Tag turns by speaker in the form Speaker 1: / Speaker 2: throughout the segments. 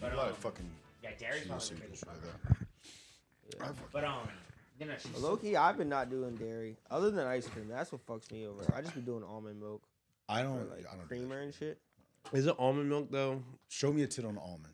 Speaker 1: But,
Speaker 2: probably
Speaker 1: um,
Speaker 2: fucking
Speaker 1: yeah, Derry's
Speaker 2: see
Speaker 1: probably
Speaker 2: some
Speaker 1: the biggest
Speaker 2: bitch like
Speaker 1: one.
Speaker 2: that.
Speaker 3: Yeah.
Speaker 2: I fucking-
Speaker 1: But um, then I should
Speaker 3: Low key, I've been not doing dairy other than ice cream. That's what fucks me over. I just be doing almond milk
Speaker 2: I
Speaker 3: or
Speaker 2: don't.
Speaker 3: like
Speaker 2: I don't. do that
Speaker 3: creamer
Speaker 2: shit.
Speaker 3: and shit.
Speaker 4: Is it almond milk though?
Speaker 2: Show me a tit on an almond.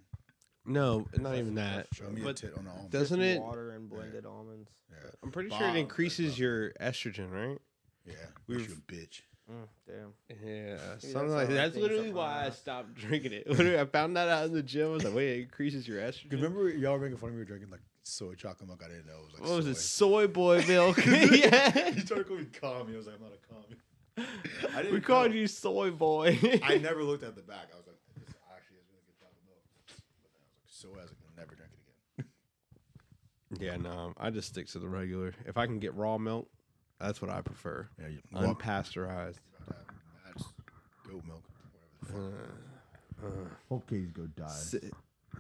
Speaker 4: No, not even that.
Speaker 2: Show me a
Speaker 4: Uh, But
Speaker 2: tit on an almond.
Speaker 4: does- Doesn't it-
Speaker 3: Water and blended almonds.
Speaker 2: yeah.
Speaker 4: I'm pretty sure it
Speaker 2: Bomb.
Speaker 4: increases your estrogen, right?
Speaker 2: Yeah,
Speaker 4: We
Speaker 2: we you
Speaker 4: were-
Speaker 2: a bitch.
Speaker 3: Mm, damn.
Speaker 4: Yeah, something
Speaker 3: that's
Speaker 4: like
Speaker 3: how I
Speaker 4: that's
Speaker 3: think
Speaker 4: literally
Speaker 3: something
Speaker 4: why
Speaker 3: like
Speaker 4: I
Speaker 3: that.
Speaker 4: stopped drinking it. Literally, I found that out in the gym. I was like, wait, it increases your estrogen.
Speaker 2: Remember, y'all were making fun of me for drinking like soy chocolate milk. I didn't know it was like
Speaker 4: what was
Speaker 2: soy.
Speaker 4: it? Soy boy milk. yeah,
Speaker 2: you started calling me commie. I was like, I'm not a commie. I didn't
Speaker 4: we called
Speaker 2: know.
Speaker 4: you soy boy.
Speaker 2: I never looked at the back. I was like, this actually is really good chocolate milk. But then I was like, soy. I was like, never drink it again.
Speaker 4: yeah, no, um, I just stick to the regular. If I can get raw milk, that's what I prefer.
Speaker 2: Yeah, you
Speaker 4: Unpasteurized.
Speaker 2: That's goat milk.
Speaker 4: Uh,
Speaker 2: Whatever
Speaker 5: Hope Katie's gonna die.
Speaker 4: si-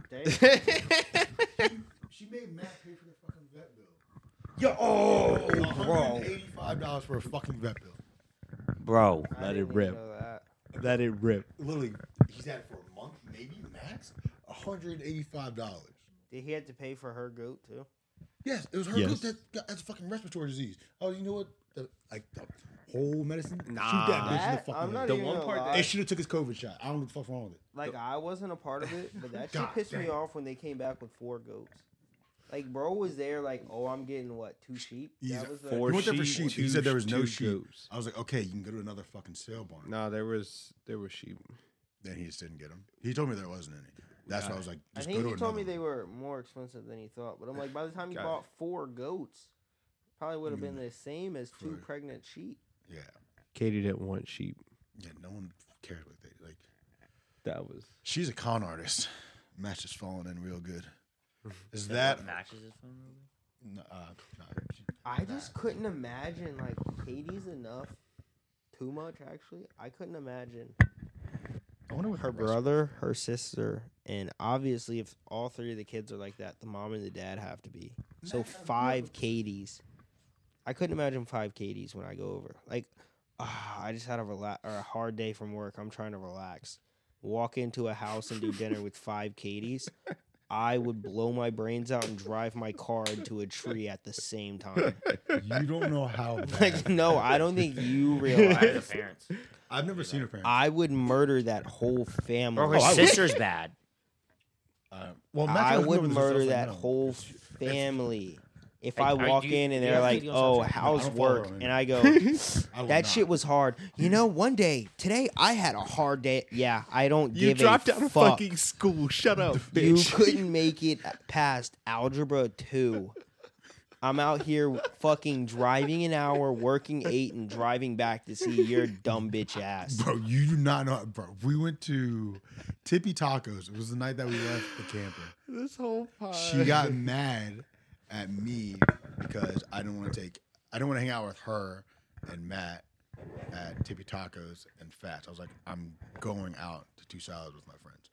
Speaker 3: Damn.
Speaker 2: the fuck. She made Matt pay for the fucking vet bill.
Speaker 5: Yo, oh,
Speaker 2: Eighty-five dollars for a fucking vet bill.
Speaker 5: bro.
Speaker 3: I
Speaker 4: Let it
Speaker 3: didn't even
Speaker 4: rip.
Speaker 3: know that.
Speaker 4: Let it rip.
Speaker 2: Literally, he's had it for a month, maybe max. One hundred eighty-five dollars.
Speaker 3: Did he have to pay for her goat too?
Speaker 2: Yes, it was her
Speaker 4: Yes.
Speaker 2: goat that got that's fucking respiratory disease. Oh, you know what? The, like the whole medicine.
Speaker 4: Nah.
Speaker 2: shoot that bitch in the
Speaker 3: That-
Speaker 2: fucking.
Speaker 3: I'm not
Speaker 2: leg.
Speaker 3: even
Speaker 4: one
Speaker 3: gonna
Speaker 4: part
Speaker 3: lie.
Speaker 2: They should have took his COVID shot. I don't know what the fuck's wrong with it.
Speaker 3: Like I wasn't a part of it, but that shit
Speaker 2: God
Speaker 3: pissed me
Speaker 2: damn.
Speaker 3: off when they came back with four goats. Like bro was there, like oh I'm getting what two sheep?
Speaker 2: He's
Speaker 3: That was the-
Speaker 4: four
Speaker 2: he went there for
Speaker 4: sheep,
Speaker 2: sheep. He
Speaker 4: two-
Speaker 2: said there was no
Speaker 4: two
Speaker 2: sheep.
Speaker 4: goats.
Speaker 2: I was like, okay, you can go to another fucking sale barn.
Speaker 4: No, there was there was sheep.
Speaker 2: Then he just didn't get them. He told me there wasn't any. That's why I was like,
Speaker 3: I
Speaker 2: just
Speaker 3: think
Speaker 2: go to
Speaker 3: he told me
Speaker 2: another
Speaker 3: they were more expensive than he thought, but I'm like by the time you
Speaker 4: Got it.
Speaker 3: bought four goats, probably would have been
Speaker 2: Mm.
Speaker 3: the same as two
Speaker 2: Right.
Speaker 3: pregnant sheep.
Speaker 2: one. Yeah,
Speaker 4: Katie didn't want sheep.
Speaker 2: yeah. No one cares what they like.
Speaker 4: That was
Speaker 2: She's a con artist. Match is falling in real good. Is that?
Speaker 1: matches his phone really?
Speaker 2: No, uh, no, she-
Speaker 3: I just couldn't imagine like Katie's enough. Too much, actually. I couldn't imagine.
Speaker 2: I wonder what
Speaker 3: Her brother, her sister, and obviously, if all three of the kids are like that, the mom and the dad have to be. So five Katie's. I couldn't imagine five Katie's when I go over. Like, ah, I just had a rela- or a hard day from work. I'm trying to relax. Walk into a house and do dinner with five Katie's. I would blow my brains out and drive my car into a tree at the same time.
Speaker 2: You don't know how. bad-
Speaker 3: Like, no, I don't think you
Speaker 1: Why are the
Speaker 3: realize.
Speaker 1: parents?
Speaker 2: I've never seen her parents.
Speaker 3: I would murder that whole family.
Speaker 1: Bro, her
Speaker 2: Oh, I would-
Speaker 1: sister's bad.
Speaker 2: Uh, well, Match
Speaker 3: I
Speaker 2: was
Speaker 3: would
Speaker 2: nervous, so was
Speaker 3: murder
Speaker 2: like,
Speaker 3: that
Speaker 2: no.
Speaker 3: whole family. If
Speaker 1: Hey,
Speaker 3: I
Speaker 1: are- do
Speaker 3: walk
Speaker 1: you-
Speaker 3: in and
Speaker 1: do you
Speaker 3: they're
Speaker 1: have
Speaker 3: like,
Speaker 1: videos on
Speaker 3: "Oh,
Speaker 1: TikTok?"
Speaker 2: I
Speaker 3: how's
Speaker 2: don't follow
Speaker 3: work?"
Speaker 2: her,
Speaker 3: and
Speaker 2: man.
Speaker 3: I go,
Speaker 2: I would
Speaker 3: "That
Speaker 2: not.
Speaker 3: shit was hard." You know, one day, today, I had a hard day. Yeah, I don't
Speaker 4: You
Speaker 3: give
Speaker 4: dropped
Speaker 3: a
Speaker 4: out of
Speaker 3: fuck.
Speaker 4: fucking school. Shut up,
Speaker 3: you
Speaker 4: bitch.
Speaker 3: couldn't make it past algebra two. I'm out here fucking driving an hour, working eight, and driving back to see your dumb bitch ass.
Speaker 2: Bro, you do not know, bro. We went to Tippy Tacos. It was the night that we left the camper.
Speaker 4: this whole pod.
Speaker 2: She got mad at me because I didn't want to take, I didn't want to hang out with her and Matt at Tippy Tacos and Fats. I was like, I'm going out to two salads with my friends.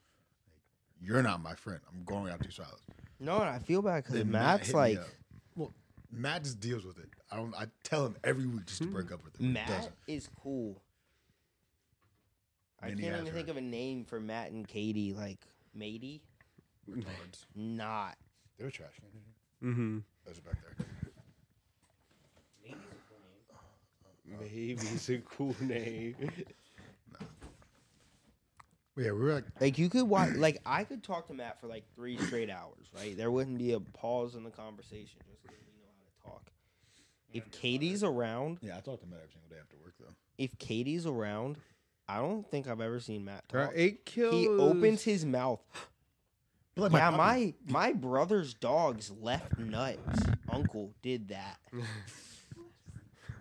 Speaker 2: You're not my friend. I'm going out to two salads.
Speaker 3: No, and I feel bad because
Speaker 2: Then
Speaker 3: Matt's
Speaker 2: hit me
Speaker 3: like,
Speaker 2: up. well, Matt just deals with it. I don't. I tell him every week just to break up with him. He
Speaker 3: Matt
Speaker 2: doesn't.
Speaker 3: is cool. I
Speaker 2: And he
Speaker 3: can't
Speaker 2: has
Speaker 3: even
Speaker 2: her.
Speaker 3: think of a name for Matt and Katie. Like matey, not.
Speaker 2: They were trash. man.
Speaker 4: Mm-hmm.
Speaker 2: Those are back there.
Speaker 4: Maybe's a cool name.
Speaker 2: Yeah, we were like
Speaker 3: Like you could watch. Like I could talk to Matt for like three straight hours. Right, there wouldn't be a pause in the conversation just because we know how to talk. If Katie's around,
Speaker 2: Yeah, I talk to Matt every single day after work though.
Speaker 3: if Katie's around, I don't think I've ever seen Matt talk.
Speaker 4: it kills.
Speaker 3: He opens his mouth.
Speaker 2: But
Speaker 3: yeah, my my brother's dog's left nut uncle did that.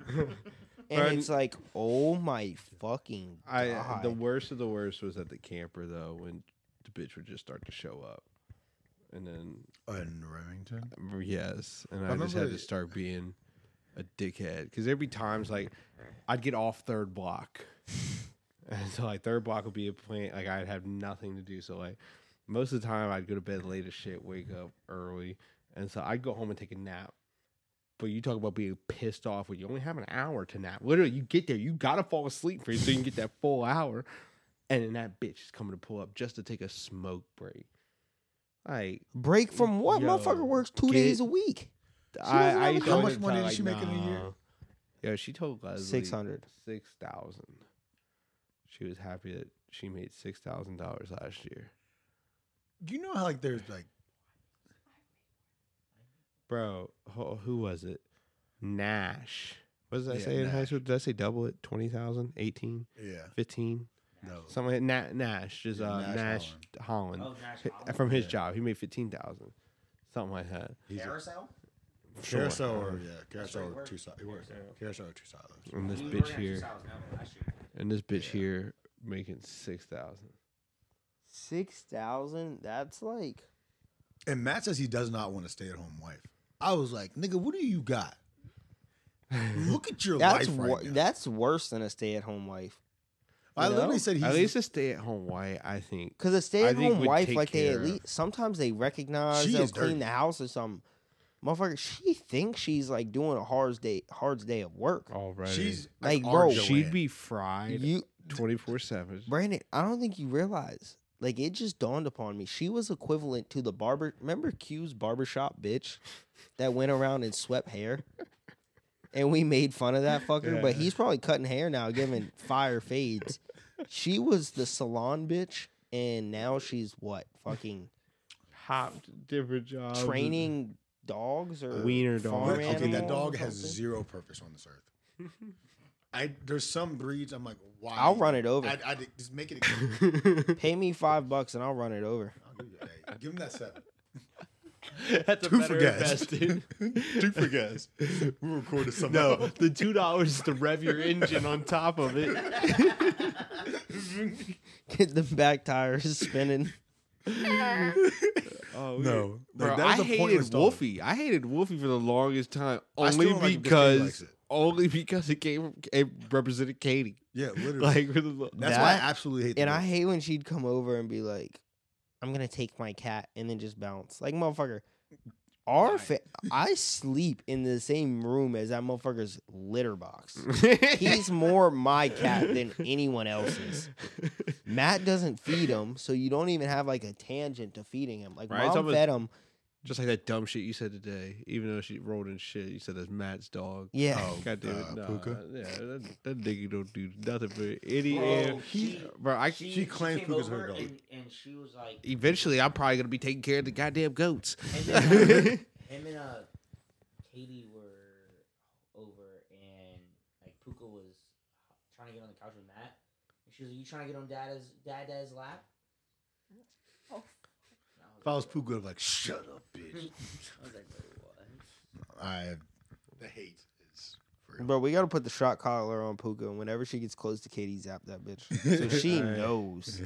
Speaker 3: and
Speaker 4: Or-
Speaker 3: it's like, oh my fucking
Speaker 4: I
Speaker 3: god.
Speaker 4: the worst of the worst was at the camper though when the bitch would just start to show up, and then
Speaker 2: in Remington.
Speaker 4: yes, and
Speaker 2: I
Speaker 4: I, just had
Speaker 2: remember-
Speaker 4: to start being a dickhead because there'd be times like I'd get off third block, and so like third block would be a point like I'd have nothing to do. So like most of the time I'd go to bed late as shit, wake up early, and so I'd go home and take a nap. But you talk about being pissed off when you only have an hour to nap. Literally, you get there, you gotta fall asleep for so you can get that full hour. And then that bitch is coming to pull up just to take a smoke break. Like
Speaker 3: Break from what?
Speaker 4: Yo,
Speaker 3: Motherfucker works two
Speaker 4: get-
Speaker 3: days a week.
Speaker 4: I,
Speaker 3: doesn't
Speaker 4: I
Speaker 3: have a
Speaker 4: used to
Speaker 3: job.
Speaker 4: always
Speaker 2: How much money
Speaker 4: tell,
Speaker 2: did she
Speaker 4: like,
Speaker 2: make in a year?
Speaker 4: "Nah." Yo, she told Leslie
Speaker 3: Six hundred.
Speaker 4: six thousand. She was happy that she made six thousand dollars last year,
Speaker 2: You know how like there's like
Speaker 4: bro. Who, who was it? Nash. What did I
Speaker 2: Yeah,
Speaker 4: say in high
Speaker 2: Nash.
Speaker 4: school? Did I say double it? 20,000, 18,
Speaker 2: yeah
Speaker 4: 15?
Speaker 2: no
Speaker 4: Something like Na- Nash, just
Speaker 2: Yeah,
Speaker 4: uh,
Speaker 2: Nash
Speaker 4: Nash, Holland.
Speaker 1: Oh, Nash
Speaker 4: Hi-
Speaker 1: Holland.
Speaker 4: From his
Speaker 2: Yeah.
Speaker 4: job, he made fifteen thousand, something like that.
Speaker 1: Carousel?
Speaker 4: Sure.
Speaker 2: carousel
Speaker 3: Uh-huh.
Speaker 2: or yeah carousel
Speaker 1: where he
Speaker 2: or
Speaker 1: worked.
Speaker 2: two sides. He works there. Carousel or two silos.
Speaker 3: Mm.
Speaker 4: And this
Speaker 1: He was
Speaker 4: bitch
Speaker 1: working at
Speaker 4: here,
Speaker 1: 2000 now, last year.
Speaker 4: and this bitch here making six thousand.
Speaker 3: Six thousand. That's like
Speaker 2: And Matt says he does not want a stay-at-home wife. I was like, nigga, what do you got? Look at your
Speaker 3: that's
Speaker 2: life right
Speaker 3: wor-
Speaker 2: now.
Speaker 3: that's worse than a stay at home wife.
Speaker 2: I
Speaker 3: you
Speaker 2: literally
Speaker 3: know?
Speaker 2: said he's
Speaker 4: At least a stay-at-home wife, I think.
Speaker 3: Because a stay at
Speaker 4: think
Speaker 3: home
Speaker 4: would
Speaker 3: wife,
Speaker 4: take
Speaker 3: like they
Speaker 4: care
Speaker 3: at
Speaker 4: of-
Speaker 3: least sometimes they recognize
Speaker 2: She
Speaker 3: they'll
Speaker 2: is
Speaker 3: clean
Speaker 2: dirty.
Speaker 3: the house or something. Motherfucker, she thinks she's like doing a hard day, hard day of work.
Speaker 4: Already,
Speaker 2: she's
Speaker 3: Like,
Speaker 2: our
Speaker 3: bro,
Speaker 2: Joanne.
Speaker 4: she'd be fried
Speaker 3: You,
Speaker 4: twenty-four seven.
Speaker 3: Brandon, I don't think you realize. Like it just dawned upon me. She was equivalent to the barber. Remember Q's barbershop bitch that went around and swept hair, and we made fun of that fucker. But
Speaker 4: Yeah.
Speaker 3: he's probably cutting hair now, giving fire fades. She was the salon bitch, and now she's what fucking
Speaker 4: Hopped different jobs. and-
Speaker 3: training dogs or
Speaker 4: Uh, Wiener dog.
Speaker 3: farm
Speaker 2: Look, okay, that
Speaker 3: animals or
Speaker 2: dog has
Speaker 3: something?
Speaker 2: zero purpose on this earth. I there's some breeds I'm like, why?
Speaker 3: I'll run it over.
Speaker 2: I, I did- just make it. A,
Speaker 3: Pay me five bucks and I'll run it over.
Speaker 2: I'll give you- hey, give him that seven.
Speaker 4: That's a
Speaker 2: Two
Speaker 4: better
Speaker 2: for gas.
Speaker 4: investment.
Speaker 2: Two for gas. We recorded some.
Speaker 4: No, the two dollars is to rev your engine on top of it.
Speaker 3: Get the back tires spinning.
Speaker 4: Oh
Speaker 2: no.
Speaker 4: Bro,
Speaker 2: Like, that is
Speaker 4: I
Speaker 2: a pointless
Speaker 4: hated
Speaker 2: dog.
Speaker 4: Wolfie. I hated Wolfie for the longest time,
Speaker 2: I still
Speaker 4: only
Speaker 2: don't like it because Katie likes
Speaker 4: because
Speaker 2: it.
Speaker 4: only because it came it represented Katie.
Speaker 2: Yeah, literally.
Speaker 4: Like for the lo-
Speaker 2: that's why I
Speaker 3: that-
Speaker 2: absolutely hate. the
Speaker 3: And I
Speaker 2: dog.
Speaker 3: hate when she'd come over and be like, I'm going to take my cat and then just bounce. Like, motherfucker, our fa- I sleep in the same room as that motherfucker's litter box. He's more my cat than anyone else's. Matt doesn't feed him, so you don't even have like a tangent to feeding him. Like,
Speaker 4: Right, it's
Speaker 3: mom
Speaker 4: almost-
Speaker 3: fed him.
Speaker 4: Just like that dumb shit you said today, even though she rolled in shit, you said that's Matt's dog.
Speaker 3: Yeah.
Speaker 2: Oh,
Speaker 4: God damn it,
Speaker 2: uh,
Speaker 4: nah,
Speaker 2: Puka?
Speaker 4: yeah, that, that nigga don't do nothing for any
Speaker 1: Bro,
Speaker 4: air.
Speaker 1: she,
Speaker 4: Bro, I
Speaker 2: she claims
Speaker 1: came
Speaker 2: Puka's her
Speaker 1: over
Speaker 2: dog.
Speaker 1: And, and she was like,
Speaker 4: eventually I'm probably gonna be taking care of the goddamn goats.
Speaker 1: And then- him and uh, Katie were over, and like Puka was trying to get on the couch with Matt. And she was like, "You trying to get on Dad's Dad Dad's lap?" And
Speaker 2: If I was Pooh, I'd be like, shut up, bitch.
Speaker 1: I was like, "Wait, what?"
Speaker 2: I the hate is real.
Speaker 3: Bro, we gotta put the shot collar on Puka, and whenever she gets close to Katie, zap that bitch. So she
Speaker 4: Alright.
Speaker 3: knows.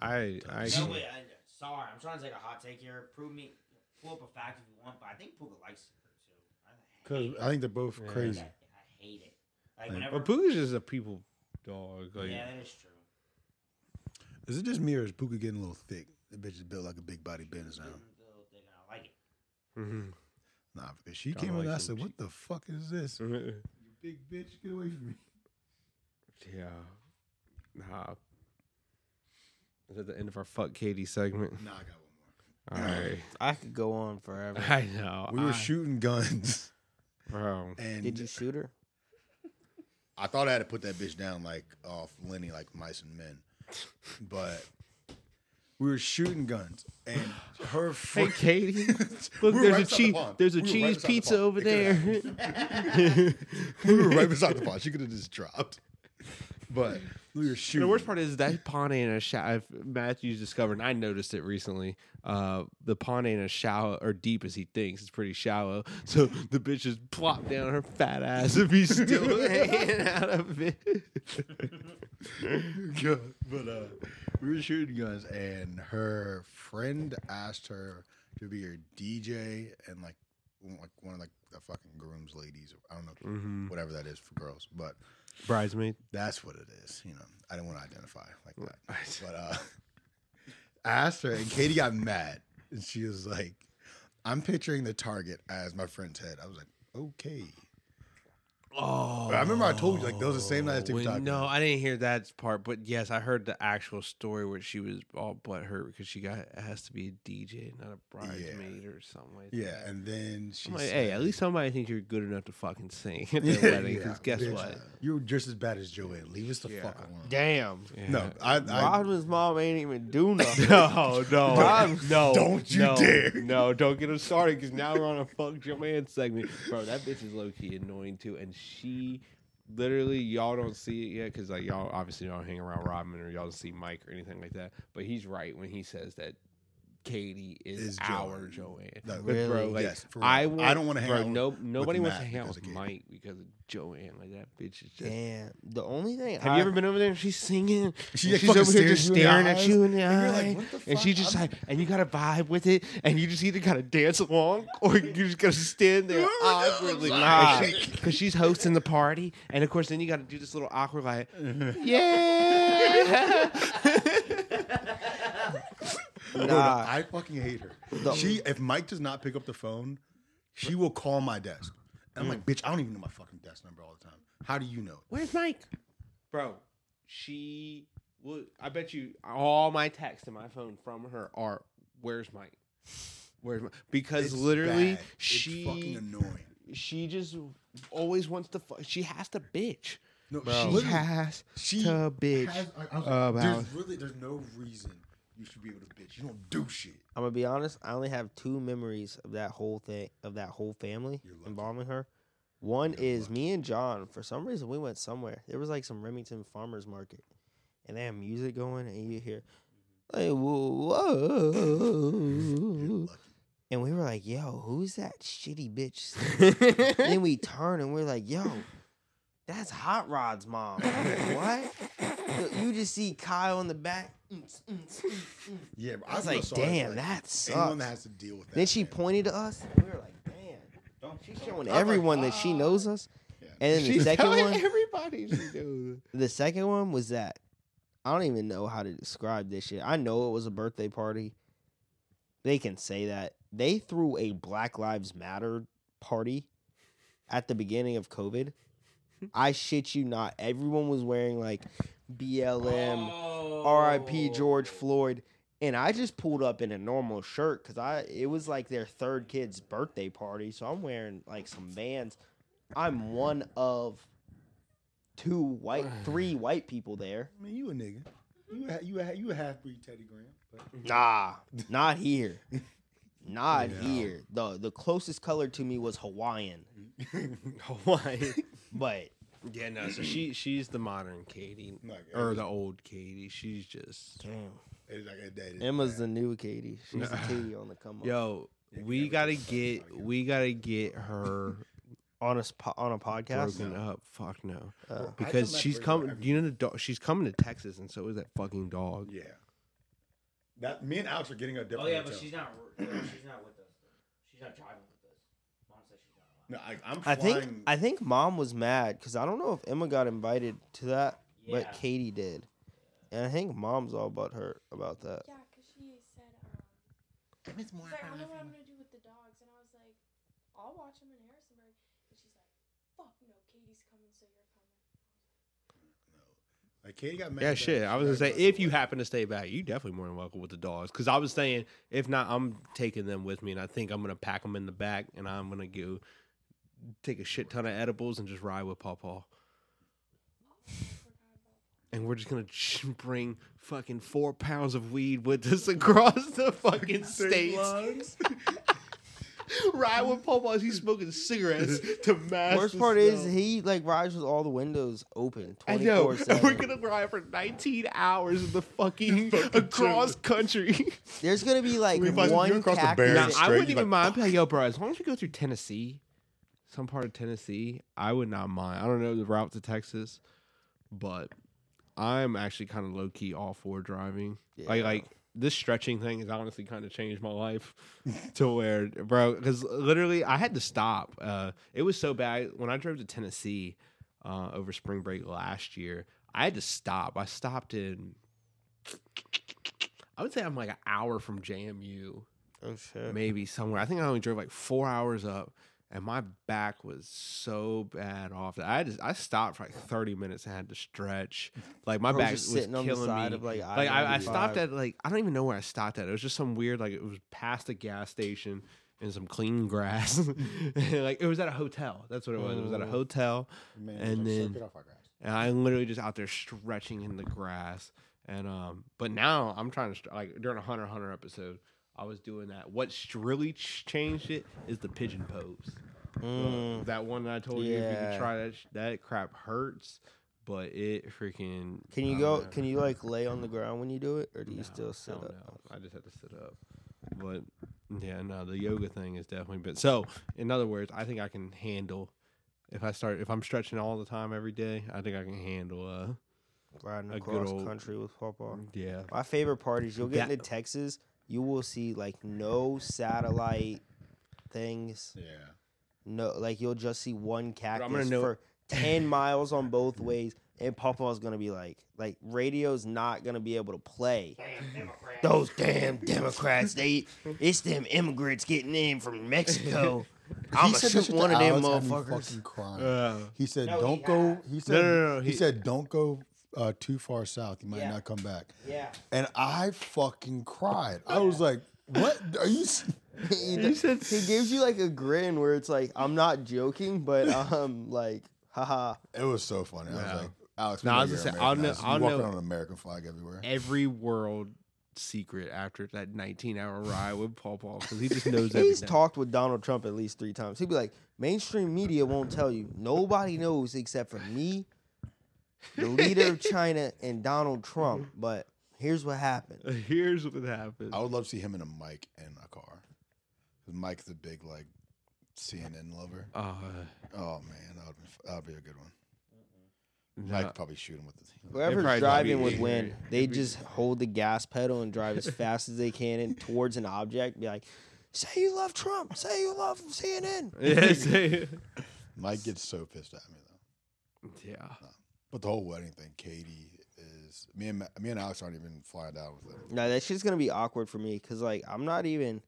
Speaker 4: I I
Speaker 1: No, wait, I, sorry, I'm trying to take a hot take here. Prove me, pull up a fact if you want, but I think Puka likes her too. I
Speaker 2: Because
Speaker 1: hate
Speaker 2: I think they're both
Speaker 4: Yeah.
Speaker 2: crazy.
Speaker 1: that. I hate it. Like
Speaker 2: Like,
Speaker 1: whenever,
Speaker 4: But Puka's just a people dog. Like
Speaker 1: yeah, that is true.
Speaker 2: Is it just me or is Puka getting a little thick? The bitch is built like a big body Benz now.
Speaker 1: They're gonna like it.
Speaker 4: mhm.
Speaker 2: Nah, because she
Speaker 4: Kinda
Speaker 2: came in and
Speaker 4: like
Speaker 2: I
Speaker 4: some
Speaker 2: said, "What the fuck is this? You big bitch, get away from me!"
Speaker 4: Yeah. Nah. Is that the end of our fuck Katie segment?
Speaker 2: Nah, I got one
Speaker 4: All right.
Speaker 3: I could go on forever.
Speaker 4: I know.
Speaker 2: more. We were
Speaker 4: I-
Speaker 2: shooting guns,
Speaker 4: Bro.
Speaker 2: and
Speaker 3: Did you shoot her?
Speaker 2: I thought I had to put that bitch down like off Lenny, like mice and men, but we were shooting guns, and her
Speaker 4: Hey
Speaker 2: friend. We
Speaker 4: Katie. Look,
Speaker 2: were right
Speaker 4: there's a
Speaker 2: beside the
Speaker 4: cheese
Speaker 2: pond.
Speaker 4: there's a
Speaker 2: We were right
Speaker 4: cheese
Speaker 2: beside the
Speaker 4: pizza
Speaker 2: pond.
Speaker 4: over
Speaker 2: It could've
Speaker 4: there.
Speaker 2: happened. we were right beside the pond. She could have just dropped. But we were shooting.
Speaker 4: The worst part is that pond ain't a shower. I've, Matthew's discovered, and I noticed it recently. Uh, the pond ain't as shallow or deep as he thinks. It's pretty shallow. So the bitch just plopped down her fat ass and be still hanging out of it.
Speaker 2: Yeah, but uh, we were shooting guns, and her friend asked her to be her DJ and like, one- like one of like the fucking groom's ladies. Or, I don't know,
Speaker 4: Mhm.
Speaker 2: whatever that is for girls. But
Speaker 4: Bridesmaid.
Speaker 2: that's what it is. You know, I didn't want to identify like
Speaker 4: Mm.
Speaker 2: that. But uh, I asked her, and Katie got mad, and she was like, "I'm picturing the target as my friend's head." I was like, "Okay."
Speaker 4: Oh,
Speaker 2: I remember I told you, like, that was the same night as
Speaker 4: when-
Speaker 2: TikTok.
Speaker 4: No, I didn't hear that part, but yes, I heard the actual story where she was all butthurt because she got has to be a DJ, not a bridesmaid or something like
Speaker 2: Yeah,
Speaker 4: that.
Speaker 2: and then she
Speaker 4: I'm like,
Speaker 2: said,
Speaker 4: hey, at least somebody thinks you're good enough to fucking sing at
Speaker 2: Yeah,
Speaker 4: their wedding.
Speaker 2: yeah,
Speaker 4: Because guess
Speaker 2: bitch,
Speaker 4: what?
Speaker 2: You're just as bad as Joanne. Leave us the fuck
Speaker 4: Yeah.
Speaker 2: alone.
Speaker 3: Damn.
Speaker 2: No,
Speaker 4: Yeah.
Speaker 2: I, I
Speaker 3: Rodman's mom ain't even do nothing.
Speaker 4: No, no,
Speaker 3: Don't-
Speaker 4: no!
Speaker 2: don't you
Speaker 4: no,
Speaker 2: dare.
Speaker 4: No, don't get him started because now we're on a fuck your man segment, bro. That bitch is low key annoying too, and she literally y'all don't see it yet because like y'all obviously don't hang around Rodman or y'all don't see Mike or anything like that. But he's right when he says that Katie is,
Speaker 2: Is
Speaker 4: our
Speaker 2: Joanne.
Speaker 4: Joanne.
Speaker 2: No,
Speaker 4: But,
Speaker 3: Really?
Speaker 4: Bro, like,
Speaker 2: yes, for real.
Speaker 4: I, want,
Speaker 2: I don't want to hang
Speaker 4: bro,
Speaker 2: out.
Speaker 4: No, nobody wants to
Speaker 2: Matt
Speaker 4: hang out
Speaker 2: because
Speaker 4: with
Speaker 2: of Katie.
Speaker 4: Mike because of Joanne. Like that bitch is just.
Speaker 3: Damn. The only thing
Speaker 4: Have
Speaker 3: I,
Speaker 4: you ever been over there and she's singing?
Speaker 2: She-
Speaker 4: and
Speaker 2: she
Speaker 4: she's
Speaker 2: just
Speaker 4: over here just
Speaker 2: stares you in the
Speaker 4: staring
Speaker 2: eyes,
Speaker 4: at you in the
Speaker 2: and you're like,
Speaker 4: eye.
Speaker 2: "What the
Speaker 4: and she
Speaker 2: fuck?
Speaker 4: just
Speaker 2: I'm-
Speaker 4: like, and you gotta vibe with it, and you just either gotta dance along or you just gotta stand there
Speaker 2: Oh
Speaker 4: awkwardly. Because she's hosting the party, and of course, then you gotta do this little awkward, like, yeah.
Speaker 2: No, no,
Speaker 3: Nah.
Speaker 2: I fucking hate her.
Speaker 3: The-
Speaker 2: She, if Mike does not pick up the phone, she will call my desk. And I'm
Speaker 4: Mm.
Speaker 2: like, bitch, I don't even know my fucking desk number all the time. How do you know?
Speaker 4: Where's Mike? Bro, she will. I bet you all my texts in my phone from her are, where's Mike? Where's Mike? Because
Speaker 2: It's
Speaker 4: literally,
Speaker 2: bad.
Speaker 4: she.
Speaker 2: it's fucking annoying.
Speaker 4: she just always wants to. Fu- she has to bitch.
Speaker 2: No,
Speaker 4: Bro.
Speaker 2: she
Speaker 4: She
Speaker 2: literally-
Speaker 4: has
Speaker 2: she
Speaker 4: to bitch. Uh,
Speaker 2: has- I- I was
Speaker 4: about-
Speaker 2: like, there's really, there's no reason you should be able to bitch. You don't do shit.
Speaker 3: I'm gonna be honest. I only have two memories of that whole thing, of that whole family
Speaker 2: You're lucky.
Speaker 3: involving her. One
Speaker 2: You're
Speaker 3: is
Speaker 2: lucky.
Speaker 3: me and John. For some reason, we went somewhere. There was like some Remington Farmers Market, and they had music going, and you hear like
Speaker 2: You're
Speaker 3: whoa,
Speaker 2: lucky.
Speaker 3: and we were like, "Yo, who's that shitty bitch?" singing?" then we turn and we're like, "Yo, that's Hot Rod's mom." I'm like, what? You just see Kyle in the back.
Speaker 2: Yeah, but
Speaker 3: I was
Speaker 2: feel
Speaker 3: like,
Speaker 2: sorry for,
Speaker 3: "Damn,
Speaker 2: like,
Speaker 3: that
Speaker 2: Anyone
Speaker 3: sucks."
Speaker 2: that has to deal with that.
Speaker 3: Then she
Speaker 2: man.
Speaker 3: pointed to us, and we were like, "Damn!" She's showing everyone that she knows us.
Speaker 2: Yeah.
Speaker 3: And then the
Speaker 4: She's
Speaker 3: second
Speaker 4: telling
Speaker 3: one,
Speaker 4: everybody she knows.
Speaker 3: the second one was that I don't even know how to describe this shit. I know it was a birthday party. They can say that they threw a Black Lives Matter party at the beginning of COVID. I shit you not. Everyone was wearing like BLM,
Speaker 1: Oh.
Speaker 3: RIP George Floyd. And I just pulled up in a normal shirt because I it was like their third kid's birthday party. So I'm wearing like some vans. I'm one of two white three white people there.
Speaker 2: I mean, you a nigga. You a, you a, you a half breed Teddy Graham. But
Speaker 3: Nah. Not here. Not
Speaker 2: Yeah.
Speaker 3: here. The the closest color to me was Hawaiian.
Speaker 4: Hawaii.
Speaker 3: But
Speaker 4: yeah, no. So she she's the modern Katie
Speaker 2: like,
Speaker 4: or
Speaker 2: it
Speaker 4: the old Katie. She's just
Speaker 3: damn.
Speaker 2: was- it was like, it- that is
Speaker 3: Emma's
Speaker 2: bad.
Speaker 3: the new Katie. She's the
Speaker 4: Nah.
Speaker 3: Katie on the come up.
Speaker 4: yo.
Speaker 2: Yeah,
Speaker 4: We
Speaker 2: everything's
Speaker 4: gotta
Speaker 2: fucking
Speaker 4: get
Speaker 2: podcast.
Speaker 4: we gotta get her
Speaker 3: On a spo- on a podcast.
Speaker 4: broken up. Fuck no,
Speaker 3: Uh,
Speaker 2: I come
Speaker 4: because
Speaker 2: back
Speaker 4: she's
Speaker 2: regular
Speaker 4: coming.
Speaker 2: every
Speaker 4: You know the dog. She's coming to Texas, and so is that fucking dog.
Speaker 2: Yeah. That me and Alex are getting a different.
Speaker 1: Oh yeah, but
Speaker 2: hotel.
Speaker 1: she's not. She's not with us. Though. She's not driving with us. Mom said she's not. Allowed.
Speaker 2: No, I, I'm
Speaker 3: I
Speaker 2: flying.
Speaker 3: think I think mom was mad because I don't know if Emma got invited to that,
Speaker 1: Yeah.
Speaker 3: but Katie did, and I think mom's all but hurt about that.
Speaker 6: Yeah, because she said, um, she's like, I don't know what I'm going to do with the dogs. And I was like, I'll watch them in Harrisonburg. And she's like, fuck no, Katie's coming, Oh, so you're coming.
Speaker 2: Like Katie got mad.
Speaker 4: Yeah,
Speaker 2: that
Speaker 4: shit. I
Speaker 2: she
Speaker 4: was
Speaker 2: got
Speaker 4: gonna
Speaker 2: invited
Speaker 4: say if
Speaker 2: to
Speaker 4: you
Speaker 2: the wedding.
Speaker 4: happen to stay back, you definitely more than welcome with the dogs. Because I was saying if not, I'm taking them with me, and I think I'm gonna pack them in the back, and I'm gonna go take a shit ton of edibles and just ride with Paw Paw. And we're just gonna ch- bring fucking four pounds of weed with us across the fucking states. Ride with Paw Paw as he's smoking cigarettes to mask.
Speaker 3: Worst
Speaker 4: the
Speaker 3: part is
Speaker 4: smell.
Speaker 3: he like rides with all the windows open
Speaker 4: I
Speaker 3: twenty
Speaker 4: know.
Speaker 3: four
Speaker 4: We're
Speaker 3: seven.
Speaker 4: gonna ride for 19 hours in the fucking across country.
Speaker 3: There's gonna be like
Speaker 2: We fucking- you
Speaker 3: one
Speaker 2: across the
Speaker 3: cactus.
Speaker 2: barrier.
Speaker 4: Nah, I
Speaker 2: straight,
Speaker 4: wouldn't
Speaker 2: you
Speaker 4: even
Speaker 2: like,
Speaker 4: mind. I'd be like, yo, bro, as long as we go through Tennessee, some part of Tennessee, I would not mind. I don't know the route to Texas, but I'm actually kind of low key all for driving. Like,
Speaker 3: Yeah.
Speaker 4: like this stretching thing has honestly kind of changed my life to where, bro, because literally I had to stop. Uh, it was so bad when I drove to Tennessee uh, over spring break last year. I had to stop. I stopped in. I would say I'm like an hour from JMU
Speaker 3: Oh shit!
Speaker 4: maybe somewhere. I think I only drove like four hours up, and my back was so bad off that I just I stopped for like 30 minutes and had to stretch. Like my
Speaker 3: Bro,
Speaker 4: back
Speaker 3: just
Speaker 4: was
Speaker 3: sitting on the
Speaker 4: killing
Speaker 3: side
Speaker 4: me.
Speaker 3: of like,
Speaker 4: like I, I
Speaker 3: I-95.
Speaker 4: stopped at like I don't even know where I stopped at. It was just some weird like it was past a gas station and some clean grass. like it was at a hotel. That's what it was. It was at a
Speaker 3: Oh.
Speaker 4: hotel,
Speaker 2: Man,
Speaker 4: And
Speaker 2: like,
Speaker 4: then-
Speaker 2: "Sir, get off our grass.
Speaker 4: and I'm literally just out there stretching in the grass. And um, but now I'm trying to str- like during a hunter x hunter episode, I was doing that. What's really ch- changed it is the pigeon pose.
Speaker 3: Mm.
Speaker 4: That one that I told you if you could
Speaker 3: Yeah.
Speaker 4: try that sh- that crap hurts, but it freaking.
Speaker 3: Can you go? Can you like lay on the ground when you do it, or do you still sit
Speaker 4: no,
Speaker 3: up?
Speaker 4: No, I just had to sit up. But yeah, no, the yoga thing has definitely been. So in other words, I think I can handle. If I start, if I'm stretching all the time every day, I think I can handle. Uh,
Speaker 3: Riding
Speaker 4: A good
Speaker 3: across
Speaker 4: old-
Speaker 3: country with Papa.
Speaker 4: yeah,
Speaker 3: My favorite part is you'll get
Speaker 4: That-
Speaker 3: into Texas, you will see like no satellite things.
Speaker 2: Yeah.
Speaker 3: No, like you'll just see one cactus
Speaker 4: know-
Speaker 3: for ten miles on both ways, and Papa's gonna be like, like radio's not gonna be able to play. Those damn Democrats, they it's them immigrants getting in from Mexico.
Speaker 2: He
Speaker 3: I'ma
Speaker 2: said
Speaker 3: shoot
Speaker 2: this shit
Speaker 3: one
Speaker 2: to
Speaker 3: of them
Speaker 2: Alex, had me
Speaker 3: motherfuckers.
Speaker 2: fucking crying.
Speaker 4: Uh,
Speaker 2: He said,
Speaker 1: No,
Speaker 2: "Don't
Speaker 1: he
Speaker 2: go."
Speaker 1: has.
Speaker 2: He said,
Speaker 4: No, no, no,
Speaker 2: He,
Speaker 4: he-
Speaker 2: said, "Don't go uh, too far south. You might
Speaker 1: Yeah.
Speaker 2: not come back."
Speaker 3: Yeah.
Speaker 2: And I fucking cried. I was like, "What are you?" s-
Speaker 3: he, d- he gives you like a grin where it's like I'm not joking, but um like haha.
Speaker 2: It was so funny. I
Speaker 4: Yeah.
Speaker 2: was like, "Alex,
Speaker 4: No,
Speaker 2: we
Speaker 4: I
Speaker 2: know
Speaker 4: was
Speaker 2: you're
Speaker 4: gonna say, I'll
Speaker 2: Americanized.
Speaker 4: know- I'll
Speaker 2: You walk
Speaker 4: know-
Speaker 2: around with an American flag everywhere."
Speaker 4: every world secret after that 19 hour ride with Paul Paul because he just knows
Speaker 3: He's
Speaker 4: everything.
Speaker 3: talked with Donald Trump at least three times. He'd be like, mainstream media won't tell you. Nobody knows except for me, the leader of China, and Donald Trump.
Speaker 4: Mm-hmm.
Speaker 3: But here's what happened.
Speaker 4: Here's what happened.
Speaker 2: I would love to see him in a mic and a car. 'Cause Mike's a big like CNN lover.
Speaker 4: Uh,
Speaker 2: Oh man, that would be, that would be a good one.
Speaker 4: no.
Speaker 2: Mike probably shoot him with the.
Speaker 3: Whoever's
Speaker 4: probably
Speaker 3: driving
Speaker 4: be-
Speaker 3: would win. They just hold the gas pedal and drive as fast as they can and towards an object. Be like, say you love Trump. Say you love CNN.
Speaker 4: Yes. yeah.
Speaker 2: Mike gets so pissed at me though. But the whole wedding thing, Katie is me and Ma- me and Alex aren't even flying down with it.
Speaker 3: No, that shit's gonna be awkward for me because like I'm not even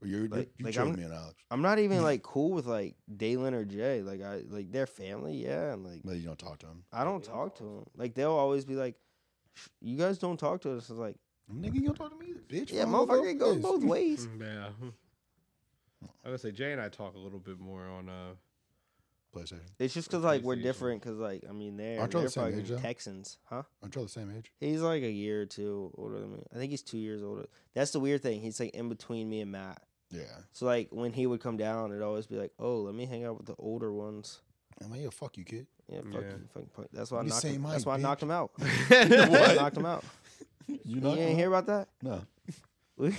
Speaker 2: Well, you're,
Speaker 3: Like-
Speaker 2: you
Speaker 3: like,
Speaker 2: chose
Speaker 3: I'm-
Speaker 2: me and Alex,
Speaker 3: I'm not even like cool with like Daylon or Jay. Like I like their family, yeah, and like
Speaker 2: but you don't talk to him.
Speaker 3: I don't talk to them. Like they'll always be like, "Sh- "You guys don't talk to us." It's like,
Speaker 2: Nigga, you don't talk to me either, bitch.
Speaker 3: yeah,
Speaker 2: Fuck off,
Speaker 3: motherfucker, it goes
Speaker 2: bitch.
Speaker 3: both ways.
Speaker 4: Mm, Yeah. I would say Jay and I talk a little bit more on uh
Speaker 2: PlayStation.
Speaker 3: It's just because like we're
Speaker 4: PlayStation.
Speaker 3: different. Because like I mean, they're,
Speaker 2: Aren't y'all
Speaker 3: they're
Speaker 2: the same
Speaker 3: fucking
Speaker 2: age, though?
Speaker 3: Texans, huh?
Speaker 2: Aren't y'all the same age?
Speaker 3: He's like a year or two older than me. I think he's two years older. That's the weird thing. He's like in between me and Matt.
Speaker 2: Yeah.
Speaker 3: So like when he would come down, it'd always be like, "Oh, let me hang out with the older ones."
Speaker 2: I'm like, yeah, fuck you, kid.
Speaker 3: Yeah, fuck
Speaker 4: Yeah.
Speaker 3: you, fucking punk. That's why I
Speaker 2: We the
Speaker 3: knocked him.
Speaker 2: same height,
Speaker 3: That's why I
Speaker 2: bitch.
Speaker 3: knocked him out. I
Speaker 2: What?
Speaker 3: knocked him out.
Speaker 2: You
Speaker 3: You
Speaker 2: knocked
Speaker 3: ain't
Speaker 2: him
Speaker 3: hear
Speaker 2: out?
Speaker 3: about that?
Speaker 2: No.
Speaker 3: We we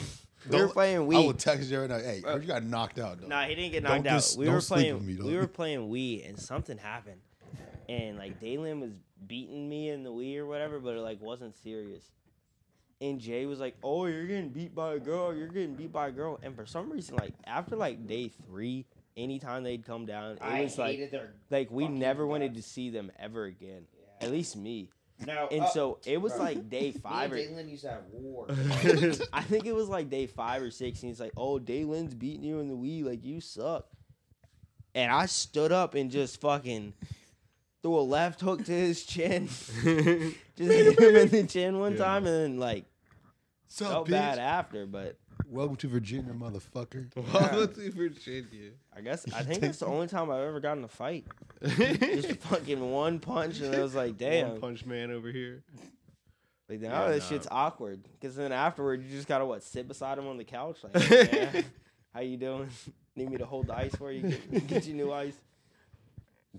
Speaker 3: were
Speaker 2: Don't-
Speaker 3: playing
Speaker 2: I will
Speaker 3: Wii.
Speaker 2: text you right now. Hey, heard you got knocked out. Though.
Speaker 3: Nah, he didn't get knocked
Speaker 2: Don't dis-
Speaker 3: out. We
Speaker 2: don't
Speaker 3: were
Speaker 2: sleep
Speaker 3: playing.
Speaker 2: with me, dog.
Speaker 3: we were playing Wii, and something happened, and like Daylin was beating me in the Wii or whatever, but it like wasn't serious. And Jay was like, "Oh, you're getting beat by a girl. You're getting beat by a girl." And for some reason, like after like day three, anytime they'd come down, it
Speaker 1: I
Speaker 3: was like
Speaker 1: hated their.
Speaker 3: like we
Speaker 1: fucking
Speaker 3: never wanted to
Speaker 1: guts.
Speaker 3: see them ever again.
Speaker 1: Yeah.
Speaker 3: At least me.
Speaker 1: No,
Speaker 3: And
Speaker 1: uh,
Speaker 3: so it was
Speaker 1: bro.
Speaker 3: like day five or
Speaker 1: Me and Jalen used to have war.
Speaker 3: I think it was like day five or six, and he's like, "Oh, Daylin's beating you in the Wii, like you suck." And I stood up and just fucking threw a left hook to his chin, just hit him in the chin one
Speaker 4: Yeah.
Speaker 3: time, and then like
Speaker 2: Sup,
Speaker 3: felt
Speaker 2: bitch?
Speaker 3: bad after. But
Speaker 2: Welcome to Virginia, motherfucker.
Speaker 4: Welcome to Virginia.
Speaker 3: I guess I think that's the only time I've ever gotten in a fight. Just fucking one punch, and it was like,
Speaker 4: One
Speaker 3: "Damn!"
Speaker 4: punch man over here.
Speaker 3: Like
Speaker 4: Yeah,
Speaker 3: now this
Speaker 4: nah.
Speaker 3: shit's awkward because then afterward you just gotta what sit beside him on the couch like, "Hey, man, how you doing? Need me to hold the ice for you? Get, get you new ice?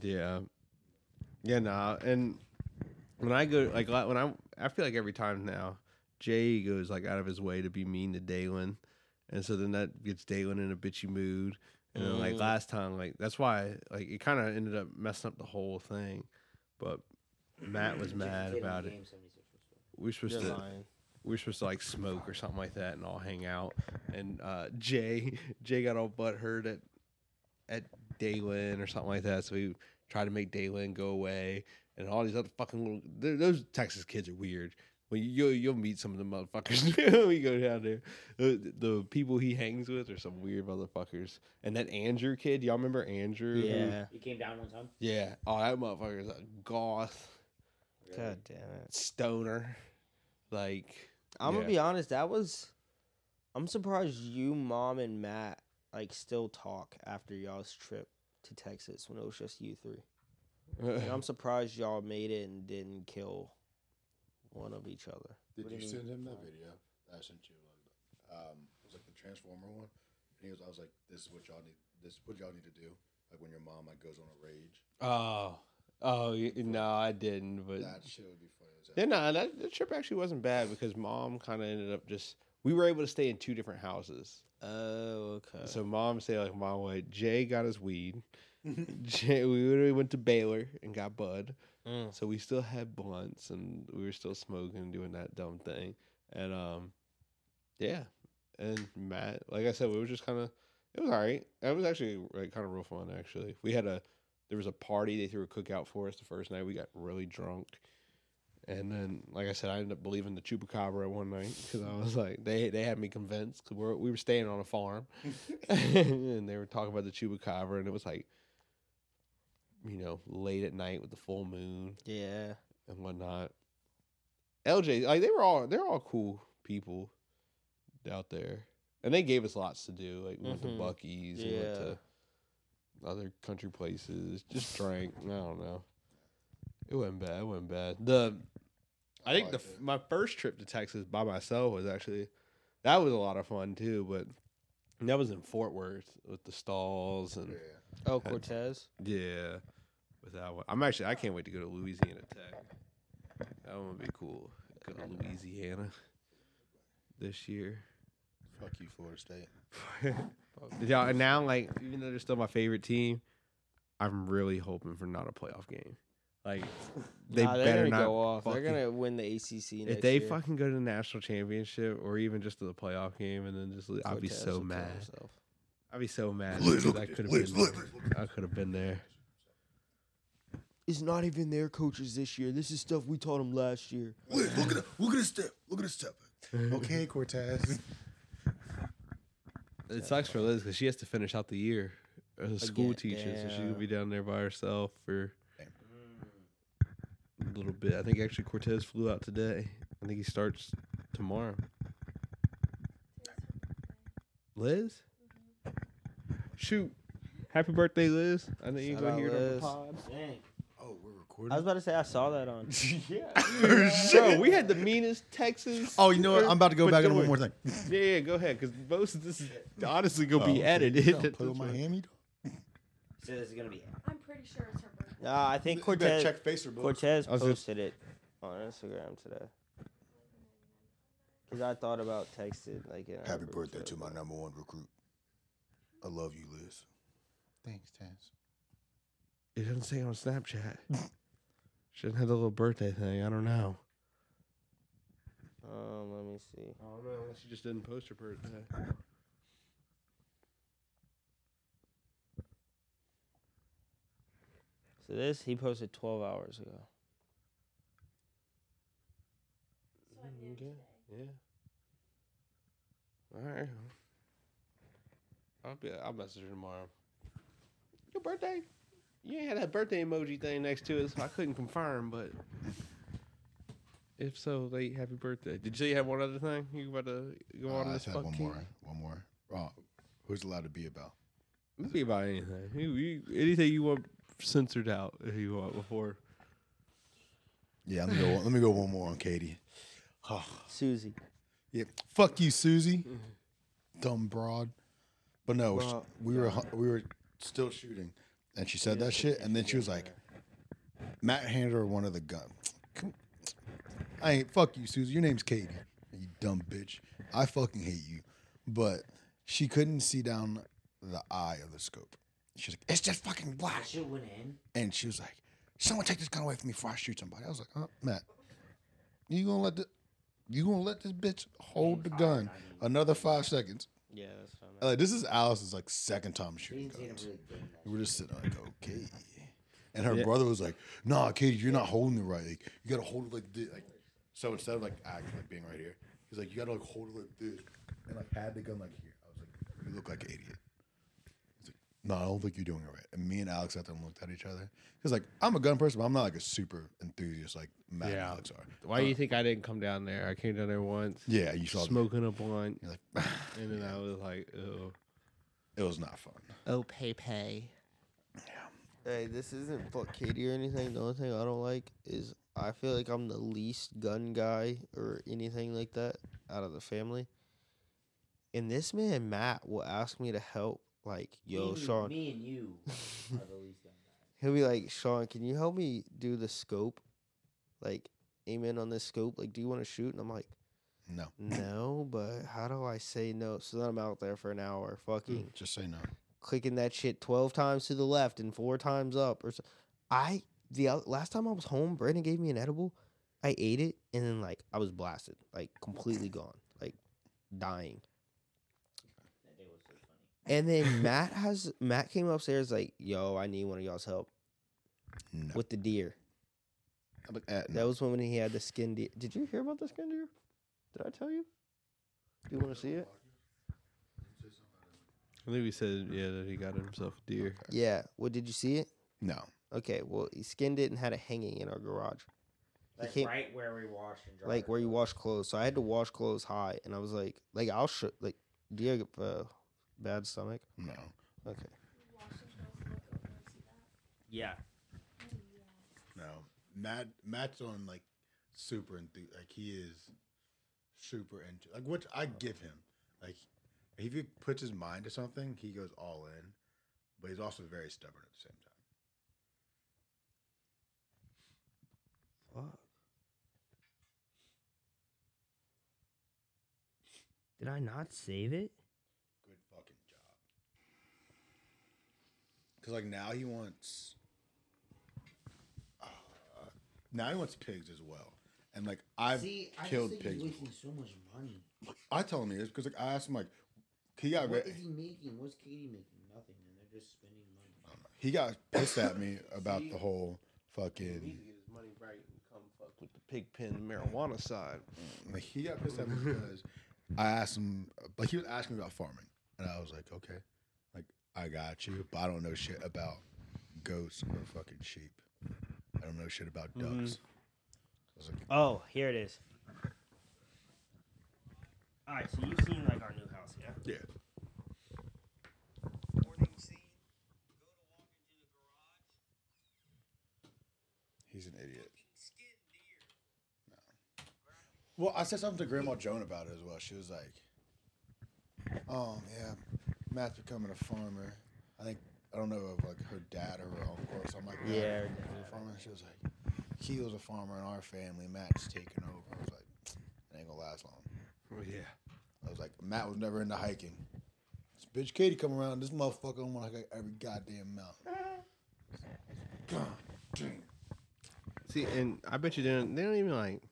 Speaker 4: Yeah. Yeah, nah. And when I go, like, la- when I, I feel like every time now, Jay goes, like, out of his way to be mean to Dalen. And so then that gets Dalen in a bitchy mood. And then, like,
Speaker 3: Mm.
Speaker 4: last time, like, that's why, like, it kind of ended up messing up the whole thing. But Matt was
Speaker 1: Just
Speaker 4: mad
Speaker 1: kidding,
Speaker 4: about it.
Speaker 1: game 76 was good.
Speaker 4: We were supposed
Speaker 3: You're
Speaker 4: to,
Speaker 3: lying.
Speaker 4: we were supposed to like smoke or something like that and all hang out. And uh, Jay, Jay got all butthurt at at Daylin or something like that. So he tried to make Daylin go away and all these other fucking little. th- Those Texas kids are weird. Well, you you'll meet some of the motherfuckers. we go down there. The, the people he hangs with are some weird motherfuckers. And that Andrew kid, y'all remember Andrew? who-
Speaker 7: Yeah.
Speaker 1: You came down one time.
Speaker 4: Yeah. Oh, that motherfucker's a goth
Speaker 7: God damn it.
Speaker 4: stoner. Like
Speaker 7: I'm
Speaker 4: Yeah.
Speaker 7: gonna be honest. That was. I'm surprised you, mom, and Matt like still talk after y'all's trip to Texas when it was just you three. And I'm surprised y'all made it and didn't kill one of each other.
Speaker 2: Did
Speaker 1: What do you
Speaker 2: you,
Speaker 1: mean?
Speaker 2: send him that video that I sent you? Um, it was like the Transformer one. And he was, I was like, this is what y'all need. This is what y'all need to do. Like when your mom like goes on a rage.
Speaker 4: Oh. Oh y- no, I didn't, but
Speaker 2: That shit would be funny. as hell.
Speaker 4: Yeah, no, that, that trip actually wasn't bad because mom kind of ended up just. We were able to stay in two different houses.
Speaker 7: Oh, okay.
Speaker 4: So mom stayed like my way. Jay got his weed. Jay, we literally went to Baylor and got bud.
Speaker 7: Mm.
Speaker 4: So we still had blunts and we were still smoking and doing that dumb thing. And um, yeah. And Matt, like I said, we were just kind of. It was all right. It was actually like kind of real fun. Actually, we had a there was a party. They threw a cookout for us the first night. We got really drunk. And then, like I said, I ended up believing the chupacabra one night because I was like, they they had me convinced because we're, we were staying on a farm, and they were talking about the chupacabra, and it was like, you know, late at night with the full moon
Speaker 7: yeah.
Speaker 4: and whatnot. LJ, like they were all they're all cool people out there, and they gave us lots to do. Like we went
Speaker 7: Mhm.
Speaker 4: to Bucky's, we went
Speaker 7: Yeah.
Speaker 4: to other country places, just drank. I don't know. It wasn't bad. It wasn't bad. The I think the
Speaker 2: liked it.
Speaker 4: my first trip to Texas by myself was actually that was a lot of fun too, but. That was in Fort Worth with the stalls and
Speaker 2: Yeah.
Speaker 7: Oh, Cortez.
Speaker 4: yeah, with that one, I'm actually I can't wait to go to Louisiana Tech. That one would be cool. Go to Louisiana this year.
Speaker 2: Fuck you, Florida State.
Speaker 4: yeah, and now like even though they're still my favorite team, I'm really hoping for not a playoff game. Like they
Speaker 7: Nah, they're
Speaker 4: better
Speaker 7: gonna
Speaker 4: not
Speaker 7: go off.
Speaker 4: fucking-
Speaker 7: they're gonna win the ACC next
Speaker 4: if they
Speaker 7: year.
Speaker 4: fucking go to the national championship or even just to the playoff game and then just I'll be
Speaker 7: Cortez
Speaker 4: so
Speaker 7: will kill
Speaker 4: mad.
Speaker 7: himself.
Speaker 4: I'll be so mad.
Speaker 2: Liz,
Speaker 4: because
Speaker 2: look
Speaker 4: I
Speaker 2: at this.
Speaker 4: could have
Speaker 2: Liz,
Speaker 4: been.
Speaker 2: look,
Speaker 4: there.
Speaker 2: Liz, look.
Speaker 4: I could have been there.
Speaker 7: It's not even their coaches this year. This is stuff we taught them last year.
Speaker 2: Liz, look at the, look at his step. Look at his step. okay, Cortez.
Speaker 4: It sucks for Liz because she has to finish out the year as a school
Speaker 7: Again,
Speaker 4: teacher, so she
Speaker 7: yeah.
Speaker 4: will be down there by herself for a little bit. I think actually Cortez flew out today. I think he starts tomorrow. Liz, shoot, happy birthday, Liz! I know you're
Speaker 7: Shout
Speaker 4: gonna
Speaker 7: out,
Speaker 4: hear it on the
Speaker 7: Liz.
Speaker 4: pod.
Speaker 1: Dang.
Speaker 2: Oh, we're
Speaker 7: I was
Speaker 2: recording.
Speaker 7: about to say I saw that on.
Speaker 4: Bro, we had the meanest Texas.
Speaker 2: Oh, you know what? I'm about to go
Speaker 4: But
Speaker 2: back
Speaker 4: don't
Speaker 2: in one
Speaker 4: worry.
Speaker 2: more thing.
Speaker 4: Yeah, yeah, go ahead, because most of this is honestly gonna be
Speaker 2: You
Speaker 4: edited.
Speaker 2: Oh, don't Play with Miami. dog.
Speaker 1: So this is gonna be.
Speaker 6: I'm pretty sure it's her birthday.
Speaker 7: Nah, I
Speaker 2: You
Speaker 7: think
Speaker 2: better
Speaker 7: Cortez
Speaker 2: Check Facebook.
Speaker 7: Cortez
Speaker 4: I was just-
Speaker 7: posted it on Instagram today. Cause I thought about texting like in our
Speaker 2: Happy
Speaker 7: group
Speaker 2: birthday
Speaker 7: chat,
Speaker 2: to my
Speaker 7: but-
Speaker 2: number one recruit. I love you, Liz. Thanks, Tess.
Speaker 4: It doesn't say on Snapchat. Shouldn't have the little birthday thing. I don't know.
Speaker 7: Um, let me see.
Speaker 4: I don't know. She just didn't post uh, her birthday.
Speaker 7: So this he posted 12 hours ago.
Speaker 6: So I knew
Speaker 4: Okay.
Speaker 6: today.
Speaker 4: Yeah. All right. I'll be. I'll message her tomorrow. Your birthday? You ain't had that birthday emoji thing next to it, so I couldn't confirm. But if so, late happy birthday. Did you say you had one other thing? You about to go on
Speaker 2: I
Speaker 4: this
Speaker 2: just had one
Speaker 4: fucking?
Speaker 2: more. One more. Oh, who's allowed to be about?
Speaker 4: It'd be about anything. You, you, anything you want censored out if you want before.
Speaker 2: Yeah, let me go. let me go one more on Katie. Oh,
Speaker 7: Susie.
Speaker 2: yeah. Fuck you, Susie. Dumb broad. But no, she-
Speaker 7: Well,
Speaker 2: we were hu- we were still shooting, and she said that shit, and then she was like, Matt handed her one of the gun. Come- I ain't fuck you, Susie. Your name's Katie. You dumb bitch. I fucking hate you. But she couldn't see down the eye of the scope. She's like, it's just fucking black.
Speaker 1: That shit went in.
Speaker 2: And she was like, "Someone take this gun away from me before I shoot somebody." I was like, "Uh, Matt, you gonna let the, you gonna let this bitch hold the gun another five seconds?"
Speaker 7: Yeah, that's fine.
Speaker 2: Uh, this is Alice's like second time
Speaker 1: They
Speaker 2: shooting
Speaker 1: didn't see them
Speaker 2: guns.
Speaker 1: really getting that.
Speaker 2: We We're just sitting there like, "Okay," and her brother was like, "Nah, Katie, you're not holding it right. Like, you gotta hold it like this." Like, So instead of like actually like, being right here, he's like, you gotta like hold it like this, and like had the gun like here. I was like, you look like an idiot. He's like, no, I don't think you're doing it right. And me and Alex sat there and looked at each other. Cause like I'm a gun person, but I'm not like a super enthusiast like Matt and
Speaker 4: Yeah.
Speaker 2: Alex are.
Speaker 4: Why do you think I didn't come down there? I came down there once,
Speaker 2: Yeah, you saw smoke.
Speaker 4: smoking a blunt,
Speaker 2: You're like,
Speaker 4: and then I was like, oh.
Speaker 2: it was not fun.
Speaker 4: Oh, pay pay.
Speaker 3: Hey, this isn't fuck Katie or anything. The only thing I don't like is I feel like I'm the least gun guy or anything like that out of the family. And this man Matt will ask me to help. Like, yo,
Speaker 1: me,
Speaker 3: Sean,
Speaker 1: Me and you are the least gun guys.
Speaker 3: he'll be like, Sean, can you help me do the scope? Like, amen on this scope. Like, do you want to shoot? And I'm like,
Speaker 2: No,
Speaker 3: no, but how do I say no? So then I'm out there for an hour, fucking
Speaker 2: just say no.
Speaker 3: clicking that shit 12 times to the left and four times up or so. I the o- last time I was home, Brandon gave me an edible. I ate it and then like I was blasted, like completely gone, like dying.
Speaker 1: That day was so funny.
Speaker 3: And then Matt has Matt came upstairs like, "Yo, I need one of y'all's help
Speaker 2: No,
Speaker 3: with the deer."
Speaker 2: I'm like, eh,
Speaker 3: That
Speaker 2: no.
Speaker 3: was when he had the skin deer. Did you hear about the skin deer? Did I tell you? Do you want to see it?
Speaker 4: I think we said yeah that he got himself a deer.
Speaker 3: Yeah. Well, did you see it?
Speaker 2: no.
Speaker 3: Okay. Well, he skinned it and had it hanging in our garage. He
Speaker 1: Like
Speaker 3: came-
Speaker 1: right where we wash and dry.
Speaker 3: like
Speaker 1: our
Speaker 3: where you
Speaker 1: clothes.
Speaker 3: wash clothes. So I had to wash clothes high, and I was like, like I'll sh- like, do you have a bad stomach?
Speaker 2: No.
Speaker 3: Okay.
Speaker 6: Washington look over and see that.
Speaker 1: Yeah.
Speaker 6: Oh, yeah.
Speaker 2: No. Matt Matt's on like super enthu- like he is super into like which I give him. Like if he puts his mind to something, he goes all in. But he's also very stubborn at the same time.
Speaker 3: Fuck. Did I not save it?
Speaker 2: Good fucking job. Cause like now he wants Ah, now he wants pigs as well. And like I've
Speaker 1: See, I
Speaker 2: killed
Speaker 1: just think
Speaker 2: pigs
Speaker 1: he's
Speaker 2: before.
Speaker 1: making so much money.
Speaker 2: I tell him this because like I asked him like he got
Speaker 1: What
Speaker 2: re-
Speaker 1: is he making? What's Katie making? Nothing, and they're just spending money.
Speaker 2: he got pissed at me about
Speaker 4: See?
Speaker 2: the whole fucking
Speaker 4: get his money right and come fuck with the pig pen marijuana side.
Speaker 2: like he got pissed at me because I asked him like he was asking me about farming and I was like okay like I got you but I don't know shit about goats or fucking sheep I don't know shit about ducks I was like
Speaker 8: Oh, here it is. All right, so you've seen like our new house, yeah?
Speaker 2: yeah he's an idiot no well I said something to Grandma Joan about it as well she was like Oh yeah, Matt's becoming a farmer. I think I don't know if like her dad or her uncle or something like that.
Speaker 3: Yeah, her
Speaker 2: was a farmer. She was like, he was a farmer in our family. Matt's taking over. I was like, it ain't gonna last long.
Speaker 4: Oh yeah.
Speaker 2: I was like, Matt was never into hiking. This bitch Katie come around. This motherfucker don't want to hike every goddamn mountain. God damn.
Speaker 4: See, and I bet you they don't. They don't even like.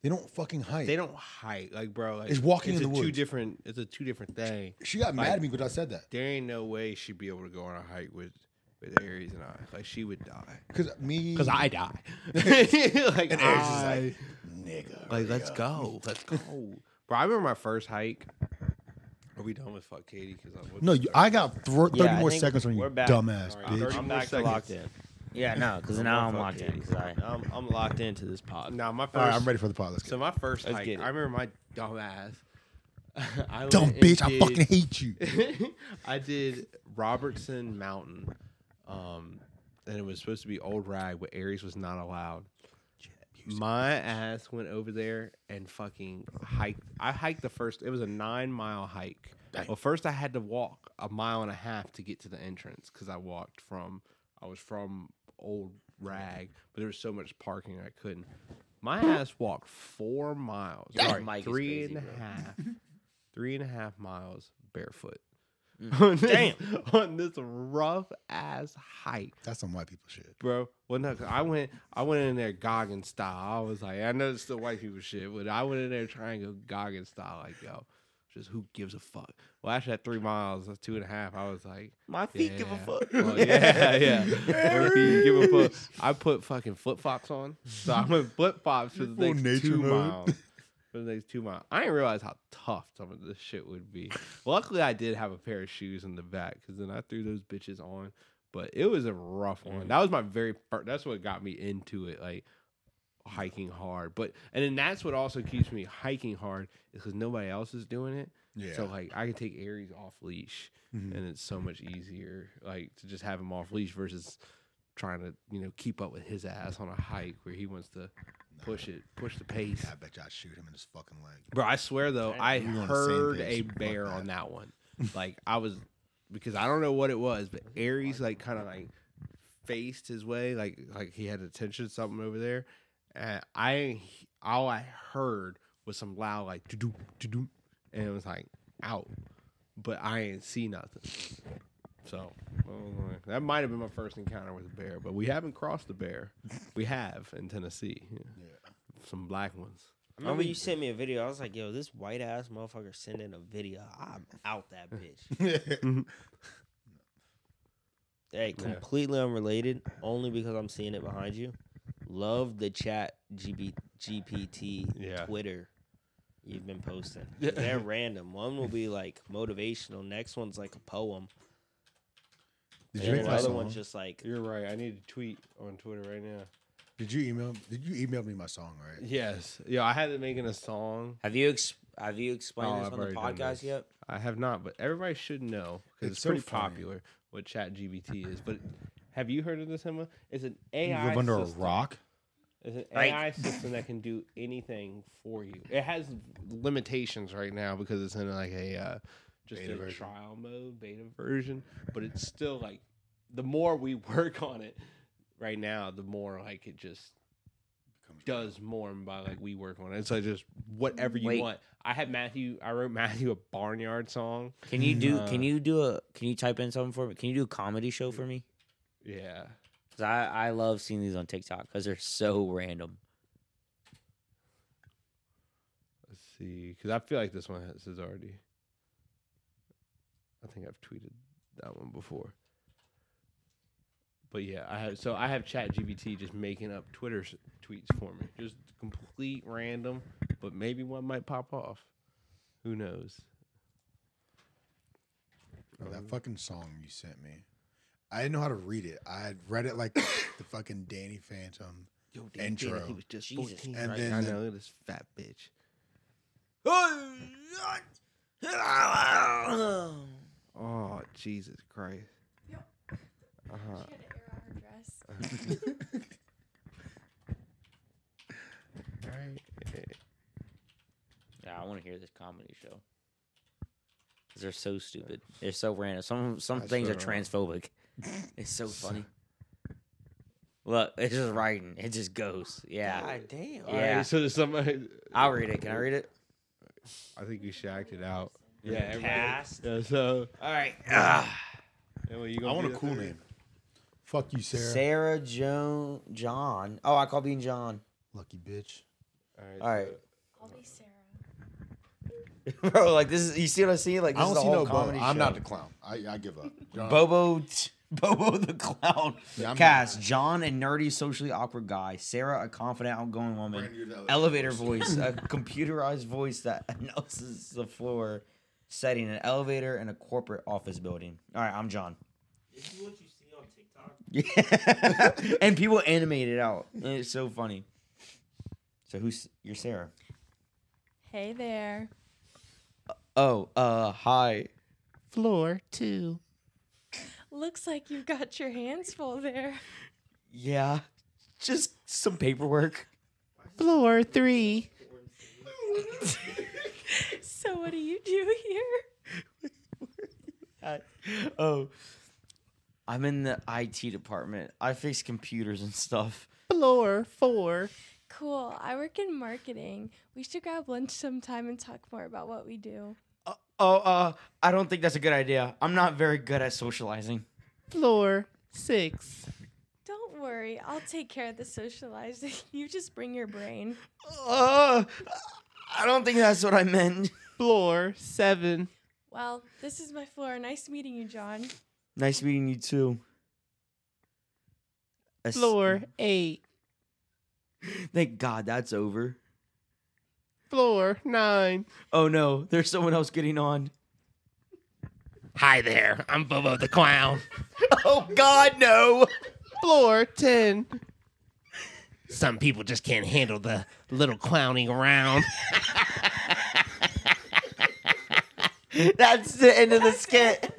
Speaker 2: They don't fucking hike.
Speaker 4: They don't hike, like bro. Like
Speaker 2: It's walking
Speaker 4: it's
Speaker 2: in
Speaker 4: a
Speaker 2: the
Speaker 4: Two
Speaker 2: woods.
Speaker 4: different. It's a two different thing.
Speaker 2: She got mad at me because I said that.
Speaker 4: There ain't no way she'd be able to go on a hike with with Aries and I. Like she would die.
Speaker 2: Cause me,
Speaker 4: I die. like
Speaker 2: and Oh Aries is like, nigga,
Speaker 4: Like,
Speaker 2: hurry
Speaker 4: let's
Speaker 2: up."
Speaker 4: go. Let's go. Bro, I remember my first hike. Are we done with fuck Katie? Because
Speaker 2: No, you, I got thro- 30
Speaker 8: Yeah, I
Speaker 2: more
Speaker 8: think
Speaker 2: seconds on you,
Speaker 8: we're back.
Speaker 2: dumbass
Speaker 4: All right,
Speaker 2: bitch.
Speaker 4: 30
Speaker 8: I'm
Speaker 4: more
Speaker 8: back to locked in.
Speaker 4: seconds.
Speaker 8: Yeah, no, because
Speaker 4: No
Speaker 8: now
Speaker 4: more
Speaker 8: I'm locked
Speaker 4: fuck
Speaker 8: in.
Speaker 4: Katie's.
Speaker 8: 'cause I, I'm, I'm locked into this pod.
Speaker 4: Nah, my 1st
Speaker 2: All right, I'm ready for the pod. Let's
Speaker 4: So
Speaker 2: go.
Speaker 4: my 1st
Speaker 8: Let's
Speaker 4: hike.
Speaker 8: get it.
Speaker 4: I remember my dumb ass. I
Speaker 2: Dumb
Speaker 4: went and
Speaker 2: bitch, I
Speaker 4: did-
Speaker 2: fucking hate you.
Speaker 4: I did Robertson Mountain, um, and it was supposed to be old rag, but Aries was not allowed. My ass went over there and fucking hiked. I hiked the first. It was a nine mile hike.
Speaker 2: Dang.
Speaker 4: Well, first I had to walk a mile and a half to get to the entrance because I walked from. I was from old rag, but there was so much parking I couldn't. My ass walked four miles.
Speaker 1: Your
Speaker 4: Sorry,
Speaker 1: mic is
Speaker 4: three and
Speaker 1: crazy,
Speaker 4: a half
Speaker 1: bro.
Speaker 4: three and a half miles barefoot.
Speaker 8: Mm.
Speaker 4: on this,
Speaker 8: Damn.
Speaker 4: on this rough ass hike,
Speaker 2: That's some white people shit.
Speaker 4: bro. Well, no, 'cause I went, I went in there Goggin style. I was like, I know it's the white people shit, but I went in there trying to go Goggin style, like yo, Just who gives a fuck? Well, actually, at three miles, that's two and a half, I was like,
Speaker 1: My feet give a
Speaker 4: Yeah.
Speaker 1: fuck.
Speaker 4: Well, yeah, yeah. My feet give a fuck. I put fucking flip flops on, so I went flip flops for the
Speaker 2: Full
Speaker 4: next
Speaker 2: nature
Speaker 4: two
Speaker 2: mode.
Speaker 4: miles. For the next two miles, I didn't realize how tough some of this shit would be. Luckily, I did have a pair of shoes in the back because then I threw those bitches on. But it was a rough
Speaker 2: Mm.
Speaker 4: one. That was my very first. That's what got me into it, like hiking hard. But and then that's what also keeps me hiking hard is because nobody else is doing it.
Speaker 2: Yeah. Mm-hmm.
Speaker 4: So like I can take Aries off leash and it's so much easier like to just have him off leash versus trying to, you know, keep up with his ass on a hike where he wants to push it, push the pace.
Speaker 2: Yeah, I bet you I shoot him in his fucking leg.
Speaker 4: Bro, I swear though, I
Speaker 2: We were on the same
Speaker 4: heard
Speaker 2: page,
Speaker 4: a
Speaker 2: something like
Speaker 4: bear
Speaker 2: that.
Speaker 4: on that one. Like I was because I don't know what it was, but Aries like kind of like faced his way, like like he had attention something over there, and I all I heard was some loud like do do and it was like out, but I ain't see nothing. So I was like, that might have been my first encounter with a bear, but we haven't crossed a bear. We have in Tennessee, some black ones.
Speaker 1: I remember you sent me a video. I was like, yo, this white ass motherfucker sending a video. I'm out that bitch.
Speaker 2: Yeah.
Speaker 1: hey, completely unrelated, only because I'm seeing it behind you. Love the chat GB, GPT
Speaker 4: Yeah.
Speaker 1: Twitter you've been posting. They're random. One will be like motivational, next one's like a poem.
Speaker 2: Did
Speaker 1: and
Speaker 2: make
Speaker 1: the
Speaker 2: that
Speaker 1: other
Speaker 2: song?
Speaker 1: one's just like
Speaker 4: You're right. I need to tweet on Twitter right now.
Speaker 2: Did you email? Did you email me my song right?
Speaker 4: Yes. Yeah, I had been making a song.
Speaker 3: Have you ex- have you explained
Speaker 4: No,
Speaker 3: this
Speaker 4: I've
Speaker 3: on the
Speaker 4: already done
Speaker 3: podcast
Speaker 4: this.
Speaker 3: yet?
Speaker 4: I have not, but everybody should know
Speaker 2: It's
Speaker 4: because it's, pretty
Speaker 2: so funny.
Speaker 4: popular what ChatGBT is. But have you heard of this, Emma? It's an AI
Speaker 2: you live under
Speaker 4: system.
Speaker 2: a rock.
Speaker 4: It's an
Speaker 3: Like-
Speaker 4: AI system that can do anything for you. It has limitations right now because it's in like a uh, just
Speaker 2: Beta
Speaker 4: a
Speaker 2: version.
Speaker 4: trial mode, beta version. But it's still like the more we work on it right now, the more like it just does more and by like we work on it. It's like just whatever you
Speaker 3: Wait.
Speaker 4: want. I had Matthew. I wrote Matthew a barnyard song.
Speaker 3: Can you do?
Speaker 4: Uh,
Speaker 3: can you do a? Can you type in something for me? Can you do a comedy show for me?
Speaker 4: Yeah.
Speaker 3: Cause I I love seeing these on TikTok because they're so random.
Speaker 4: Let's see, because I feel like this one has, is already. I think I've tweeted that one before. But yeah, I have so I have ChatGPT just making up Twitter s- tweets for me, just complete random, but maybe one might pop off. Who knows?
Speaker 2: Bro, Oh, that fucking song you sent me. I didn't know how to read it. I had read it like the fucking Danny Phantom intro.
Speaker 4: just
Speaker 3: Jesus 14,
Speaker 2: And
Speaker 4: and
Speaker 2: right?
Speaker 4: then
Speaker 2: then
Speaker 4: I
Speaker 2: the-
Speaker 4: know this fat bitch. Oh Jesus Christ! Uh-huh.
Speaker 6: She had to air out her dress.
Speaker 3: Yeah, I want to hear this comedy show. 'Cause They're so stupid. They're so random. Some some
Speaker 4: I
Speaker 3: things are
Speaker 4: swear to
Speaker 3: transphobic. It's so funny. Look, it's just writing. It just goes. Yeah,
Speaker 1: God damn.
Speaker 3: Yeah.
Speaker 4: Alright, so there's somebody.
Speaker 3: I'll read it. Can I read it?
Speaker 4: I think we should act it out. Yeah. everybody-
Speaker 1: Cast.
Speaker 4: Yeah, so
Speaker 3: All right. Ah.
Speaker 4: Emma, you
Speaker 2: I
Speaker 4: gonna
Speaker 2: want
Speaker 4: do
Speaker 2: a
Speaker 4: that
Speaker 2: cool
Speaker 4: for me?
Speaker 2: name. Fuck you, Sarah.
Speaker 3: Sarah Joan John. Oh, I call being John.
Speaker 2: Lucky bitch.
Speaker 3: All right,
Speaker 6: I'll be Sarah.
Speaker 3: bro. Like this is. You see what I'm seeing? Like
Speaker 2: I
Speaker 3: this
Speaker 2: don't
Speaker 3: is a
Speaker 2: see
Speaker 3: whole
Speaker 2: no Bobo.
Speaker 3: comedy show.
Speaker 2: I'm not the clown. I, I give up. John-
Speaker 3: Bobo. T- Bobo the clown.
Speaker 2: Yeah, I'm
Speaker 3: Cast John, a nerdy, socially awkward guy. Sarah, a confident, outgoing woman.
Speaker 2: Brand new to
Speaker 3: elevator voice, a computerized voice that announces the floor setting, an elevator in a corporate office building. All right, I'm John.
Speaker 9: This is what you see on TikTok.
Speaker 3: Yeah. and people animate it out. And it's so funny. So who's you're Sarah?
Speaker 6: Hey there.
Speaker 3: Oh, uh, hi.
Speaker 6: Looks like you've got your hands full there.
Speaker 3: Yeah, just some paperwork.
Speaker 6: So what do you do here?
Speaker 3: I- oh, I'm in the IT department. I fix computers and stuff.
Speaker 6: Cool. I work in marketing. We should grab lunch sometime and talk more about what we do.
Speaker 3: Oh, uh, I don't think that's a good idea. I'm not very good at socializing.
Speaker 6: Don't worry, I'll take care of the socializing. You just bring your brain.
Speaker 3: Uh, I don't think that's what I meant.
Speaker 4: floor seven.
Speaker 6: Well, this is my floor. Nice meeting you, John.
Speaker 10: Nice meeting you too. A s-
Speaker 4: Floor eight.
Speaker 10: Thank God that's over.
Speaker 4: Floor nine.
Speaker 10: Oh no, there's someone else getting on.
Speaker 4: Hi there. I'm Bobo the Clown.
Speaker 10: Oh God, no!
Speaker 4: Floor ten. Some people just can't handle the little clowning around.
Speaker 10: That's the end of the skit.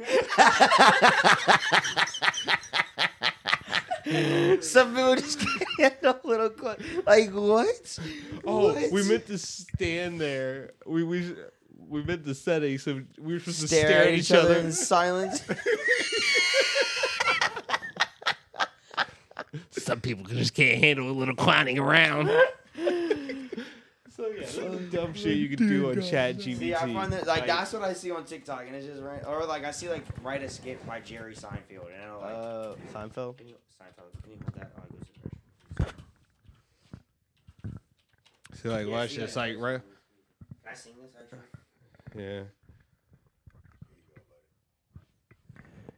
Speaker 10: Some people just can't handle little cl- like what?
Speaker 4: Oh,
Speaker 10: What?
Speaker 4: we meant to stand there. We we we meant the setting, so we were supposed
Speaker 10: stare,
Speaker 4: to stare
Speaker 10: at each other in silence.
Speaker 4: Some people just can't handle a little clowning around.
Speaker 9: Oh,
Speaker 4: so yeah, that's the dumb shit you could do on Chat
Speaker 10: See, I find
Speaker 4: GPT.
Speaker 10: that like that's what I see on TikTok, and it's just right, or like I see like write a skit by Jerry Seinfeld, and I'm like,
Speaker 3: Uh,
Speaker 10: Seinfeld.
Speaker 3: can you Seinfeld? Can you hold that? Oh, it goes in
Speaker 4: So like,
Speaker 3: Yeah,
Speaker 4: watch
Speaker 3: see
Speaker 4: this,
Speaker 3: that.
Speaker 4: like right?
Speaker 3: Can I sing this actually?
Speaker 4: Yeah.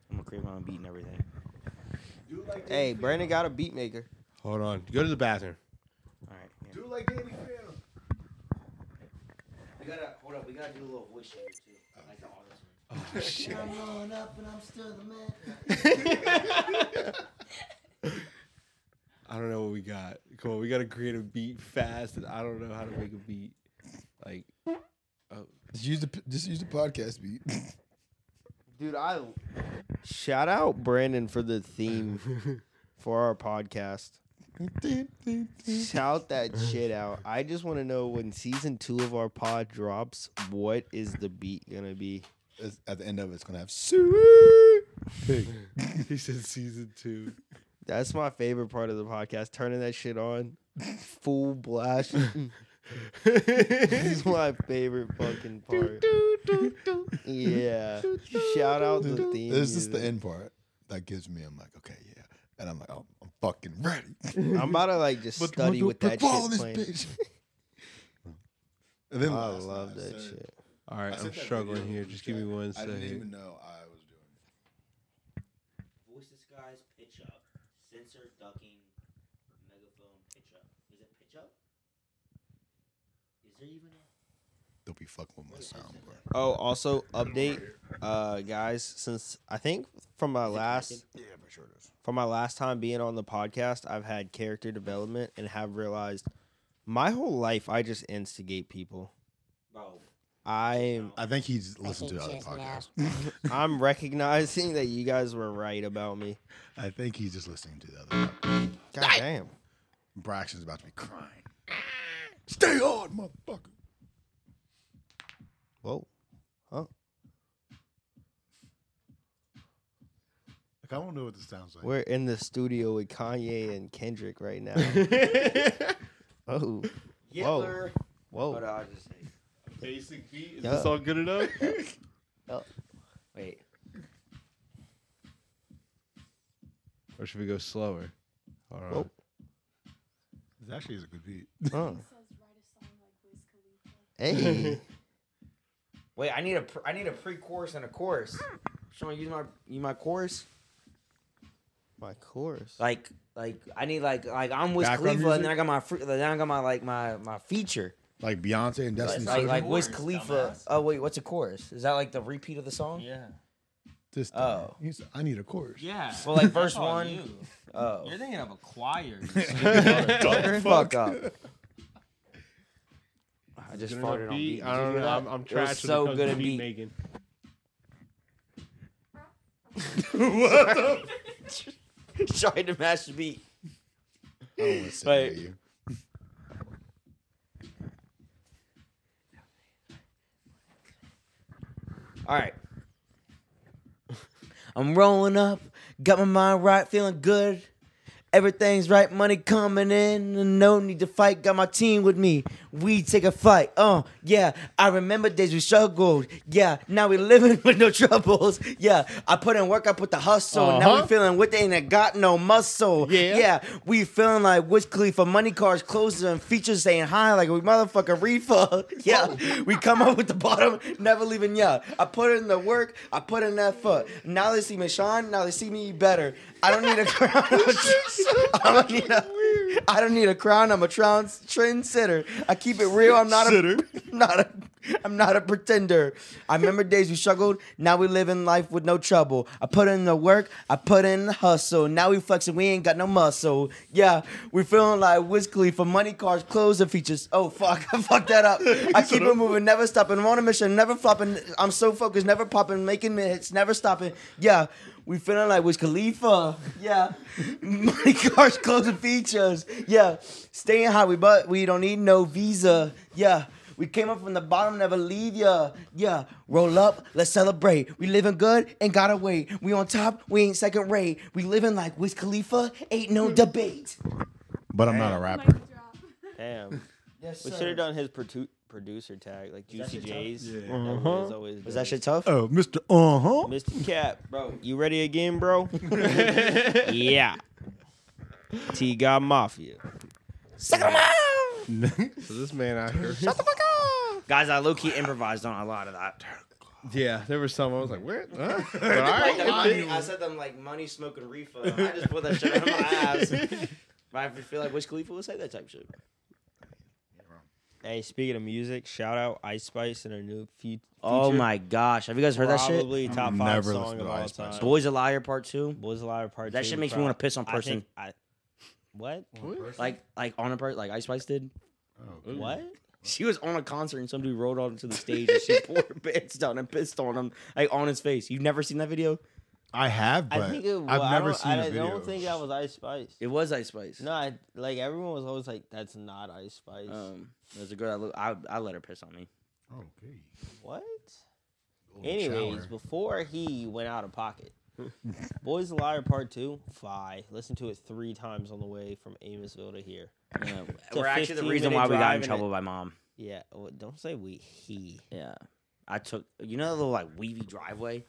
Speaker 10: I'm gonna create my own beat and everything. Hey, Brandon got a beat maker.
Speaker 4: Hold on. Go to the bathroom.
Speaker 10: All right. yeah.
Speaker 2: Do like Danny Phantom.
Speaker 3: We gotta hold up. We gotta do a little voice changer too, like the auto
Speaker 4: Oh shit.
Speaker 3: I'm growing up and I'm still the man.
Speaker 4: I don't know what we got. Come on, we gotta create a beat fast, and I don't know how to make a beat. Like,
Speaker 2: Just use the just use the podcast beat.
Speaker 10: Dude, I shout out Brandon for the theme for our podcast. Shout that shit out. I just want to know when season two of our pod drops, what is the beat gonna be?
Speaker 2: It's- At the end of it, it's gonna have sweet.
Speaker 4: he said season two.
Speaker 10: That's my favorite part of the podcast. Turning that shit on, full blast. this is my favorite fucking part. Yeah. Shout out the theme.
Speaker 2: This is the
Speaker 10: music.
Speaker 2: end part that gives me. I'm like, okay, yeah, and I'm like, oh, I'm fucking ready.
Speaker 10: I'm about to like just
Speaker 2: But
Speaker 10: study
Speaker 2: we'll
Speaker 10: with
Speaker 2: do a
Speaker 10: that
Speaker 2: wall
Speaker 10: shit
Speaker 2: on this
Speaker 10: playing.
Speaker 2: bitch. and then
Speaker 10: I
Speaker 2: last
Speaker 10: love
Speaker 2: night, I
Speaker 10: that
Speaker 2: said-
Speaker 10: shit.
Speaker 4: All right,
Speaker 2: I sent
Speaker 4: I'm
Speaker 2: that
Speaker 4: struggling
Speaker 2: video
Speaker 4: here.
Speaker 2: to
Speaker 4: Just
Speaker 2: the
Speaker 4: give me
Speaker 2: chat.
Speaker 4: one
Speaker 2: I didn't even
Speaker 4: second.
Speaker 2: know I was doing. it.
Speaker 3: Voice disguise, pitch up, sensor ducking, megaphone, pitch up. Is it pitch up? Is there even a
Speaker 2: Don't be fucking with my sound, bro.
Speaker 10: Oh, also update, uh, guys. Since I think from my last
Speaker 2: Yeah, for sure it is.
Speaker 10: from my last time being on the podcast, I've had character development and have realized my whole life I just instigate people.
Speaker 3: bro?
Speaker 10: I'm
Speaker 2: I think he's listened to other podcasts.
Speaker 10: I'm recognizing that you guys were right about me.
Speaker 2: I think he's just listening to the other.
Speaker 10: God damn.
Speaker 2: Braxton's about to be crying. Stay on, motherfucker.
Speaker 10: Whoa.
Speaker 2: Like I don't know what this sounds like.
Speaker 10: We're in the studio with Kanye and Kendrick right now. oh. Whoa.
Speaker 3: Hitler. What did
Speaker 10: Whoa.
Speaker 3: uh, I just say?
Speaker 4: Basic beat. Is
Speaker 10: this all
Speaker 4: good enough?
Speaker 3: Wait.
Speaker 4: or should we go slower? All right.
Speaker 10: Well-
Speaker 2: This actually is a good beat.
Speaker 10: Huh.
Speaker 6: He says write a song like Wiz Khalifa.
Speaker 10: Hey.
Speaker 3: Wait, I need a pr- I need a pre-chorus and a chorus. Should I use my use my chorus?
Speaker 10: My course.
Speaker 3: Like like I need like like I'm with
Speaker 2: Background
Speaker 3: Khalifa,
Speaker 2: music?
Speaker 3: and then I got my fr- then I got my like my my feature.
Speaker 2: Like Beyonce and
Speaker 3: Like
Speaker 2: Destiny's
Speaker 3: like,
Speaker 2: Children.
Speaker 3: like Wiz
Speaker 1: Chorus,
Speaker 3: Khalifa.
Speaker 1: dumbass.
Speaker 3: Oh wait, what's a chorus? Is that like the repeat of the song?
Speaker 1: Yeah.
Speaker 2: This thing.
Speaker 3: Oh.
Speaker 2: He's- I need a chorus.
Speaker 1: Yeah.
Speaker 3: Well, like
Speaker 1: That's
Speaker 3: verse
Speaker 1: on
Speaker 3: one.
Speaker 1: you.
Speaker 3: Oh,
Speaker 1: You're thinking of a choir.
Speaker 3: the fuck up. I just farted on beat.
Speaker 4: I don't know. I'm, I'm trash.
Speaker 3: It was
Speaker 4: when it
Speaker 3: so
Speaker 4: comes
Speaker 3: good
Speaker 4: to
Speaker 3: at beat.
Speaker 4: making.
Speaker 3: Trying to match the beat.
Speaker 2: I don't want to sit
Speaker 3: Like-
Speaker 2: near you.
Speaker 3: All right. I'm rolling up, got my mind right, feeling good. Everything's right, money coming in, and no need to fight. Got my team with me. We take a fight. Oh, yeah. I remember days we struggled. Yeah, now we living with no troubles. Yeah, I put in work, I put the hustle. Now
Speaker 2: Uh-huh.
Speaker 3: we feeling with it ain't it got no muscle.
Speaker 2: Yeah.
Speaker 3: Yeah, we feeling like Wiz Khalifa, money cars, clothes, and features saying hi like we motherfucking reefer. yeah, we come up with the bottom, never leaving. Yeah, I put in the work, I put in that foot. Now they see me Sean, now they see me better. I don't need a crown. I don't need a. I don't need a crown. I'm a troun- trendsetter. I keep it real. I'm not a. I'm not a. I'm not a pretender. I remember days we struggled. Now we live in life with no trouble. I put in the work. I put in the hustle. Now we flexing. We ain't got no muscle. Yeah, we feeling like Wiz for money, cars, clothes, and features. Oh fuck, I fucked that up. I keep it moving, never stopping. I'm on a mission, never flopping. I'm so focused, never popping, making hits, never stopping. Yeah, we feeling like Wiz Khalifa. Yeah, money, cars, clothes, and features. Yeah, staying high, we but we don't need no visa. Yeah. We came up from the bottom, never leave ya. Yeah, roll up, let's celebrate. We living good and gotta wait. We on top, we ain't second rate. We living like Wiz Khalifa, ain't
Speaker 1: Hmm.
Speaker 3: no debate.
Speaker 2: But I'm not a
Speaker 6: Mic
Speaker 2: rapper.
Speaker 6: drop.
Speaker 10: Damn.
Speaker 3: Yes,
Speaker 10: We should have done his produ- producer tag, like
Speaker 1: that
Speaker 10: Juicy
Speaker 1: shit tough?
Speaker 10: J's.
Speaker 2: Yeah.
Speaker 10: That
Speaker 3: Uh-huh.
Speaker 10: was always
Speaker 3: Was
Speaker 10: dope.
Speaker 3: that shit tough?
Speaker 2: Oh, Mr. Uh huh.
Speaker 10: Mr. Cap, bro, you ready again, bro? yeah. T God Mafia.
Speaker 4: So this man out here.
Speaker 10: Guys, I low key improvised on a lot of that.
Speaker 4: Yeah, there was some. I was like, where? Huh? But all
Speaker 3: Like the
Speaker 4: right.
Speaker 3: money, I said them like money smoking reefer. I just put that shit out of my ass. But I feel like Wiz Khalifa would say that type shit.
Speaker 10: Hey, speaking of music, shout out Ice Spice and her new feat.
Speaker 3: Oh
Speaker 10: feature.
Speaker 3: my gosh, have you guys heard that shit?
Speaker 10: Probably top
Speaker 2: I've
Speaker 10: five
Speaker 2: never
Speaker 10: song
Speaker 2: listened
Speaker 10: of
Speaker 2: to
Speaker 10: all
Speaker 2: Ice Spice.
Speaker 10: time.
Speaker 3: Boys a liar part two.
Speaker 10: Boys Alive Part
Speaker 3: That
Speaker 10: Two,
Speaker 3: shit makes me
Speaker 10: prob-
Speaker 3: wanna piss on
Speaker 10: I think
Speaker 3: person.
Speaker 10: I- what?
Speaker 3: Like like on a part like Ice Spice did.
Speaker 2: Oh,
Speaker 10: What?
Speaker 3: She was on a concert and some dude rolled onto the stage and she poured her pants down and pissed on him like on his face. You've never seen that video?
Speaker 2: I have, but
Speaker 10: I think it was.
Speaker 2: I've
Speaker 10: I
Speaker 2: never
Speaker 10: don't,
Speaker 2: seen
Speaker 10: I
Speaker 2: a
Speaker 10: don't
Speaker 2: video.
Speaker 10: think that was Ice Spice.
Speaker 3: It was Ice Spice.
Speaker 10: No, I, like everyone was always like, "That's not Ice Spice."
Speaker 3: Um, there's a girl that look. I I let her piss on me.
Speaker 2: Oh, Okay.
Speaker 10: what?
Speaker 2: Golden
Speaker 10: Anyways,
Speaker 2: shower.
Speaker 10: before he went out of pocket, Boys the Liar Part Two, fi. Listen to it three times on the way from Amosville to here.
Speaker 3: Yeah,
Speaker 10: a
Speaker 3: we're actually the
Speaker 10: 15
Speaker 3: reason
Speaker 10: minute
Speaker 3: why we got
Speaker 10: drive
Speaker 3: in
Speaker 10: and
Speaker 3: trouble by mom.
Speaker 10: Yeah, well, don't say we. He.
Speaker 3: Yeah, I took you know the little like weavy driveway. I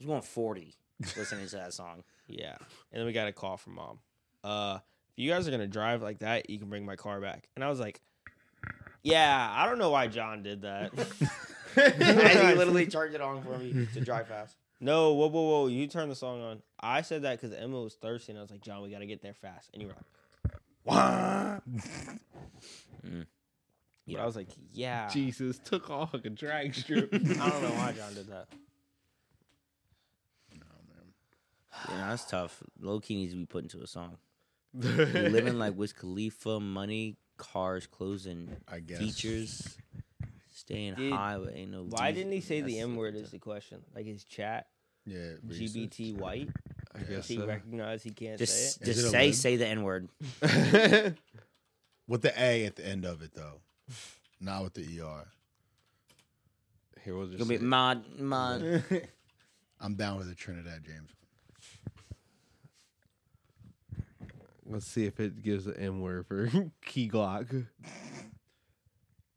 Speaker 3: was going forty listening to that song.
Speaker 10: Yeah, and then we got a call from mom. Uh, if you guys are gonna drive like that, you can bring my car back. And I was like, Yeah, I don't know why John did that.
Speaker 3: and he literally turned it on for me to drive fast.
Speaker 10: No, whoa, whoa, whoa! You turn the song on. I said that because Emma was thirsty, and I was like, "John, we gotta get there fast." And you were like, "What?" But I was like, "Yeah."
Speaker 4: Jesus took off like a drag strip.
Speaker 10: I don't know why John did that.
Speaker 3: Yeah, that's tough. Low key needs to be put into a song. You're living like Wiz Khalifa, money, cars, clothes, and
Speaker 2: I guess.
Speaker 3: features. Staying
Speaker 10: Dude,
Speaker 3: high, but ain't no.
Speaker 10: Why
Speaker 3: reason.
Speaker 10: didn't he say the
Speaker 3: That's-
Speaker 10: M word? Is the question? Like, is chat
Speaker 2: Yeah. racist.
Speaker 10: GBT white?
Speaker 4: I
Speaker 10: Does
Speaker 4: guess
Speaker 10: he
Speaker 4: so.
Speaker 10: recognize he can't say it?
Speaker 2: Is
Speaker 3: Just,
Speaker 2: it
Speaker 3: just
Speaker 2: a
Speaker 3: say,
Speaker 2: lib?
Speaker 3: say the N word.
Speaker 2: With the A at the end of it though, not with the ER.
Speaker 4: Here we'll just.
Speaker 3: Gonna be
Speaker 4: say-
Speaker 3: mod, mod.
Speaker 2: I'm down with the Trinidad James.
Speaker 4: Let's see if it gives an M word for key Glock.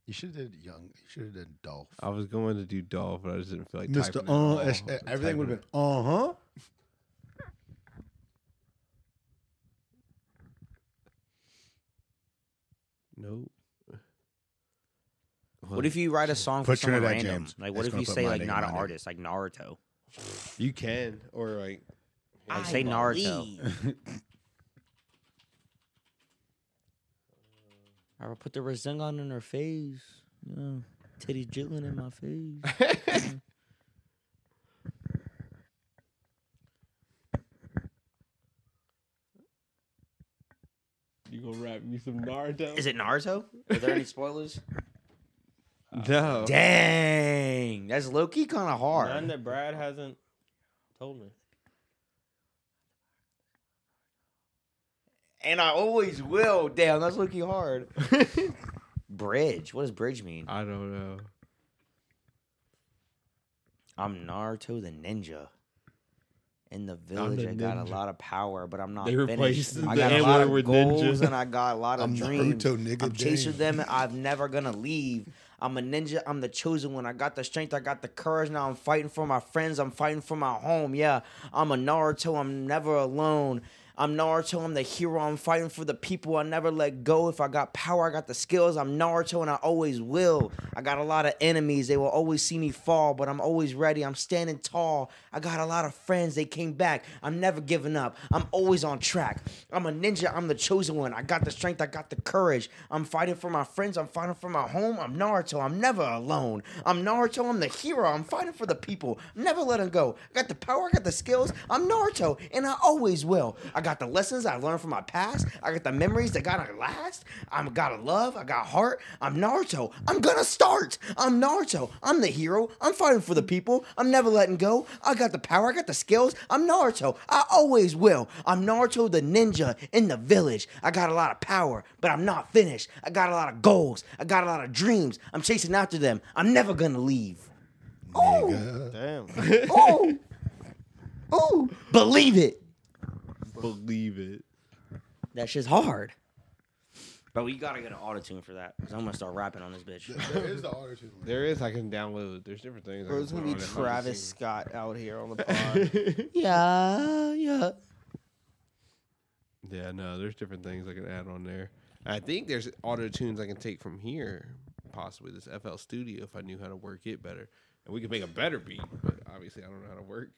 Speaker 2: You should have did young. You should have done Dolph.
Speaker 4: I was going to do doll, but I just didn't feel like
Speaker 2: Mr.
Speaker 4: typing it
Speaker 2: Uh,
Speaker 4: all.
Speaker 2: it's- uh, everything
Speaker 4: Typing
Speaker 2: would
Speaker 4: it.
Speaker 2: have been uh huh.
Speaker 4: Nope.
Speaker 3: What if you write a song for
Speaker 2: Put
Speaker 3: someone
Speaker 2: Trinidad
Speaker 3: random?
Speaker 2: James.
Speaker 3: Like,
Speaker 2: It's
Speaker 3: what if
Speaker 2: gonna
Speaker 3: you
Speaker 2: put
Speaker 3: say
Speaker 2: my
Speaker 3: like
Speaker 2: name
Speaker 3: not
Speaker 2: on
Speaker 3: an
Speaker 2: it.
Speaker 3: artist, like Naruto?
Speaker 4: you can or like
Speaker 3: I say Naruto. I would put the Rasengan in her face. Yeah. Titty jiggling in my face.
Speaker 4: you gonna rap me some Naruto?
Speaker 3: Is it Naruto? Are there any spoilers?
Speaker 4: no?
Speaker 3: Dang, that's low key kind of hard.
Speaker 10: None that Brad hasn't told me.
Speaker 3: and I always will. Damn, that's low key hard. bridge. What does bridge mean?
Speaker 4: I don't know.
Speaker 3: I'm Naruto the ninja. In the village,
Speaker 4: the
Speaker 3: I got a
Speaker 4: ninja.
Speaker 3: lot of power, but I'm not.
Speaker 4: They
Speaker 3: finished.
Speaker 4: replaced
Speaker 3: I
Speaker 4: the
Speaker 3: got a lot of
Speaker 4: N-word with
Speaker 3: goals
Speaker 4: ninja.
Speaker 3: and I got a lot of
Speaker 2: I'm
Speaker 3: dreams.
Speaker 2: Naruto, nigga.
Speaker 3: I'm chasing
Speaker 2: damn.
Speaker 3: them. I'm never gonna leave. I'm a ninja. I'm the chosen one. I got the strength. I got the courage. Now I'm fighting for my friends. I'm fighting for my home. Yeah, I'm a Naruto. I'm never alone. I'm Naruto. I'm the hero. I'm fighting for the people. I never let go. If I got power, I got the skills. I'm Naruto, and I always will. I got a lot of enemies. They will always see me fall, but I'm always ready. I'm standing tall. I got a lot of friends. They came back. I'm never giving up. I'm always on track. I'm a ninja. I'm the chosen one. I got the strength. I got the courage. I'm fighting for my friends. I'm fighting for my home. I'm Naruto. I'm never alone. I'm Naruto. I'm the hero. I'm fighting for the people. I'm never letting go. I got the power. I got the skills. I'm Naruto, and I always will. I got the lessons I learned from my past. I got the memories that gotta last. I'm gotta love. I got heart. I'm Naruto. I'm gonna start. I'm Naruto. I'm the hero. I'm fighting for the people. I'm never letting go. I got the power. I got the skills. I'm Naruto. I always will. I'm Naruto the ninja in the village. I got a lot of power, but I'm not finished. I got a lot of goals. I got a lot of dreams. I'm chasing after them. I'm never gonna leave.
Speaker 2: Nigga.
Speaker 10: Damn.
Speaker 3: Oh, oh, believe it.
Speaker 4: Believe it.
Speaker 3: That shit's hard. Bro, you gotta get an auto tune for that. Cause I'm gonna start rapping on this bitch.
Speaker 2: There is the auto-tune one.
Speaker 4: There is. I can download. There's different things. I
Speaker 10: Bro,
Speaker 4: can
Speaker 10: it's gonna
Speaker 4: put
Speaker 10: be
Speaker 4: on it.
Speaker 10: Travis Scott out here on the pod.
Speaker 3: Yeah, yeah.
Speaker 4: yeah, no. There's different things I can add on there. I think there's auto tunes I can take from here, possibly this FL Studio if I knew how to work it better, and we could make a better beat. But obviously, I don't know how to work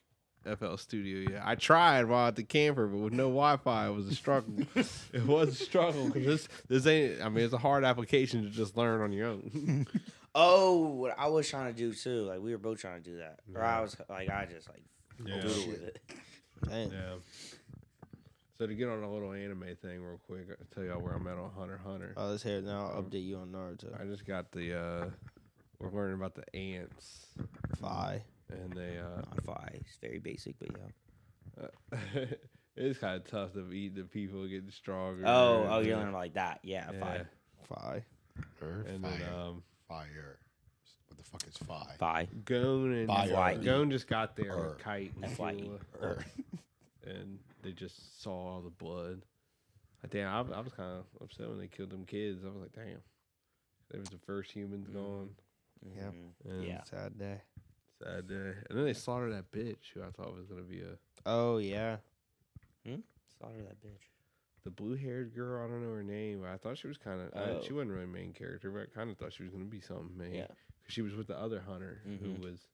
Speaker 4: FL Studio yet. I tried while at the camper, but with no Wi-Fi, it was a struggle. it was a struggle because this this ain't. I mean, it's a hard application to just learn on your own.
Speaker 3: Oh, what I was trying to do too. Like we were both trying to do that. Or I was like, I just like
Speaker 4: Yeah.
Speaker 3: doodle with it.
Speaker 10: Damn.
Speaker 4: Yeah. So to get on a little anime thing real quick, I'll tell y'all where I'm at on Hunter x Hunter.
Speaker 10: Oh, let's hear it now. I'll update you on Naruto.
Speaker 4: I just got the uh we're learning about the ants
Speaker 10: Fi.
Speaker 4: and they uh
Speaker 3: Not five. It's very basic, but yeah.
Speaker 4: it's kind of tough to eat the people getting stronger.
Speaker 3: Oh, oh,
Speaker 4: and,
Speaker 3: you're
Speaker 4: uh,
Speaker 3: learning like that. Yeah,
Speaker 4: yeah.
Speaker 3: five,
Speaker 10: Fi.
Speaker 4: And
Speaker 2: fire.
Speaker 4: then um
Speaker 2: fire. What the fuck is fire?
Speaker 3: five.
Speaker 4: Gone and
Speaker 2: Fire.
Speaker 4: Gone just got there
Speaker 2: Err.
Speaker 4: with Kite and
Speaker 3: FYE.
Speaker 4: Killua,
Speaker 2: Err.
Speaker 4: and they just saw all the blood. Like, Damn, I, I was kind of upset when they killed them kids. I was like, damn, they was the first
Speaker 2: Mm.
Speaker 4: humans gone.
Speaker 10: Yep.
Speaker 3: Mhm.
Speaker 4: And
Speaker 3: Yeah.
Speaker 10: Sad day.
Speaker 4: Sad day. And then they slaughtered that bitch who I thought was gonna be a
Speaker 10: Oh yeah.
Speaker 3: Hmm? Slaughter that bitch.
Speaker 4: the blue haired girl. I don't know her name. but I thought she was kind of
Speaker 3: Oh.
Speaker 4: she wasn't really a main character, but I kind of thought she was gonna be something main.
Speaker 3: Yeah.
Speaker 4: 'Cause she was with the other hunter
Speaker 3: Mhm.
Speaker 4: who was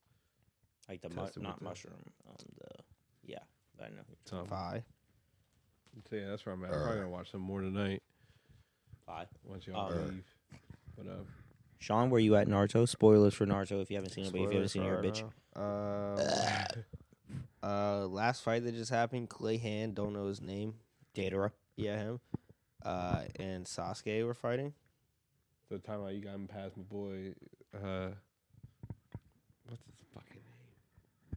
Speaker 3: Like the mu-
Speaker 4: Tested with
Speaker 3: not
Speaker 4: the-
Speaker 3: mushroom. Um, the yeah, I know.
Speaker 4: something.
Speaker 10: Fi.
Speaker 4: So yeah, that's where I'm at. I'm probably gonna watch some more tonight
Speaker 3: Five.
Speaker 4: once y'all
Speaker 3: Oh.
Speaker 4: leave. But uh,
Speaker 3: Sean, where you at Naruto? Spoilers for Naruto if you haven't seen it, but if you haven't
Speaker 10: Spoilers
Speaker 3: seen it, you're a
Speaker 10: for
Speaker 3: bitch.
Speaker 10: right now. Uh, uh, last fight that just happened, Clay Hand, don't know his name.
Speaker 3: Datara.
Speaker 10: Yeah, him. Uh, and Sasuke were fighting.
Speaker 4: the time out you got him past my boy. Uh, what's his fucking name?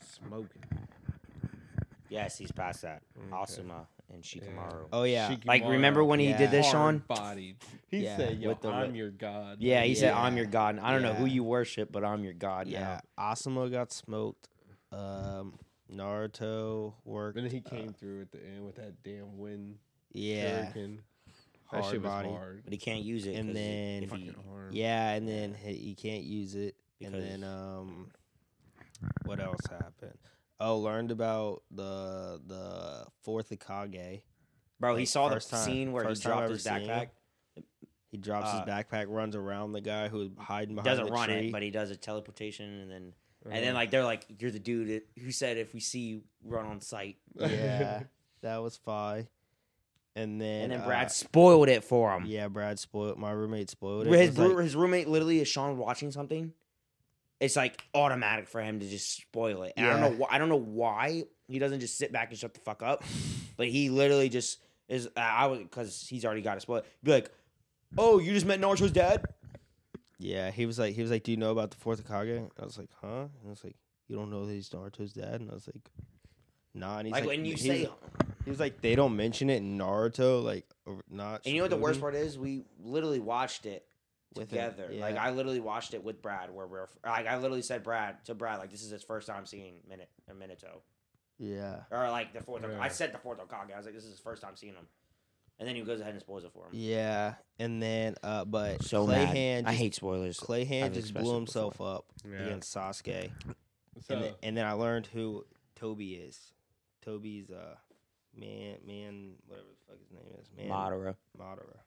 Speaker 4: Smoking.
Speaker 3: Yes, he's past that.
Speaker 4: Okay.
Speaker 3: Asuma and Shikamaru.
Speaker 10: Oh yeah.
Speaker 3: Like, remember when he did this, Sean?
Speaker 4: Bodied. He
Speaker 10: Yeah,
Speaker 4: said, "Yo,
Speaker 3: with the
Speaker 4: I'm
Speaker 3: li-
Speaker 4: your god."
Speaker 3: Yeah, he said,
Speaker 10: Yeah.
Speaker 3: "I'm your god." I don't know who
Speaker 10: Yeah.
Speaker 3: you worship, but I'm your god
Speaker 10: yeah. Asuma got smoked. Um, Naruto worked.
Speaker 4: And then he came
Speaker 3: Uh.
Speaker 4: through at the end with that damn wind
Speaker 10: Yeah.
Speaker 4: shuriken. That
Speaker 10: Hard
Speaker 4: shit was
Speaker 10: body.
Speaker 4: hard.
Speaker 3: now. But he can't use it.
Speaker 10: And
Speaker 3: 'cause
Speaker 10: then
Speaker 3: if
Speaker 10: he-
Speaker 3: he,
Speaker 4: hard.
Speaker 10: Yeah, and then he, he can't use it.
Speaker 3: Because-
Speaker 10: and then um, what else happened? Oh, learned about the the fourth Ikage.
Speaker 3: bro, he
Speaker 10: like,
Speaker 3: saw the
Speaker 10: first time-
Speaker 3: scene where he
Speaker 10: first time
Speaker 3: dropped
Speaker 10: I've
Speaker 3: his
Speaker 10: ever seen
Speaker 3: backpack.
Speaker 10: it. He drops
Speaker 3: Uh,
Speaker 10: his backpack, runs around the guy who was hiding behind
Speaker 3: Doesn't
Speaker 10: the
Speaker 3: run
Speaker 10: tree.
Speaker 3: it, but he does a teleportation, and then and then like they're like, "You're the dude that- who said if we see you, run on sight."
Speaker 10: yeah, that was fine. And then
Speaker 3: And, then
Speaker 10: uh,
Speaker 3: Brad um, spoiled it for him.
Speaker 10: yeah, Brad spoiled my roommate spoiled it.
Speaker 3: His
Speaker 10: It was
Speaker 3: bro-
Speaker 10: like-
Speaker 3: his roommate literally is Sean watching something. It's like automatic for him to just spoil it. And I
Speaker 10: Yeah.
Speaker 3: don't know. Wh- I don't know why he doesn't just sit back and shut the fuck up. But he literally just is. I I was because he's already got a spoil. Be like, oh, you just met Naruto's dad.
Speaker 10: yeah, he was like he was like, "Do you know about the fourth Ikage?" And I was like, "Huh?" And I was like, "You don't know that he's Naruto's dad?" And I was like, "Nah." And he's
Speaker 3: like,
Speaker 10: like,
Speaker 3: when you
Speaker 10: he's-
Speaker 3: say,
Speaker 10: He was like, they don't mention it in Naruto, like or not.
Speaker 3: and you know what the worst
Speaker 10: Shippuden.
Speaker 3: part is? We literally watched it
Speaker 10: with him.
Speaker 3: together. Like
Speaker 10: Yeah.
Speaker 3: I literally watched it with Brad, where we're like I literally said Brad to Brad, like this is his first time seeing Minute or Minuto,
Speaker 10: yeah.
Speaker 3: or like the fourth.
Speaker 4: Yeah.
Speaker 3: I said the fourth Okage. I was like, this is his first time seeing him, and then he goes ahead and spoils it for him.
Speaker 10: Yeah, and then uh, but
Speaker 3: So
Speaker 10: Clay
Speaker 3: mad.
Speaker 10: Hand,
Speaker 3: I
Speaker 10: just,
Speaker 3: hate spoilers.
Speaker 10: Clay Hand
Speaker 3: I've
Speaker 10: just
Speaker 3: expressed
Speaker 10: blew
Speaker 3: it
Speaker 10: himself up
Speaker 4: Yeah.
Speaker 10: against Sasuke,
Speaker 4: So,
Speaker 10: and, then, and then I learned who Toby is. Toby's uh man, man, whatever the fuck his name is, man,
Speaker 3: Madara.
Speaker 10: Madara.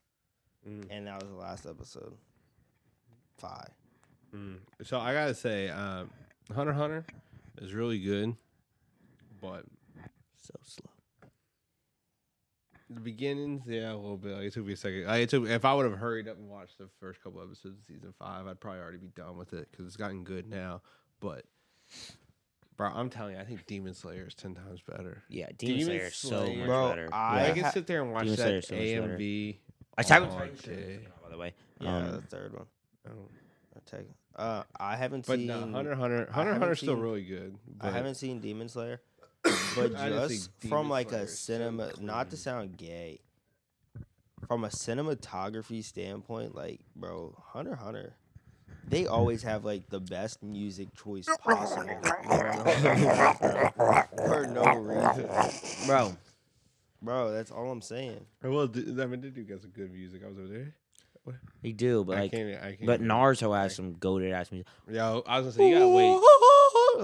Speaker 4: Mm.
Speaker 10: and that was the last episode. Five.
Speaker 4: Mm. So I gotta say, uh, Hunter x Hunter is really good, but
Speaker 10: So slow.
Speaker 4: the beginnings, yeah, a little bit. Like, it took me a second. Like, it took, if I would have hurried up and watched the first couple episodes of season five, I'd probably already be done with it because it's gotten good now. But bro, I'm telling you, I think Demon Slayer is ten times better.
Speaker 3: Yeah, Demon,
Speaker 4: Demon
Speaker 3: Slayer is so
Speaker 4: Slayer.
Speaker 3: much
Speaker 10: Bro,
Speaker 3: better.
Speaker 10: I
Speaker 4: I,
Speaker 3: Yeah.
Speaker 4: can
Speaker 10: ha-
Speaker 4: sit there and watch
Speaker 3: Demon Slayer
Speaker 4: that
Speaker 3: is so much better.
Speaker 4: AMV.
Speaker 3: Attack on
Speaker 4: all
Speaker 3: Titan should
Speaker 4: day.
Speaker 3: have came out, by the way.
Speaker 10: Yeah,
Speaker 3: Um,
Speaker 10: the third one.
Speaker 4: Oh.
Speaker 10: Attack. Uh, I haven't
Speaker 4: But
Speaker 10: seen.
Speaker 4: no, Hunter x Hunter, Hunter x
Speaker 10: haven't
Speaker 4: Hunter is still
Speaker 10: seen-
Speaker 4: really good.
Speaker 10: I
Speaker 4: But
Speaker 10: haven't seen Demon Slayer, but
Speaker 4: I just
Speaker 10: just
Speaker 4: think
Speaker 10: from
Speaker 4: Demon
Speaker 10: like
Speaker 4: Slayer
Speaker 10: a
Speaker 4: is so
Speaker 10: cinema, not to
Speaker 4: clean.
Speaker 10: sound gay, from a cinematography standpoint, like bro, Hunter x Hunter, they always have like the best music choice possible for no reason,
Speaker 3: bro,
Speaker 10: bro. That's all I'm saying.
Speaker 4: well, d- I mean, they do get some good music. I was over there.
Speaker 3: they do, but
Speaker 4: I
Speaker 3: like,
Speaker 4: can't. e, I can't.
Speaker 3: but Naruto has some goaded ass music.
Speaker 4: Yo, I was gonna say you gotta wait.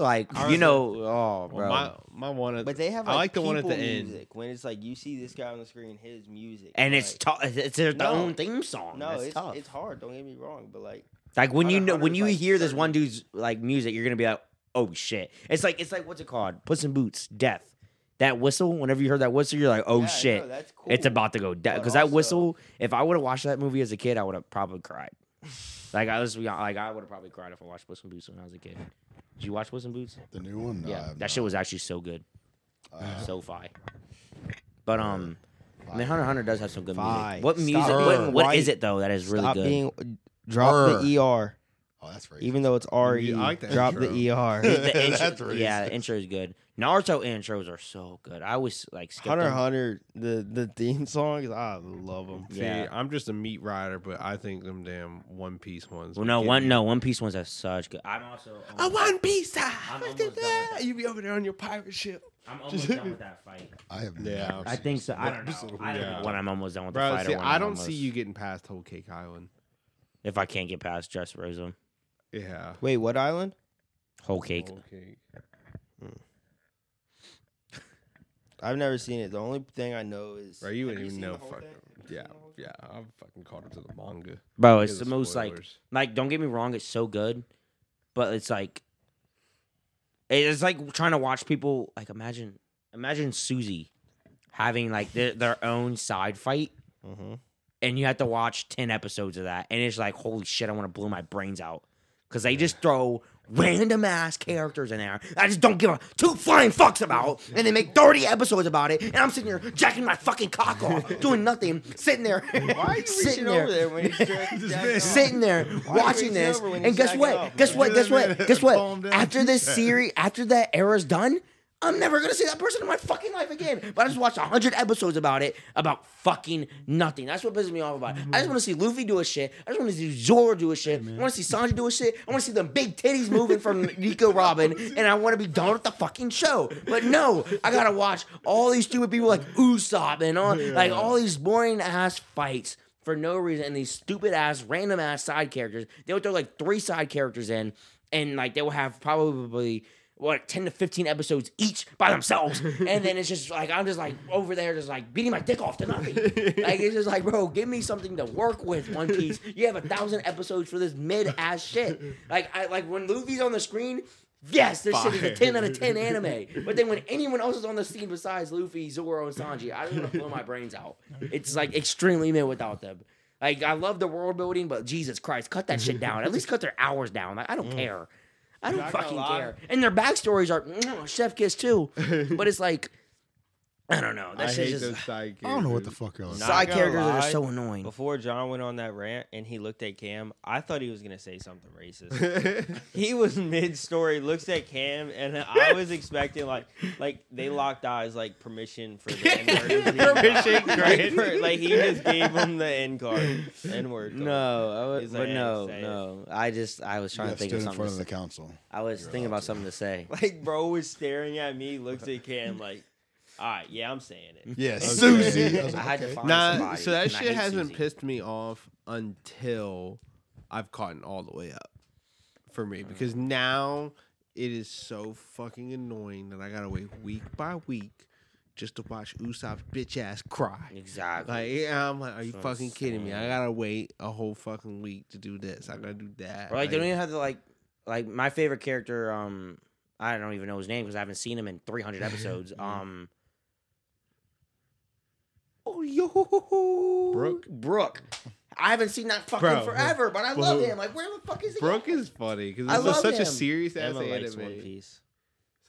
Speaker 3: like
Speaker 4: I was
Speaker 3: you know, oh bro,
Speaker 4: Well, my my one. At,
Speaker 10: But they have
Speaker 4: I
Speaker 10: like,
Speaker 4: like the one at the
Speaker 10: people
Speaker 4: end.
Speaker 10: music when it's like you see this guy on the screen, his music,
Speaker 3: and it's
Speaker 10: like-
Speaker 3: tough. It's their
Speaker 10: No.
Speaker 3: own theme song.
Speaker 10: no,
Speaker 3: That's
Speaker 10: it's
Speaker 3: tough.
Speaker 10: it's hard. Don't get me wrong, but like
Speaker 3: Like when you
Speaker 10: Hunter
Speaker 3: know when
Speaker 10: Hunter's,
Speaker 3: you
Speaker 10: like,
Speaker 3: hear this one
Speaker 10: certain-
Speaker 3: dude's like music, you're gonna be like, oh shit. It's like it's like what's it called? Puss in Boots, Death. That whistle. Whenever you heard that whistle, you're like, oh
Speaker 10: yeah,
Speaker 3: shit,
Speaker 10: no, that's cool.
Speaker 3: it's about to go death.
Speaker 10: But
Speaker 3: Because that
Speaker 10: also-
Speaker 3: whistle, if I would have watched that movie as a kid, I would have probably cried. like I was like I would have probably cried if I watched Puss in Boots when I was a kid. Did you watch Puss in Boots?
Speaker 2: The new one? No, I
Speaker 3: yeah,
Speaker 2: have not. Uh,
Speaker 3: that
Speaker 2: Uh-huh.
Speaker 3: shit was actually so good, so fi. But um, I mean,
Speaker 2: Fi.
Speaker 3: Hunter x Hunter does have some good
Speaker 10: Fi.
Speaker 3: music. What
Speaker 10: Stop
Speaker 3: music?
Speaker 10: being
Speaker 3: What, what
Speaker 10: white.
Speaker 3: is it though that is really
Speaker 10: Stop
Speaker 3: good?
Speaker 10: being drop the er.
Speaker 2: Oh, that's right.
Speaker 10: Even though it's RE,
Speaker 4: I like the
Speaker 10: drop
Speaker 4: intro.
Speaker 10: the ER.
Speaker 3: the intro,
Speaker 2: That's racist.
Speaker 3: yeah, the intro is good. Naruto intros are so good. I always like skip
Speaker 10: Hunter
Speaker 3: them.
Speaker 10: x Hunter, the the theme songs, I love them.
Speaker 4: See,
Speaker 3: Yeah.
Speaker 4: I'm just a meat rider, but I think them damn One Piece ones.
Speaker 3: Well,
Speaker 4: are
Speaker 3: no
Speaker 4: getting
Speaker 3: one,
Speaker 4: me.
Speaker 3: no One Piece ones are such good. I'm also
Speaker 4: A
Speaker 3: almost-
Speaker 4: One Piece. ah,
Speaker 3: I'm
Speaker 4: look
Speaker 3: almost
Speaker 4: at
Speaker 3: done with
Speaker 4: that.
Speaker 3: that.
Speaker 4: You be over there on your pirate ship.
Speaker 3: I'm almost done with that fight.
Speaker 2: I have
Speaker 4: Yeah.
Speaker 2: never
Speaker 3: I
Speaker 2: seen
Speaker 3: think so. I
Speaker 4: Yeah.
Speaker 3: don't know. I don't
Speaker 4: Yeah.
Speaker 3: know when I'm almost done with the
Speaker 4: Bro,
Speaker 3: fight.
Speaker 4: see,
Speaker 3: or when
Speaker 4: I
Speaker 3: I'm
Speaker 4: don't
Speaker 3: almost-
Speaker 4: see you getting past Whole Cake Island.
Speaker 3: if I can't get past Just Rosa.
Speaker 4: Yeah.
Speaker 10: Wait, what island?
Speaker 3: Whole cake.
Speaker 4: Whole Cake.
Speaker 10: I've never seen it. The only thing I know is
Speaker 4: Bro, you
Speaker 10: Have
Speaker 4: wouldn't even
Speaker 10: seen
Speaker 4: know
Speaker 10: the whole
Speaker 4: fucking.
Speaker 10: thing? Have you
Speaker 4: Yeah,
Speaker 10: seen the whole thing?
Speaker 4: yeah. I'm fucking caught up to the manga.
Speaker 3: Bro,
Speaker 4: Because
Speaker 3: it's the
Speaker 4: of
Speaker 3: most like
Speaker 4: spoilers.
Speaker 3: like don't get me wrong, it's so good, but it's like it's like trying to watch people like imagine imagine Susie having like their, their own side fight
Speaker 10: Mhm.
Speaker 3: and you have to watch 10 episodes of that and it's like holy shit i want to blow my brains out because they just throw random ass characters in there i just don't give a two flying fucks about and they make 30 episodes about it and i'm sitting here jacking my fucking cock off doing nothing sitting there
Speaker 10: Why are you reaching
Speaker 3: sitting there
Speaker 10: over there when you're jack- jacking off?
Speaker 3: sitting there
Speaker 10: are you
Speaker 3: watching
Speaker 10: reaching
Speaker 3: this
Speaker 10: over
Speaker 3: and
Speaker 10: when you're
Speaker 3: guess
Speaker 10: jacking
Speaker 3: what?
Speaker 10: off,
Speaker 3: guess
Speaker 10: man?
Speaker 3: what guess what guess
Speaker 2: Calm
Speaker 3: what
Speaker 2: down.
Speaker 3: after this series after that era's done i'm never gonna see that person in my fucking life again but i just watched 100 episodes about it about fucking nothing that's what pisses me off about it i just want to see luffy do a shit i just want to see zoro do a shit i want to see sanji do a shit i want to see them big titties moving from nico robin and i want to be done with the fucking show but no i gotta watch all these stupid people like usopp and all like all these boring ass fights for no reason and these stupid ass random ass side characters they would throw like three side characters in and like they will have probably what 10 to 15 episodes each by themselves and then it's just like i'm just like over there just like beating my dick off to nothing like it's just like bro give me something to work with one piece you have a thousand episodes for this mid ass shit like i like when luffy's on the screen Yes, this shit is a 10 out of 10 anime. But then when anyone else is on the scene besides Luffy, Zoro, and Sanji, I just want to blow my brains out. It's like extremely mid without them. Like, I love the world building, but Jesus Christ, cut that shit down. At least cut their hours down. Like, I don't care. I don't
Speaker 4: Not gonna
Speaker 3: fucking
Speaker 4: lie.
Speaker 3: care. And their backstories are mwah, chef kiss too. but it's like, I don't know. That
Speaker 4: I
Speaker 3: shit's
Speaker 4: hate
Speaker 3: just
Speaker 4: those side
Speaker 2: I don't know what the fuck y'all. are
Speaker 10: Not
Speaker 3: side
Speaker 10: gonna
Speaker 3: characters that are
Speaker 10: lie,
Speaker 3: so annoying.
Speaker 10: Before John went on that rant and he looked at Cam, I thought he was gonna say something racist.
Speaker 4: characters.
Speaker 10: he was mid-story, looks at Cam, and I was expecting like, like they locked eyes, like permission for the N-word. to be-
Speaker 4: Permission
Speaker 10: like,
Speaker 4: granted.
Speaker 10: for- like he just gave him the N card, N-word. card.
Speaker 3: No, I would,
Speaker 10: He's
Speaker 3: but
Speaker 10: like, "Hey,
Speaker 3: no,
Speaker 10: say it."
Speaker 3: no. I just I was trying
Speaker 2: You
Speaker 3: to think of
Speaker 2: stood in
Speaker 3: something.
Speaker 2: front
Speaker 3: To
Speaker 2: of the
Speaker 3: say.
Speaker 2: council.
Speaker 3: I was thinking about something to say.
Speaker 10: Like bro was staring at me, looked at Cam, like, all right, yeah, I'm saying it.
Speaker 2: Yeah,
Speaker 4: Susie.
Speaker 2: Susie.
Speaker 4: I was
Speaker 3: I had to find
Speaker 4: Nah,
Speaker 3: somebody.
Speaker 4: so that
Speaker 3: and I
Speaker 4: shit
Speaker 3: hate
Speaker 4: hasn't
Speaker 3: Susie.
Speaker 4: pissed me off until I've caught it all the way up for
Speaker 3: Mm-hmm.
Speaker 4: me because now it is so fucking annoying that I gotta wait week by week just to watch Usopp's bitch ass cry.
Speaker 3: Exactly.
Speaker 4: Like yeah, I'm like, are you
Speaker 3: That's what I'm
Speaker 4: fucking kidding me? I
Speaker 3: saying.
Speaker 4: gotta wait a whole fucking week to do this. I gotta do that.
Speaker 3: Or like they don't even have to like like my favorite character. Um, I don't even know his name because I haven't seen him in 300 episodes.
Speaker 10: Mm.
Speaker 3: Um, oh yo,
Speaker 4: Brooke?
Speaker 3: Brooke. I haven't seen that fucking
Speaker 4: Bro.
Speaker 3: forever, but I
Speaker 4: Bro.
Speaker 3: love him. Like, where the fuck is he?
Speaker 4: Brooke is funny because
Speaker 3: I
Speaker 4: it's a-
Speaker 3: love
Speaker 4: such
Speaker 3: him.
Speaker 4: a serious ass
Speaker 10: Emma likes One
Speaker 4: anime.
Speaker 10: Piece.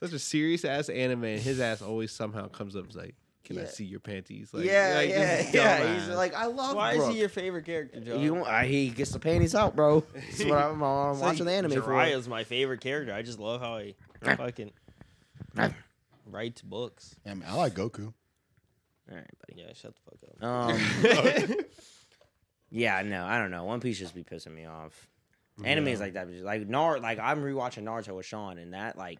Speaker 4: Such a serious ass anime, and his ass always somehow comes up and is like, "Can I
Speaker 3: Yeah.
Speaker 4: see your panties?" Like,
Speaker 3: yeah,
Speaker 4: like,
Speaker 3: yeah,
Speaker 4: this
Speaker 3: yeah. He's
Speaker 4: dumbass.
Speaker 3: like, I love.
Speaker 10: Why
Speaker 3: Brooke.
Speaker 10: is he your favorite character, John?
Speaker 3: You don't- I- he gets the panties out, bro. That's what I'm, uh, I'm watching the anime for.
Speaker 10: Jiraiya's my favorite character. I just love how he fucking writes books.
Speaker 2: I, mean, I like Goku.
Speaker 3: All right, buddy.
Speaker 10: Yeah, shut the fuck up.
Speaker 3: Um, yeah, no, I don't know. One Piece just be pissing me off. Animes like that, like Nar, like I'm rewatching Naruto with Sean, and that like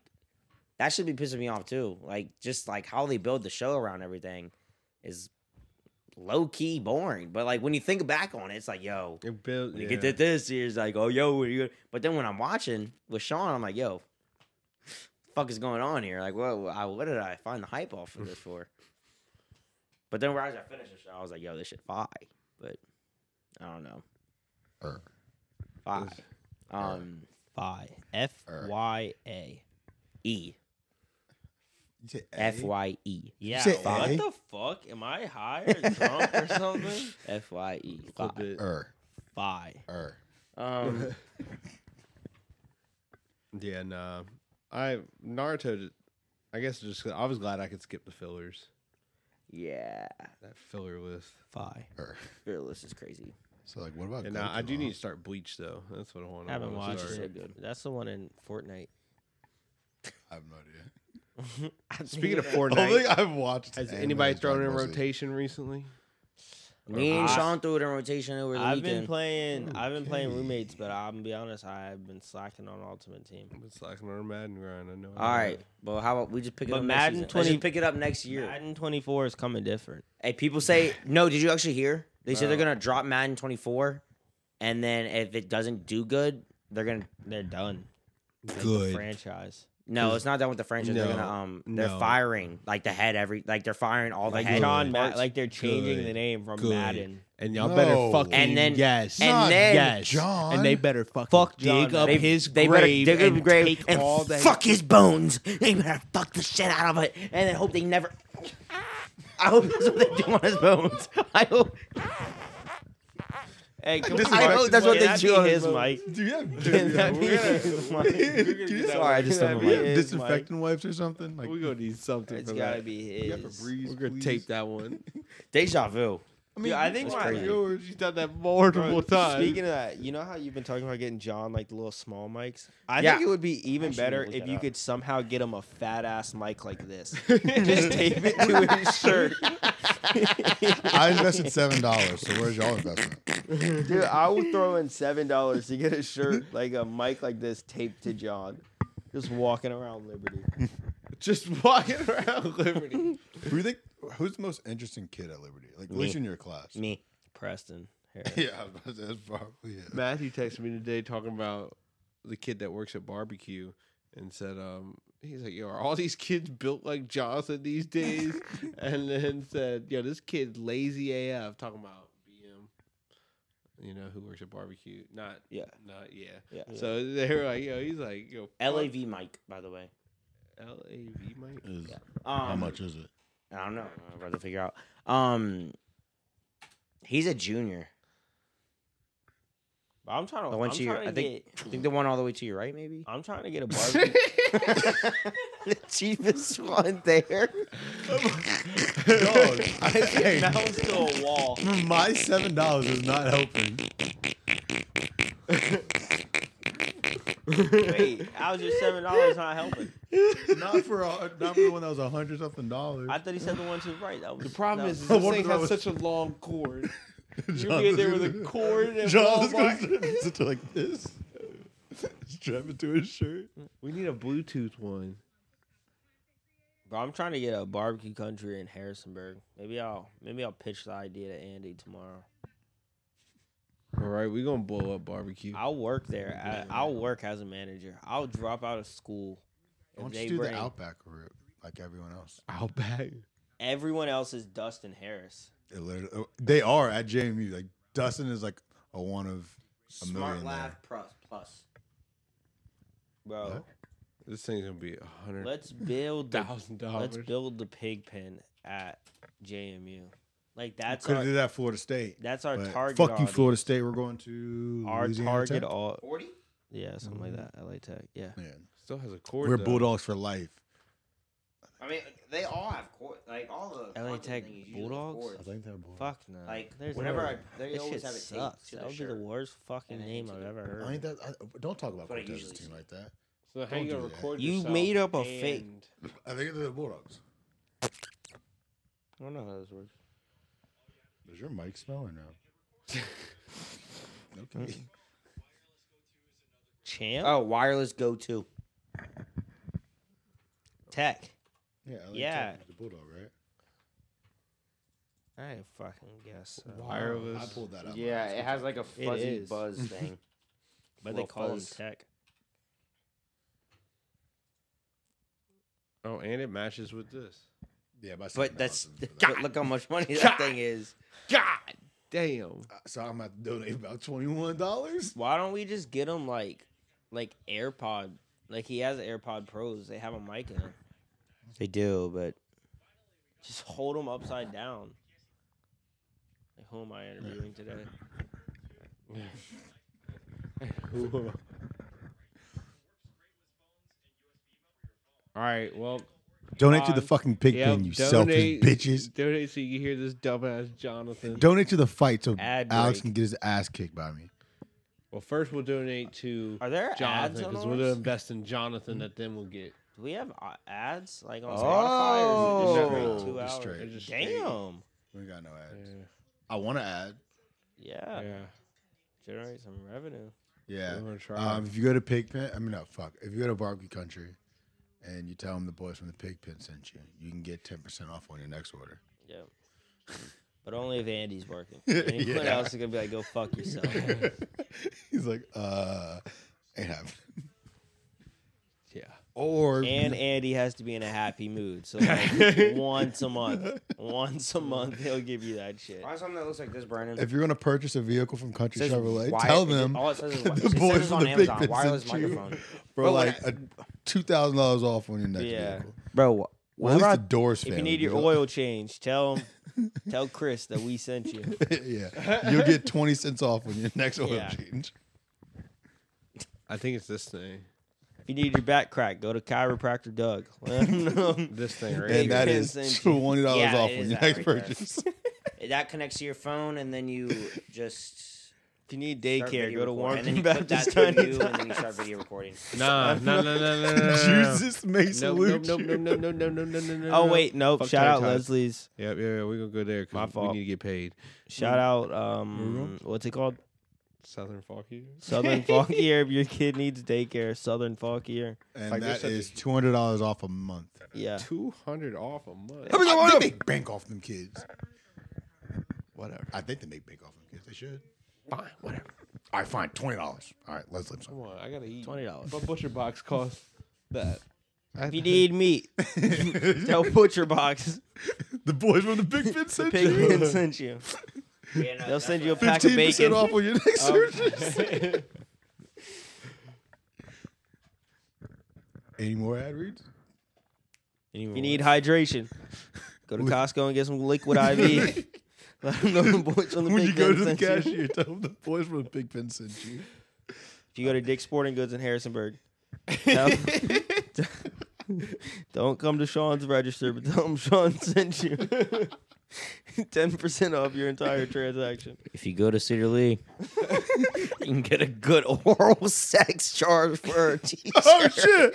Speaker 3: that should be pissing me off too. Like just like how they build the show around everything is low key boring. But like when you think back on it, it's like yo,
Speaker 4: It built-
Speaker 3: when you
Speaker 4: yeah.
Speaker 3: get to this, it's like oh yo, what are you? But then when I'm watching with Sean, I'm like yo, fuck is going on here? Like what? I, what did I find the hype off of this for? But then right as I finished the show, I was like yo, this shit fly. But I don't know.
Speaker 2: Er.
Speaker 3: Fi. Um,
Speaker 10: Phi. F Y A.
Speaker 3: E.
Speaker 2: You say A?
Speaker 3: F Y E.
Speaker 10: Yeah.
Speaker 2: say
Speaker 10: What
Speaker 2: A?
Speaker 10: the fuck? Am I high or drunk or something?
Speaker 3: F Y E.
Speaker 4: Flip it.
Speaker 2: Er.
Speaker 10: Phi.
Speaker 2: Er.
Speaker 3: Um,
Speaker 4: Yeah, nah. I Naruto. ju- I guess just I was glad I could skip the fillers.
Speaker 3: yeah.
Speaker 4: That filler list.
Speaker 10: Phi.
Speaker 2: Er.
Speaker 3: Fearless is crazy.
Speaker 2: So like, what about?
Speaker 4: And nah,
Speaker 2: Goku,
Speaker 4: I do
Speaker 2: huh?
Speaker 4: need to start Bleach though. That's what I want.
Speaker 10: Haven't watched
Speaker 3: Sorry.
Speaker 10: it. That's the one in Fortnite.
Speaker 2: I have no idea.
Speaker 4: Speaking
Speaker 3: Oh
Speaker 4: of
Speaker 2: I don't think
Speaker 4: Fortnite,
Speaker 2: I've watched.
Speaker 4: has
Speaker 2: anime
Speaker 4: anybody
Speaker 2: as
Speaker 4: thrown
Speaker 2: much
Speaker 4: in
Speaker 2: as it.
Speaker 4: rotation recently?
Speaker 3: Me and
Speaker 10: I-
Speaker 3: Sean threw it in rotation over the
Speaker 10: I've
Speaker 3: weekend.
Speaker 10: been playing. I've been playing
Speaker 2: Okay.
Speaker 10: roommates, but I'm gonna be honest. I've been slacking on Ultimate Team.
Speaker 4: I've been slacking on a Madden grind. I know. I
Speaker 3: All
Speaker 4: have.
Speaker 3: right. Well, how about we just pick it
Speaker 10: But
Speaker 3: up
Speaker 10: Madden
Speaker 3: next season? Let's
Speaker 10: 20
Speaker 3: just pick it up next year.
Speaker 10: Madden 24 is coming different.
Speaker 3: Hey, people say no. Did you actually hear? They said they're
Speaker 4: No.
Speaker 3: gonna drop Madden 24, and then if it doesn't do good, they're gonna
Speaker 10: They're done. Like, the
Speaker 4: Good.
Speaker 10: franchise.
Speaker 3: no. It's not done with the franchise. they're
Speaker 4: No.
Speaker 3: gonna um. They're
Speaker 4: No.
Speaker 3: firing like the head every like they're firing all the
Speaker 10: Like
Speaker 3: head
Speaker 10: John, Ma-
Speaker 3: parts.
Speaker 10: like they're changing the
Speaker 4: Good.
Speaker 10: name from
Speaker 4: Good.
Speaker 10: Madden.
Speaker 4: And y'all
Speaker 2: No.
Speaker 4: better fucking
Speaker 3: And then-
Speaker 4: yes,
Speaker 3: and Not then-
Speaker 4: yes,
Speaker 2: John.
Speaker 4: and they better fucking
Speaker 10: Fuck
Speaker 4: dig
Speaker 10: John,
Speaker 4: up
Speaker 10: man.
Speaker 4: his
Speaker 3: they better
Speaker 4: grave
Speaker 3: dig up
Speaker 4: and
Speaker 3: his grave
Speaker 4: take
Speaker 3: and
Speaker 4: all that.
Speaker 3: fuck his bones. They better fuck the shit out of it, and then hope they never. I hope that's what they do on his bones. I hope.
Speaker 10: Hey, can
Speaker 2: This
Speaker 10: we-
Speaker 2: is I know,
Speaker 3: that's what
Speaker 10: can
Speaker 3: they
Speaker 10: that
Speaker 3: do
Speaker 10: be
Speaker 3: on
Speaker 10: his
Speaker 3: his
Speaker 10: mic.
Speaker 2: Do you have?
Speaker 10: Can that be
Speaker 2: do
Speaker 10: his mic?
Speaker 2: you have-
Speaker 3: Sorry, I just
Speaker 10: Can that
Speaker 3: don't
Speaker 10: be
Speaker 2: do you have
Speaker 10: his mic?
Speaker 2: disinfectant wipes or something? Like,
Speaker 4: We're gonna need something.
Speaker 10: It's
Speaker 4: for
Speaker 10: gotta
Speaker 4: that.
Speaker 10: be
Speaker 4: You got
Speaker 10: his.
Speaker 4: Febreze, We're gonna
Speaker 2: please.
Speaker 4: tape that one.
Speaker 3: Deja vu.
Speaker 2: I
Speaker 10: Dude, I think
Speaker 3: That's
Speaker 10: my-
Speaker 3: crazy.
Speaker 4: yours. You've done that multiple times.
Speaker 10: Speaking of that, you know how you've been talking about getting John like the little small mics? I
Speaker 3: Yeah.
Speaker 10: think it would be even
Speaker 3: should
Speaker 10: better
Speaker 3: look
Speaker 10: if
Speaker 3: that
Speaker 10: you
Speaker 3: up.
Speaker 10: could somehow get him a fat ass mic like this. Just tape it to his shirt.
Speaker 2: I invested seven dollars. So where's y'all investment?
Speaker 10: Dude, I would throw in seven dollars to get a shirt like a mic like this taped to John. Just walking around Liberty.
Speaker 4: just walking around Liberty.
Speaker 2: Who you think? Who's the most interesting kid at Liberty? Like, at least in your class.
Speaker 3: Me.
Speaker 10: Preston.
Speaker 2: Yeah, I was about to say, that's probably it.
Speaker 4: Matthew texted me today talking about the kid that works at barbecue and said, um, he's like, yo, are all these kids built like Jonathan these days? and then said, yo, this kid lazy AF talking about BM. You know who works at barbecue? Not
Speaker 10: Yeah.
Speaker 4: not yeah.
Speaker 10: Yeah.
Speaker 4: So they were like, yo, he's like, yo, fuck
Speaker 3: LAV mic, by the way.
Speaker 4: LAV, Mike.
Speaker 2: Is-
Speaker 3: Um,
Speaker 2: How much is it?
Speaker 3: I don't know. I'm about to figure out. Um, he's a junior.
Speaker 10: But I'm trying to,
Speaker 3: The one
Speaker 10: I'm
Speaker 3: Oh, to your,
Speaker 10: trying to
Speaker 3: I think,
Speaker 10: get
Speaker 3: I think the one all the way to your right, maybe.
Speaker 10: I'm trying to get a barbecue.
Speaker 3: the cheapest one there.
Speaker 2: Dog, I- hey,
Speaker 11: Mounds to a wall.
Speaker 2: my seven dollars is not helping.
Speaker 11: Wait, how's your seven dollars not helping?
Speaker 2: Not for a, not for the one that was a hundred something dollars.
Speaker 11: I thought he said the one to the right. That was
Speaker 4: The problem
Speaker 11: that
Speaker 4: is, is
Speaker 2: I
Speaker 4: this
Speaker 2: wonder
Speaker 4: thing
Speaker 2: if I
Speaker 4: has
Speaker 2: was-
Speaker 4: such a long cord.
Speaker 2: John's
Speaker 4: You're in there
Speaker 2: gonna-
Speaker 4: with a cord and
Speaker 2: John's gonna
Speaker 4: Walmart.
Speaker 2: sit there like this, strap it to his shirt.
Speaker 4: We need a Bluetooth one.
Speaker 3: Bro, I'm trying to get a barbecue country in Harrisonburg. Maybe I'll maybe I'll pitch the idea to Andy tomorrow.
Speaker 4: All right, we're gonna blow up barbecue.
Speaker 3: I'll work there. I, I'll work as a manager. I'll drop out of school.
Speaker 2: Why don't
Speaker 3: If they
Speaker 2: you do
Speaker 3: bring
Speaker 2: the Outback route like everyone else?
Speaker 4: Outback.
Speaker 3: everyone else is Dustin Harris.
Speaker 2: It literally, oh, they are at JMU. Like Dustin is like a one of a
Speaker 1: Smart
Speaker 2: million
Speaker 1: Lav
Speaker 2: there.
Speaker 1: Plus Plus.
Speaker 3: Bro,
Speaker 2: What?
Speaker 4: This thing's gonna be a hundred
Speaker 3: let's build the
Speaker 4: thousand
Speaker 3: let's
Speaker 4: dollars.
Speaker 3: build the pig pen at JMU. Like that's
Speaker 2: Could have
Speaker 3: our
Speaker 2: did that at Florida State.
Speaker 3: that's our
Speaker 2: but
Speaker 3: target.
Speaker 2: fuck you,
Speaker 3: audience.
Speaker 2: Florida State. We're going to
Speaker 3: Our
Speaker 2: Louisiana
Speaker 3: target
Speaker 2: Tech?
Speaker 3: all
Speaker 1: Forty.
Speaker 3: yeah, something like that. LA Tech. Yeah.
Speaker 2: Yeah.
Speaker 4: Still has a cord.
Speaker 2: We're
Speaker 4: though.
Speaker 2: Bulldogs for life.
Speaker 1: I mean, they all have court. Like all the
Speaker 3: LA
Speaker 1: content
Speaker 3: Tech
Speaker 1: things usually have
Speaker 3: Bulldogs?
Speaker 1: cords.
Speaker 2: think they're Bulldogs.
Speaker 3: Fuck no.
Speaker 1: Like
Speaker 3: There's
Speaker 1: whenever
Speaker 3: no-
Speaker 1: I, they
Speaker 3: That
Speaker 1: always
Speaker 3: shit
Speaker 1: have it
Speaker 3: sucks.
Speaker 1: taped to
Speaker 3: That
Speaker 1: their
Speaker 3: would be the
Speaker 1: shirt.
Speaker 3: worst fucking
Speaker 1: And it
Speaker 3: name
Speaker 1: to
Speaker 3: I've
Speaker 1: the-
Speaker 3: ever
Speaker 2: I
Speaker 3: heard.
Speaker 2: ain't that. I, don't talk about
Speaker 1: That's what I
Speaker 2: Cortez's
Speaker 1: usually
Speaker 2: team
Speaker 1: see.
Speaker 2: like that.
Speaker 4: So how you
Speaker 2: Don't do
Speaker 4: gonna
Speaker 2: that.
Speaker 4: record
Speaker 3: You
Speaker 4: yourself
Speaker 3: made up a fake-
Speaker 4: and-
Speaker 2: I think they're the Bulldogs.
Speaker 3: I don't know how this works.
Speaker 2: Does your mic smell or no? okay.
Speaker 3: Champ?
Speaker 10: Oh, wireless go to.
Speaker 3: Tech.
Speaker 2: Yeah. LA
Speaker 3: Yeah.
Speaker 2: Tech is the Bulldog, right?
Speaker 3: I ain't fucking guess. so.
Speaker 2: I
Speaker 4: wireless?
Speaker 2: pulled that up.
Speaker 10: Yeah, it has like a
Speaker 3: It
Speaker 10: fuzzy
Speaker 3: is.
Speaker 10: buzz thing.
Speaker 3: But they
Speaker 10: Well,
Speaker 3: call them
Speaker 10: fuzz.
Speaker 3: Tech.
Speaker 4: Oh, and it matches with this.
Speaker 2: Yeah, by
Speaker 10: But that's
Speaker 2: $7,000 for that.
Speaker 10: God, look how much money that thing is.
Speaker 4: God damn.
Speaker 2: Uh, So I'm about to donate about twenty one dollars.
Speaker 3: Why don't we just get him like, like AirPod? Like he has AirPod Pros. They have a mic in them.
Speaker 10: They do, but
Speaker 3: Just hold them upside down. Like who am I interviewing today?
Speaker 4: All right, well,
Speaker 2: Donate to
Speaker 4: John.
Speaker 2: the fucking pig
Speaker 4: yeah,
Speaker 2: pen, you selfish bitches.
Speaker 4: Donate so you can hear this dumbass Jonathan.
Speaker 2: Donate to the fight so
Speaker 3: Ad
Speaker 2: Alex
Speaker 3: break.
Speaker 2: can get his ass kicked by me.
Speaker 4: well, first we'll donate to
Speaker 3: Are there ads
Speaker 4: Jonathan
Speaker 3: on
Speaker 4: because
Speaker 3: ours?
Speaker 4: we're gonna invest in Jonathan. That then we'll get.
Speaker 3: Do we have uh, ads like on
Speaker 10: Oh.
Speaker 3: Spotify? Or is it just every two
Speaker 2: Just
Speaker 3: hours?
Speaker 2: straight.
Speaker 4: Just straight.
Speaker 3: Damn.
Speaker 2: We ain't got no ads.
Speaker 4: Yeah,
Speaker 2: I want to add.
Speaker 3: Yeah.
Speaker 4: yeah.
Speaker 3: Generate some revenue.
Speaker 2: Yeah.
Speaker 4: We're gonna try.
Speaker 2: Um, if you go to Pigpen, I mean, no, fuck. If you go to Barbecue Country and you tell them the boys from the Pigpen sent you, you can get 10% off on your next order.
Speaker 3: Yeah. But only if Andy's working. Anyone
Speaker 2: Yeah.
Speaker 3: else is gonna be like, "Go fuck yourself."
Speaker 2: He's like, uh, ain't happening.
Speaker 4: yeah.
Speaker 2: Or,
Speaker 3: and Andy has to be in a happy mood. So like, once a month, once a month, he'll give you that shit.
Speaker 1: Why is something that looks like this, Brandon?
Speaker 2: if you're going to purchase a vehicle from Country
Speaker 1: It says
Speaker 2: Chevrolet,
Speaker 1: wire-
Speaker 2: tell
Speaker 1: it just-
Speaker 2: them
Speaker 1: all it says is
Speaker 2: the
Speaker 1: wi- it says
Speaker 2: boys
Speaker 1: it's
Speaker 2: from
Speaker 1: on
Speaker 2: the
Speaker 1: Amazon,
Speaker 2: Pigpen
Speaker 1: wireless
Speaker 2: sent you
Speaker 1: microphone.
Speaker 2: for
Speaker 1: Bro, when
Speaker 2: like a $2,000 off on your next
Speaker 3: Yeah.
Speaker 2: vehicle.
Speaker 10: bro,
Speaker 2: Well, at least
Speaker 10: whenever
Speaker 2: the doors
Speaker 3: If you
Speaker 2: family,
Speaker 3: need your
Speaker 2: you'll-
Speaker 3: oil change, tell him, tell Chris that we sent you.
Speaker 2: yeah. You'll get 20 cents off on your next oil
Speaker 3: Yeah.
Speaker 2: change.
Speaker 4: I think it's this thing.
Speaker 3: If you need your back crack, go to chiropractor Doug. Let him know.
Speaker 4: This thing right
Speaker 2: And
Speaker 4: here.
Speaker 2: that
Speaker 3: Pigpen
Speaker 2: is
Speaker 3: sent you.
Speaker 2: $20
Speaker 1: Yeah,
Speaker 2: off
Speaker 1: it
Speaker 2: on
Speaker 1: is
Speaker 2: your
Speaker 1: that
Speaker 2: next
Speaker 1: right there.
Speaker 2: purchase.
Speaker 1: that connects to your phone, and then you just
Speaker 3: If you need
Speaker 1: start
Speaker 3: daycare,
Speaker 1: video
Speaker 3: go to
Speaker 1: recording, and then
Speaker 3: Warren
Speaker 1: you put that
Speaker 3: Baptist.
Speaker 1: to you, and then you start video recording.
Speaker 4: Nah, nah, nah, nah, nah, nah, nah, nah.
Speaker 2: Jesus may
Speaker 4: Nope,
Speaker 2: salute
Speaker 4: nope,
Speaker 2: you.
Speaker 4: nope, nope, nope, nope, nope, nope, nope, nope,
Speaker 3: Oh
Speaker 4: nope.
Speaker 3: wait, nope.
Speaker 4: Fuck
Speaker 3: Shout out
Speaker 4: Tide Pods.
Speaker 3: Leslie's.
Speaker 4: Yep, yeah, yeah, we're gonna go there
Speaker 3: My
Speaker 4: because we
Speaker 3: fault.
Speaker 4: need to get paid.
Speaker 3: Shout
Speaker 2: Mm.
Speaker 3: out um what's it called?
Speaker 4: Southern Falky.
Speaker 3: Southern Falkier. If your kid needs daycare, Southern Falkier.
Speaker 2: And
Speaker 4: Like,
Speaker 2: that is
Speaker 4: there's
Speaker 2: $200 off a month.
Speaker 3: Yeah.
Speaker 4: Two hundred off a month.
Speaker 2: I think they make bank off them kids.
Speaker 4: Whatever.
Speaker 2: I think they make bank off them kids. They should.
Speaker 4: Fine, whatever.
Speaker 2: All right, fine. $20. All right, let's live
Speaker 4: Come on, I gotta eat.
Speaker 3: Twenty dollars.
Speaker 4: My butcher box costs that.
Speaker 3: If you need meat, tell Butcher Box.
Speaker 2: The boys from the Big Fit
Speaker 3: The
Speaker 2: sent
Speaker 3: pig
Speaker 2: you.
Speaker 3: pen sent you.
Speaker 1: Yeah, no,
Speaker 3: They'll
Speaker 1: that's
Speaker 3: send
Speaker 1: what
Speaker 3: you a
Speaker 1: I-
Speaker 3: pack of bacon.
Speaker 2: off on your
Speaker 3: Um,
Speaker 2: next purchase. Any more ad reads?
Speaker 3: If you need hydration, go to Costco and get some liquid IV. Let them know the boys on the
Speaker 2: when you
Speaker 3: big
Speaker 2: go to
Speaker 3: pen
Speaker 2: the
Speaker 3: sent you.
Speaker 2: cashier, tell them the boys from the Big Pen sent you.
Speaker 3: If you go to Dick's Sporting Goods in Harrisonburg, tell, Don't come to Sean's register, but tell him Sean sent you. 10% off your entire transaction.
Speaker 12: If you go to Cedar Lee,
Speaker 1: You can get a good oral sex charge for a t-shirt.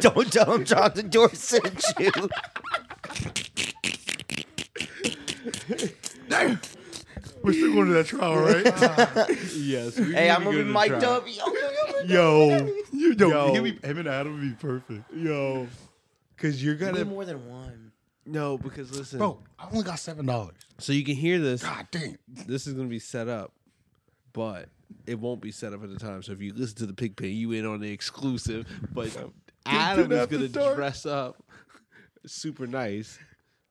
Speaker 1: Don't tell him Jonathan Door sent you.
Speaker 2: We're still going to that trial, right?
Speaker 4: yes. we need
Speaker 1: Hey, I'm
Speaker 4: to
Speaker 1: gonna be
Speaker 4: go to
Speaker 1: mic'd
Speaker 4: trial.
Speaker 1: up. Yo, yo, yo, yo.
Speaker 2: Yo, you know,
Speaker 4: Yo.
Speaker 2: Him, and, him and Adam would be perfect.
Speaker 4: Yo. Because you're going
Speaker 1: Need
Speaker 4: to.
Speaker 1: more than one.
Speaker 4: No, because listen.
Speaker 2: Bro, I only got seven dollars.
Speaker 4: So you can hear this.
Speaker 2: God damn.
Speaker 4: This is going to be set up, but it won't be set up at the time. So if you listen to the pig pen, you in on the exclusive. But Adam is going to dress up super nice.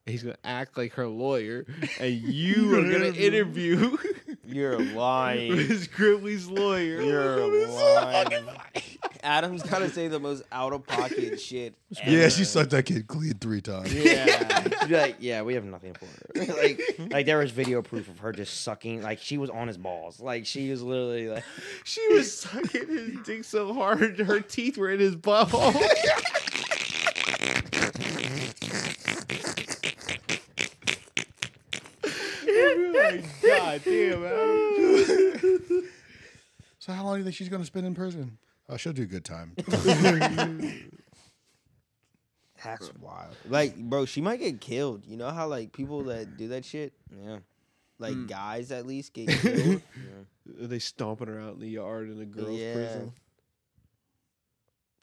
Speaker 4: and He's gonna act like her lawyer, and you are gonna interview
Speaker 13: You're lying.
Speaker 4: Miss Grimley's lawyer.
Speaker 13: You're lying. Adam's gotta say the most out of pocket shit.
Speaker 2: Yeah,
Speaker 13: ever.
Speaker 2: she sucked that kid clean three times.
Speaker 1: Yeah. like, yeah, we have nothing for her. like, like there was video proof of her just sucking. Like she was on his balls. Like she was literally like,
Speaker 4: She was sucking his dick so hard, her teeth were in his butthole. God damn,
Speaker 2: So how long do you think she's gonna spend in prison? Oh, she'll do a good time.
Speaker 3: That's wild. Like, bro, she might get killed. You know how, like, people that do that shit,
Speaker 1: yeah,
Speaker 3: like, guys at least get killed?
Speaker 4: Are they stomping her out in the yard in a girl's
Speaker 3: Yeah.
Speaker 4: prison?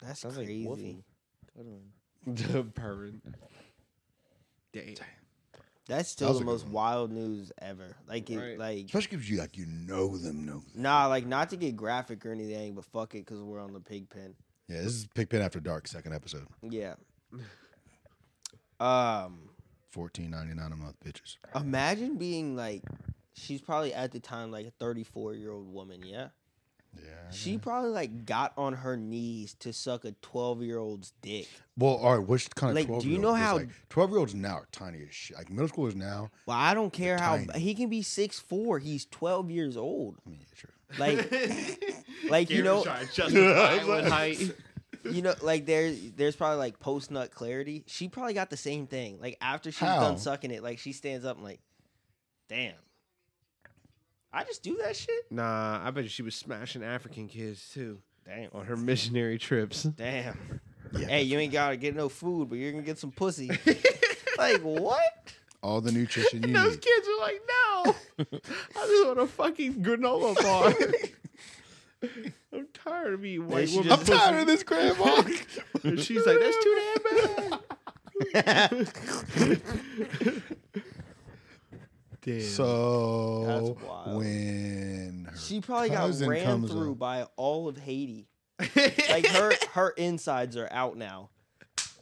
Speaker 3: That's
Speaker 1: Sounds like
Speaker 3: crazy.
Speaker 1: Wolfie.
Speaker 4: The Pervin. Damn.
Speaker 3: That's still
Speaker 2: was
Speaker 3: the
Speaker 2: a good
Speaker 3: most
Speaker 2: one.
Speaker 3: wild news ever. Like, it,
Speaker 4: Right.
Speaker 3: like,
Speaker 2: Especially if you like you know them, know them.
Speaker 3: nah, like, not to get graphic or anything, but fuck it, because we're on the pig pen.
Speaker 2: Yeah, this is Pigpen After Dark, second episode.
Speaker 3: Yeah. Um,
Speaker 2: Fourteen ninety nine a month, bitches.
Speaker 3: imagine being like, she's probably at the time like a 34 year old woman, yeah?
Speaker 2: Yeah.
Speaker 3: She probably like got on her knees to suck a 12 year old's dick.
Speaker 2: Well, all right. Which kind of
Speaker 3: Like,
Speaker 2: twelve?
Speaker 3: do you know how-
Speaker 2: twelve year olds now are tiny as shit? Like middle schoolers now.
Speaker 3: Well, I don't care how
Speaker 2: tiny.
Speaker 3: he can be six four. He's 12 years old.
Speaker 2: I mean, yeah, true.
Speaker 3: Like, like you know, you know, like there's there's probably like post nut clarity. She probably got the same thing. Like after she's
Speaker 2: How?
Speaker 3: done sucking it, like she stands up and like, damn, I just do that shit.
Speaker 4: Nah, I bet she was smashing African kids too
Speaker 3: Damn,
Speaker 4: on her missionary trips.
Speaker 3: damn.
Speaker 2: Yeah.
Speaker 3: Hey, you ain't gotta get no food, but you're gonna get some pussy. like what?
Speaker 2: All the nutrition you
Speaker 4: Those
Speaker 2: need.
Speaker 4: kids are like, no, I just want a fucking granola bar. I'm tired of eating white
Speaker 3: she
Speaker 4: woman.
Speaker 2: I'm
Speaker 4: pussy.
Speaker 2: tired of this, Grandma.
Speaker 4: And she's like, that's too damn bad. damn.
Speaker 2: so
Speaker 3: That's wild.
Speaker 2: when her
Speaker 3: She probably got
Speaker 2: cousin
Speaker 3: ran
Speaker 2: comes
Speaker 3: through
Speaker 2: up-
Speaker 3: by all of Haiti. like her her insides are out now.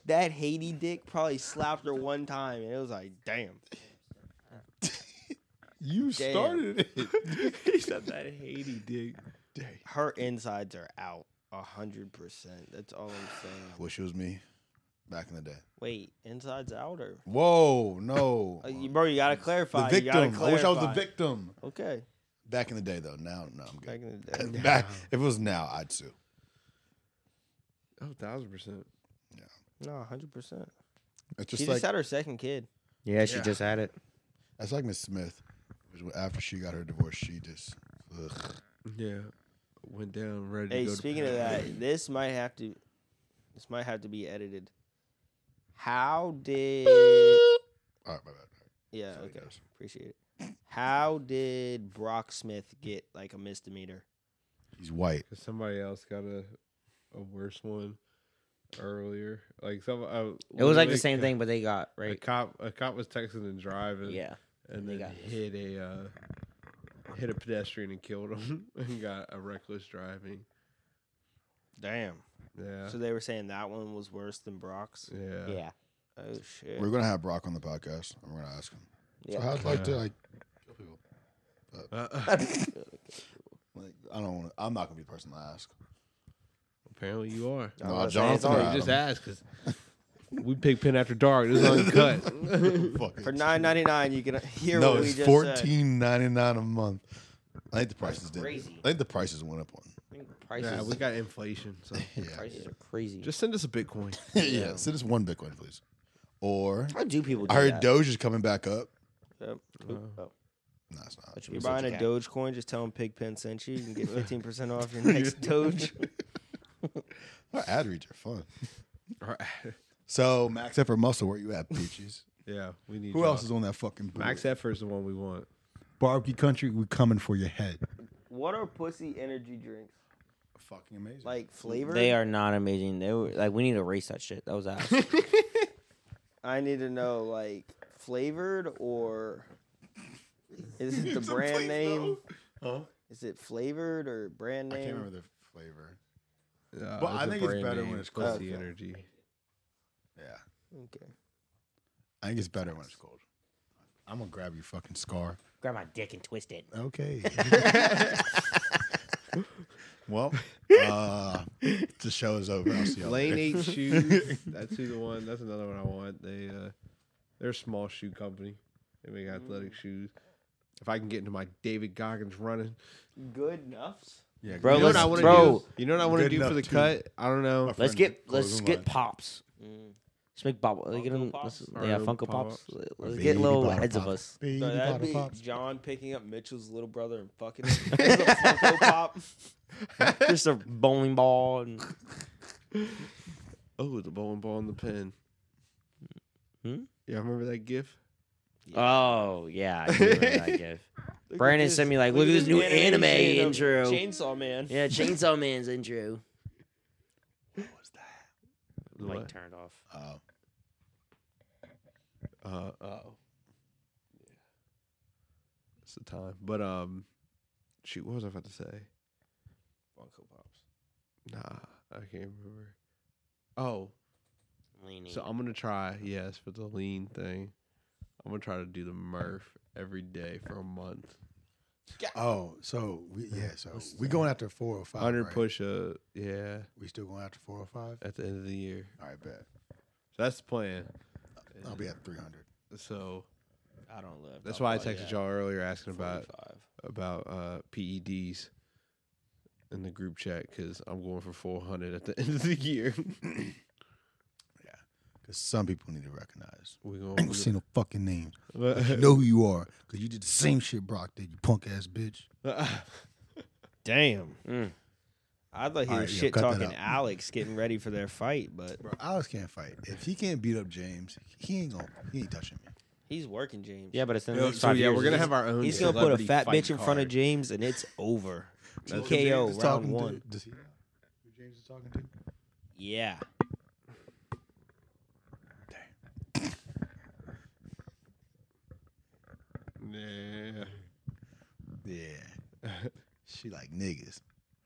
Speaker 3: That Haiti dick probably slapped her one time and it was like, damn.
Speaker 2: you started it.
Speaker 4: he said that Haiti dick.
Speaker 3: Her insides are out a hundred percent. That's all I'm saying.
Speaker 2: Wish it was me, back in the day.
Speaker 3: Wait, insides out or
Speaker 2: Whoa, no.
Speaker 3: Uh, you- bro, you gotta
Speaker 2: the
Speaker 3: clarify. You gotta
Speaker 2: victim. I wish I was the
Speaker 3: clarify.
Speaker 2: victim.
Speaker 3: Okay.
Speaker 2: Back in the day, though. Now, no, I'm
Speaker 3: Back
Speaker 2: good.
Speaker 3: in the day.
Speaker 2: Back, if it was now, I'd sue.
Speaker 4: Oh, thousand percent.
Speaker 3: No, hundred percent.
Speaker 2: It's
Speaker 3: She
Speaker 2: just like
Speaker 3: just had her second kid.
Speaker 1: yeah. She
Speaker 2: Yeah.
Speaker 1: just had it.
Speaker 2: that's like Miss Smith. which when- After she got her divorce, she just ugh.
Speaker 4: Yeah. Went down ready
Speaker 3: Hey,
Speaker 4: to go
Speaker 3: speaking
Speaker 4: to
Speaker 3: of that, this might have to this might have to be edited. How did
Speaker 2: All right, my bad.
Speaker 3: Yeah,
Speaker 2: Sorry,
Speaker 3: okay.
Speaker 2: guys.
Speaker 3: Appreciate it. How did Brock Smith get like a misdemeanor?
Speaker 2: He's white.
Speaker 4: Cause somebody else got a a worse one earlier. Like some, uh, uh,
Speaker 12: it was like the same thing, but they got
Speaker 4: A
Speaker 12: right.
Speaker 4: cop, a cop was texting and driving.
Speaker 12: Yeah,
Speaker 4: and
Speaker 12: They
Speaker 4: then
Speaker 12: got this.
Speaker 4: hit a uh, hit a pedestrian and killed him, and got a reckless driving.
Speaker 3: Damn.
Speaker 4: Yeah,
Speaker 3: So they were saying that one was worse than Brock's.
Speaker 4: yeah.
Speaker 12: yeah.
Speaker 3: Oh shit.
Speaker 2: We're gonna have Brock on the podcast. and we're gonna ask him.
Speaker 3: Yeah.
Speaker 2: So how'd you like to
Speaker 4: Yeah.
Speaker 2: like kill people?
Speaker 4: Uh,
Speaker 2: Like, I don't. Wanna, I'm not gonna be the person to ask.
Speaker 4: apparently, you are.
Speaker 2: Nah,
Speaker 3: I'm gonna say
Speaker 2: Jonathan
Speaker 3: it's
Speaker 4: So
Speaker 3: all
Speaker 2: or
Speaker 4: you
Speaker 3: right.
Speaker 2: Adam.
Speaker 4: just asked because we pick pin after dark. This is uncut.
Speaker 2: Fuck it.
Speaker 3: For nine ninety nine you can hear
Speaker 2: no,
Speaker 3: what we
Speaker 2: it's
Speaker 3: just said.
Speaker 2: fourteen ninety nine a month. I think the prices did.
Speaker 12: crazy.
Speaker 2: I think the prices went up on
Speaker 7: think prices,
Speaker 4: Yeah, we got inflation. So
Speaker 7: prices are crazy.
Speaker 4: just send us a Bitcoin.
Speaker 2: yeah. Send us one Bitcoin, please. Or
Speaker 7: how do people?
Speaker 2: I
Speaker 7: Do
Speaker 2: heard
Speaker 7: that?
Speaker 2: Doge is coming back up.
Speaker 7: Yep. Oh.
Speaker 2: No, it's not.
Speaker 7: If you're buying a Doge coin, just tell them Pigpen sent you. You can get 15% off your next Doge.
Speaker 2: Our ad reads are fun.
Speaker 4: All right.
Speaker 2: So Max Effort Muscle, where you at, Peaches?
Speaker 4: yeah, we need.
Speaker 2: Who
Speaker 4: y'all.
Speaker 2: else is on that fucking board?
Speaker 4: Max Effort is the one we want.
Speaker 2: Barbecue Country, we coming for your head.
Speaker 7: what are pussy energy drinks?
Speaker 2: Fucking amazing.
Speaker 7: Like flavor?
Speaker 1: They are not amazing. They were like we need to erase that shit. That was ass.
Speaker 7: I need to know, like, flavored or is it the brand name? Is it flavored or brand
Speaker 2: I
Speaker 7: name?
Speaker 2: can't remember the flavor.
Speaker 4: Uh,
Speaker 2: But I
Speaker 4: a
Speaker 2: think it's
Speaker 4: brand
Speaker 2: better when
Speaker 4: name,
Speaker 2: it's
Speaker 4: Pussy
Speaker 2: cold.
Speaker 7: Okay.
Speaker 4: Energy.
Speaker 2: Yeah,
Speaker 7: Okay.
Speaker 2: I think it's better when it's cold. I'm gonna grab your fucking scar.
Speaker 1: Grab my dick and twist it.
Speaker 2: Okay. well, uh, the show is over. I'll see y'all
Speaker 4: Lane
Speaker 2: later.
Speaker 4: Eight Shoes. That's who the one. That's another one I want. They uh, they're a small shoe company. They make athletic shoes. If I can get into my David Goggins running,
Speaker 7: Good enoughs?
Speaker 2: Yeah,
Speaker 1: Bro,
Speaker 4: you know what
Speaker 1: let's-
Speaker 4: I
Speaker 2: I
Speaker 4: want to
Speaker 1: bro.
Speaker 4: do. You know what I want to
Speaker 2: Good
Speaker 4: do for
Speaker 2: enough
Speaker 4: the
Speaker 2: too.
Speaker 4: cut. I don't know.
Speaker 1: Let's
Speaker 2: friend
Speaker 1: get
Speaker 2: closing
Speaker 1: let's get
Speaker 2: line.
Speaker 1: pops.
Speaker 7: Mm.
Speaker 1: Let's make bubble. Let's get
Speaker 3: Funko
Speaker 1: them.
Speaker 3: Pops?
Speaker 1: let's-
Speaker 4: Or
Speaker 1: yeah,
Speaker 4: little
Speaker 1: Funko
Speaker 4: pop
Speaker 1: Pops.
Speaker 4: ups?
Speaker 1: Let's
Speaker 2: Baby
Speaker 1: get little
Speaker 2: bottle
Speaker 1: heads of
Speaker 2: pop.
Speaker 1: us.
Speaker 2: Baby
Speaker 3: So that'd
Speaker 2: bottle
Speaker 3: be
Speaker 2: pops.
Speaker 3: John picking up Mitchell's little brother and fucking him. As a Funko Pop.
Speaker 1: Just a bowling ball and
Speaker 4: Oh, the bowling ball in the pen.
Speaker 1: Hmm?
Speaker 4: Yeah, remember that GIF?
Speaker 1: oh yeah. I do remember that gif.
Speaker 3: Look at
Speaker 1: Brandon
Speaker 3: this-
Speaker 1: sent me like, look, at this new anime,
Speaker 4: um,
Speaker 3: animation of
Speaker 1: intro.
Speaker 3: Chainsaw Man.
Speaker 1: yeah, Chainsaw Man's intro.
Speaker 4: The
Speaker 1: Light
Speaker 4: what?
Speaker 1: turned off.
Speaker 2: Oh,
Speaker 4: Uh oh. It's the time. But um shoot, what was I about to say?
Speaker 3: Funko Pops.
Speaker 4: Nah, I can't remember. Oh,
Speaker 1: Leaning.
Speaker 4: so I'm gonna try, yes, for the lean thing. I'm gonna try to do the Murph every day for a month.
Speaker 2: oh, so we, yeah, so we going after 405.
Speaker 4: Hundred
Speaker 2: right?
Speaker 4: push up, yeah,
Speaker 2: We still going after 405.
Speaker 4: at the end of the year.
Speaker 2: All right, bet.
Speaker 4: So that's the plan.
Speaker 2: I'll be at 300.
Speaker 4: So
Speaker 3: I don't live.
Speaker 4: that's why I texted y'all earlier asking about about uh, PEDs in the group chat because I'm going for 400 at the end of the year.
Speaker 2: Because some people need to recognize.
Speaker 4: We're
Speaker 2: I ain't gonna say
Speaker 4: going.
Speaker 2: no fucking name. But you know who you are. Because you did the same shit Brock did, you punk ass bitch.
Speaker 7: Damn.
Speaker 1: Mm.
Speaker 7: I'd like to hear
Speaker 2: Alright, yeah,
Speaker 7: shit
Speaker 2: cut that out.
Speaker 7: talking Alex getting ready for their fight, but
Speaker 2: Bro, Alex can't fight. If he can't beat up James, he ain't gonna. He ain't touching me.
Speaker 7: he's working, James.
Speaker 1: Yeah, but it's in the
Speaker 4: Yo,
Speaker 1: next
Speaker 4: so
Speaker 1: five
Speaker 4: yeah,
Speaker 1: years.
Speaker 4: we're gonna have our own.
Speaker 7: He's gonna put a
Speaker 4: celebrity
Speaker 7: fat
Speaker 4: fight
Speaker 7: bitch in front of
Speaker 4: card.
Speaker 7: James, and it's over.
Speaker 4: That's
Speaker 2: Just
Speaker 7: TKO round
Speaker 2: talking to-
Speaker 7: one.
Speaker 2: does he know who James is talking to?
Speaker 7: Yeah.
Speaker 4: Yeah.
Speaker 2: Yeah. she like niggas.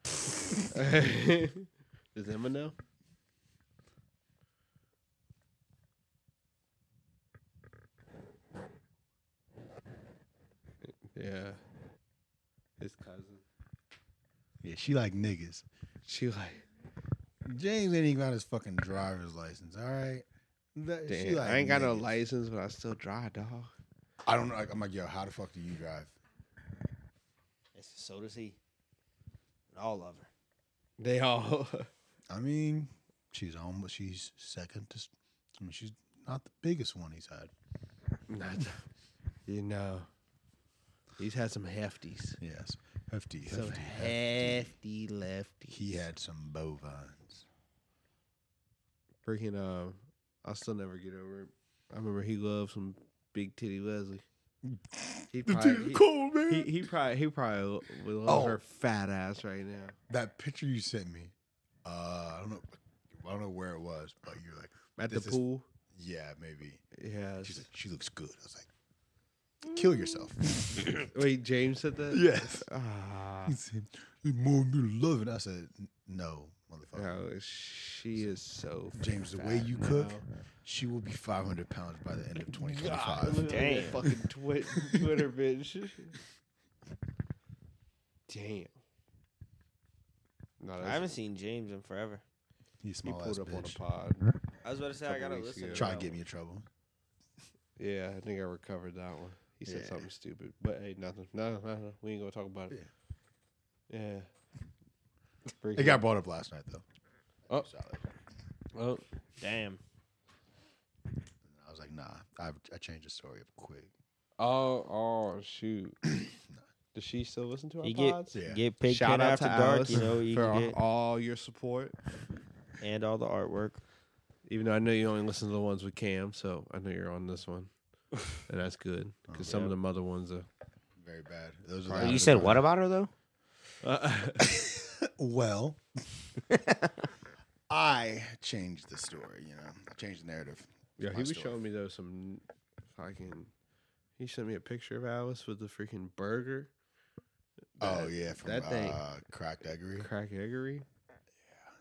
Speaker 4: Does Emma know? Yeah. His cousin.
Speaker 2: Yeah, she like niggas.
Speaker 4: She like.
Speaker 2: James ain't even got his fucking driver's license. All right. That- she
Speaker 4: Damn,
Speaker 2: like
Speaker 4: I ain't got no
Speaker 2: niggas.
Speaker 4: license, but I still drive, dog.
Speaker 2: I don't know. Like, I'm like, yo, how the fuck do you drive?
Speaker 7: It's so does he. And all of her.
Speaker 4: They all.
Speaker 2: I mean, she's almost. She's second to. s- I mean, she's not the biggest one he's had.
Speaker 4: Not, you know, he's had some hefties.
Speaker 2: Yes, hefty, hefty.
Speaker 4: Some
Speaker 2: hefty.
Speaker 4: hefty lefty.
Speaker 2: He had some bovines.
Speaker 4: freaking. Um, I'll still never get over it. I remember he loved some big titty Leslie. He probably,
Speaker 2: Cool man.
Speaker 4: he, he, he probably he probably lo- would love
Speaker 2: Oh.
Speaker 4: her fat ass right now.
Speaker 2: that picture you sent me. Uh, I don't know. I don't know where it was, but you're like,
Speaker 4: At
Speaker 2: This
Speaker 4: the
Speaker 2: is-
Speaker 4: pool,
Speaker 2: yeah, maybe.
Speaker 4: yeah.
Speaker 2: She's like, she looks good. I was like, kill yourself.
Speaker 4: Wait, James said that.
Speaker 2: yes.
Speaker 4: Ah,
Speaker 2: He said, "You More you love it. I said, no, motherfucker.
Speaker 4: no, she is so.
Speaker 2: James, the
Speaker 4: fat
Speaker 2: way you cook,
Speaker 4: now.
Speaker 2: she will be 500 pounds by the end of
Speaker 4: God,
Speaker 2: 2025.
Speaker 4: look at that fucking twi- Twitter bitch. Damn. No,
Speaker 7: I haven't seen James in forever.
Speaker 2: You
Speaker 4: he
Speaker 2: small ass
Speaker 4: pulled up on
Speaker 2: bitch.
Speaker 4: a pod.
Speaker 7: I was about to say I
Speaker 4: Couple
Speaker 7: gotta
Speaker 4: weeks
Speaker 7: listen.
Speaker 4: ago.
Speaker 2: Try to
Speaker 7: that
Speaker 2: get
Speaker 7: one.
Speaker 2: me in trouble.
Speaker 4: Yeah, I think I recovered that one. He said
Speaker 2: Yeah.
Speaker 4: something stupid, but hey, nothing. No, no, no, we ain't gonna talk about it. Yeah.
Speaker 2: It got brought up last night though.
Speaker 4: Oh.
Speaker 2: Solid.
Speaker 4: Oh,
Speaker 7: Damn.
Speaker 2: And I was like, nah, I, I changed the story up quick.
Speaker 4: oh, oh, shoot. Does she still listen to our
Speaker 7: You get-
Speaker 4: pods?
Speaker 2: Yeah.
Speaker 7: Get Pig Pen
Speaker 4: Shout out
Speaker 7: After
Speaker 4: to
Speaker 7: Dark,
Speaker 4: Alice
Speaker 7: you know, what you
Speaker 4: for
Speaker 7: can get,
Speaker 4: all your support.
Speaker 7: and all the artwork.
Speaker 4: Even though I know you only listen to the ones with Cam, so I know you're on this one, and that's good
Speaker 2: Oh,
Speaker 4: because some of them other ones are.
Speaker 2: Very bad. Those
Speaker 4: Well,
Speaker 2: the-
Speaker 4: you
Speaker 7: about her though?
Speaker 2: Uh, Well, I changed the story. You know, I changed the narrative.
Speaker 4: yeah,
Speaker 2: My
Speaker 4: he was
Speaker 2: story.
Speaker 4: showing me though some fucking. He sent me a picture of Alice with the freaking burger.
Speaker 2: Oh
Speaker 4: That-
Speaker 2: yeah, from
Speaker 4: that thing.
Speaker 2: uh, cracked eggery.
Speaker 4: crack eggery.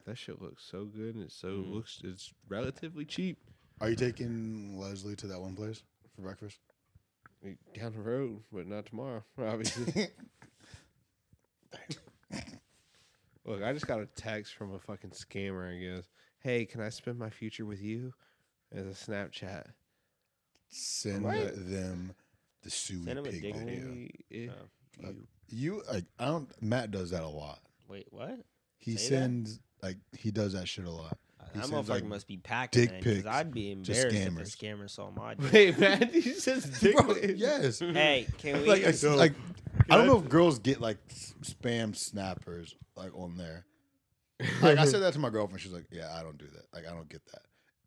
Speaker 4: That shit looks so good, and it's so
Speaker 2: Mm-hmm.
Speaker 4: looks it's relatively cheap
Speaker 2: Are you taking Leslie to that one place for breakfast?
Speaker 4: Like, down the road, but not tomorrow, obviously. Look, I just got a text from a fucking scammer. and goes, "Hey, can I spend my future with you?" As a Snapchat.
Speaker 2: Send
Speaker 4: What?
Speaker 2: them the suey
Speaker 7: Send him a
Speaker 2: pig
Speaker 7: dick
Speaker 2: video.
Speaker 4: Only if
Speaker 7: Oh.
Speaker 4: you-
Speaker 2: You like I don't. Matt does that a lot.
Speaker 7: Wait, what?
Speaker 2: He
Speaker 7: Say that?
Speaker 2: sends like he does that shit a lot. He
Speaker 7: that
Speaker 2: sends,
Speaker 7: motherfucker
Speaker 2: like,
Speaker 7: must be packing.
Speaker 2: dick
Speaker 7: then, 'cause
Speaker 2: pics
Speaker 7: I'd be
Speaker 2: to
Speaker 7: embarrassed if a
Speaker 2: scammers.
Speaker 7: scammer saw my. Dick.
Speaker 4: Wait, man, he says dick.
Speaker 2: Bro,
Speaker 4: pic.
Speaker 2: yes.
Speaker 7: hey, can we?
Speaker 2: like, I, like I don't know if girls get like s- spam snappers like on there. Like I said that to my girlfriend, she's like, "Yeah, I don't do that. Like I don't get that."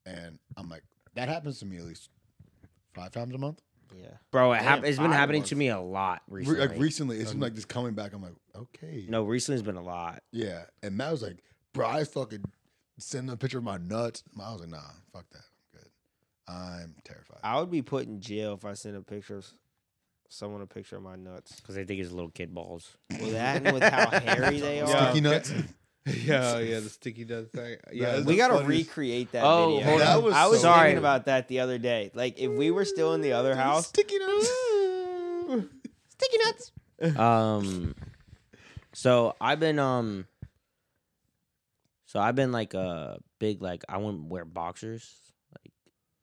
Speaker 2: And I'm like, "That happens to me at least five times a month."
Speaker 7: yeah.
Speaker 3: Bro, it hap-
Speaker 7: Damn,
Speaker 3: it's been
Speaker 7: five
Speaker 3: happening
Speaker 7: months.
Speaker 3: to me a lot
Speaker 2: Re-
Speaker 3: recently.
Speaker 2: like recently, Um, it's been like this coming back. I'm like, "Okay,
Speaker 3: no, recently it's been a lot.
Speaker 2: yeah." And Matt was like, "Bro, I fucking send a picture of my nuts." I was like, "Nah, fuck that. I'm good. I'm terrified."
Speaker 7: I would be put in jail if I sent a picture of s- someone a picture of my nuts.
Speaker 3: Because they think it's little kid balls.
Speaker 7: Well, that and with how hairy they are.
Speaker 2: Sticky
Speaker 3: um,
Speaker 2: nuts.
Speaker 4: yeah, oh, yeah, the sticky does thing. Yeah,
Speaker 2: is
Speaker 7: We
Speaker 2: the
Speaker 7: gotta
Speaker 2: funniest-
Speaker 7: recreate that
Speaker 14: Oh,
Speaker 7: video.
Speaker 14: hold
Speaker 2: That on. was
Speaker 7: I was
Speaker 2: so
Speaker 7: thinking
Speaker 2: good.
Speaker 7: about that the other day. Like if we were still in the other house,
Speaker 2: Sticky nuts.
Speaker 7: sticky nuts.
Speaker 3: um so i've been um so i've been like a big like i wouldn't wear boxers like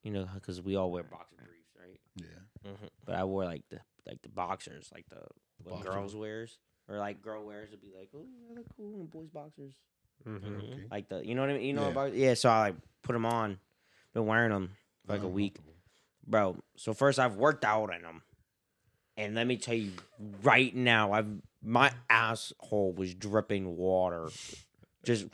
Speaker 3: you know because we all wear boxer briefs right
Speaker 2: Yeah.
Speaker 3: but i wore like the like the boxers like the what
Speaker 2: boxer.
Speaker 3: girls wears or like girl wears would be like oh they look cool and boys boxers
Speaker 4: Mhm.
Speaker 2: Mm-hmm, Okay.
Speaker 3: like the you know what i mean you know
Speaker 2: Yeah.
Speaker 3: about yeah so i like put them on been wearing them for
Speaker 2: Mm-hmm.
Speaker 3: like a week bro. So first, I've worked out in them, and let me tell you right now, I've my asshole was dripping water, just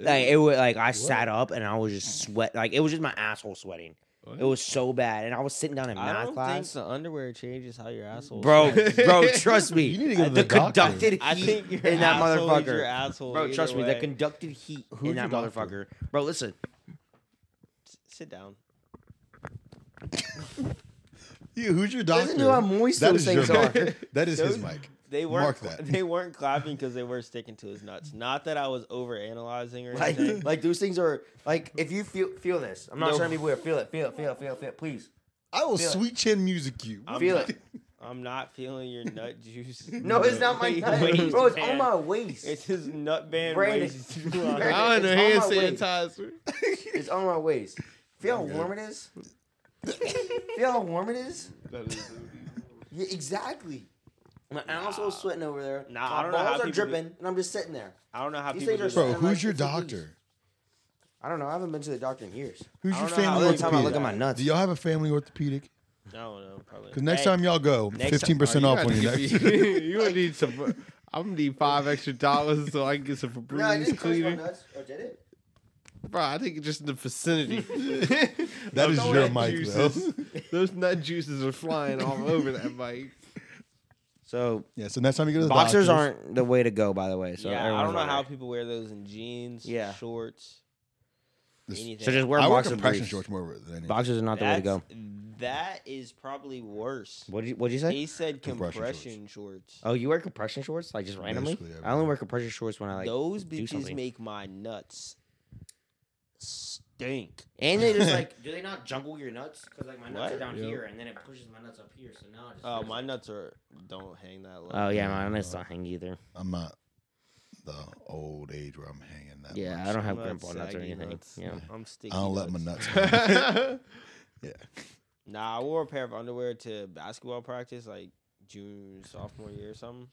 Speaker 3: like it was like I sat up and I was just sweat, like it was just my asshole sweating. It was so bad, and I was sitting down in
Speaker 7: I
Speaker 3: math
Speaker 7: don't
Speaker 3: class,
Speaker 7: think the underwear changes how your asshole.
Speaker 3: bro,
Speaker 7: smells.
Speaker 3: bro. Trust me,
Speaker 2: You need to go to
Speaker 3: the,
Speaker 2: the doctor.
Speaker 3: conducted heat
Speaker 7: I think your
Speaker 3: in that
Speaker 7: asshole is Your
Speaker 3: motherfucker.
Speaker 7: asshole
Speaker 3: Bro,
Speaker 7: either
Speaker 3: trust me, the
Speaker 7: way.
Speaker 3: conducted heat
Speaker 2: Who's
Speaker 3: in that
Speaker 2: your
Speaker 3: motherfucker.
Speaker 2: doctor?
Speaker 3: Bro, listen,
Speaker 7: Sit down.
Speaker 2: Yeah, who's your doctor?
Speaker 3: listen to how moist
Speaker 2: That
Speaker 3: those
Speaker 2: is your
Speaker 3: things are.
Speaker 2: mic. That is his
Speaker 7: Those-
Speaker 2: mic.
Speaker 7: They
Speaker 2: Mark
Speaker 7: weren't.
Speaker 2: that.
Speaker 7: They weren't clapping because they were sticking to his nuts. Not that I was over analyzing or
Speaker 3: Like,
Speaker 7: anything.
Speaker 3: like those things are like if you feel feel this. I'm not
Speaker 7: No.
Speaker 3: trying to be weird. Feel it, feel it, feel it, feel it, feel it. Please
Speaker 2: I will
Speaker 3: Feel it.
Speaker 2: sweet chin music you.
Speaker 7: I'm
Speaker 3: feel
Speaker 7: not-
Speaker 3: it.
Speaker 7: I'm not feeling your nut juice.
Speaker 3: No, it's not my
Speaker 7: Wait,
Speaker 3: nut,
Speaker 7: wait,
Speaker 3: bro. It's
Speaker 7: man.
Speaker 3: on my waist.
Speaker 7: It's his nut band.
Speaker 3: Brandon.
Speaker 7: waist.
Speaker 4: I don't know hand
Speaker 3: It's on my way.
Speaker 4: sanitizer.
Speaker 3: It's on my waist. Feel how warm it is. feel how warm it is. Yeah, exactly. My asshole's sweating over there.
Speaker 7: Nah,
Speaker 3: my
Speaker 7: I don't know how
Speaker 3: balls are
Speaker 7: people do-
Speaker 3: dripping, and I'm just sitting there.
Speaker 7: I don't know how
Speaker 3: These
Speaker 7: people do
Speaker 3: things
Speaker 7: that.
Speaker 3: are
Speaker 2: Bro,
Speaker 3: I'm
Speaker 2: who's
Speaker 3: like,
Speaker 2: your
Speaker 3: it's a beast.
Speaker 2: doctor?
Speaker 3: I don't know. I haven't been to the doctor in years.
Speaker 2: Who's
Speaker 7: I
Speaker 2: your
Speaker 7: don't know how
Speaker 2: family
Speaker 3: Only time I
Speaker 2: orthopedic?
Speaker 3: look at my nuts.
Speaker 2: Do y'all have a family orthopedic?
Speaker 7: I don't know. Probably.
Speaker 2: Because next
Speaker 7: Hey,
Speaker 2: time y'all go,
Speaker 7: next
Speaker 2: fifteen percent
Speaker 4: Oh,
Speaker 2: off on
Speaker 4: you
Speaker 2: your
Speaker 4: gotta
Speaker 2: next.
Speaker 4: give me- you would need some. I'm gonna need five extra dollars so I can get some
Speaker 3: No, I
Speaker 4: Febreze
Speaker 3: didn't touch my
Speaker 4: cleaner.
Speaker 3: nuts. Or did it?
Speaker 4: Bro, I think just in the vicinity.
Speaker 2: That
Speaker 4: Those
Speaker 2: is your
Speaker 4: nut
Speaker 2: mic,
Speaker 4: juices-
Speaker 2: though.
Speaker 4: Those nut juices are flying all over that mic.
Speaker 3: So
Speaker 2: yeah, so next time you go to the
Speaker 3: boxers
Speaker 2: doctors,
Speaker 3: aren't the way to go, by the way. So
Speaker 7: yeah, I
Speaker 3: everyone's
Speaker 7: don't know
Speaker 3: right.
Speaker 7: how people wear those in jeans,
Speaker 3: Yeah.
Speaker 7: shorts,
Speaker 2: This-
Speaker 7: anything.
Speaker 3: So just wear
Speaker 2: I wear
Speaker 3: boxer
Speaker 2: compression
Speaker 3: briefs.
Speaker 2: shorts more than anything.
Speaker 3: Boxers are not the way to go.
Speaker 7: That's- That is probably worse.
Speaker 3: What did you, what'd you say?
Speaker 7: He said
Speaker 2: Compression
Speaker 7: compression shorts.
Speaker 3: Oh, you wear compression shorts like just randomly?
Speaker 2: Basically, yeah,
Speaker 3: I only wear compression shorts when I Uh, like
Speaker 7: Those
Speaker 3: do
Speaker 7: bitches
Speaker 3: something.
Speaker 7: make my nuts stink.
Speaker 3: And they just like, do they not jungle your nuts? Because like my nuts
Speaker 7: What?
Speaker 3: are down
Speaker 4: Yep.
Speaker 3: here, and then it pushes my nuts up here. So now I just.
Speaker 7: Oh,
Speaker 3: feels
Speaker 7: my
Speaker 3: like-
Speaker 7: nuts are don't hang that low.
Speaker 3: Oh yeah, my nuts don't hang either.
Speaker 2: I'm not the old age where I'm hanging that.
Speaker 3: Yeah,
Speaker 2: much.
Speaker 3: I don't have
Speaker 7: Nuts,
Speaker 3: grandpa nuts or
Speaker 7: saggy
Speaker 3: anything.
Speaker 7: nuts.
Speaker 3: Yeah.
Speaker 7: I'm sticky.
Speaker 2: I don't let my
Speaker 7: nuts.
Speaker 2: nuts. yeah,
Speaker 7: Nah, I wore a pair of underwear to basketball practice like June sophomore year or something.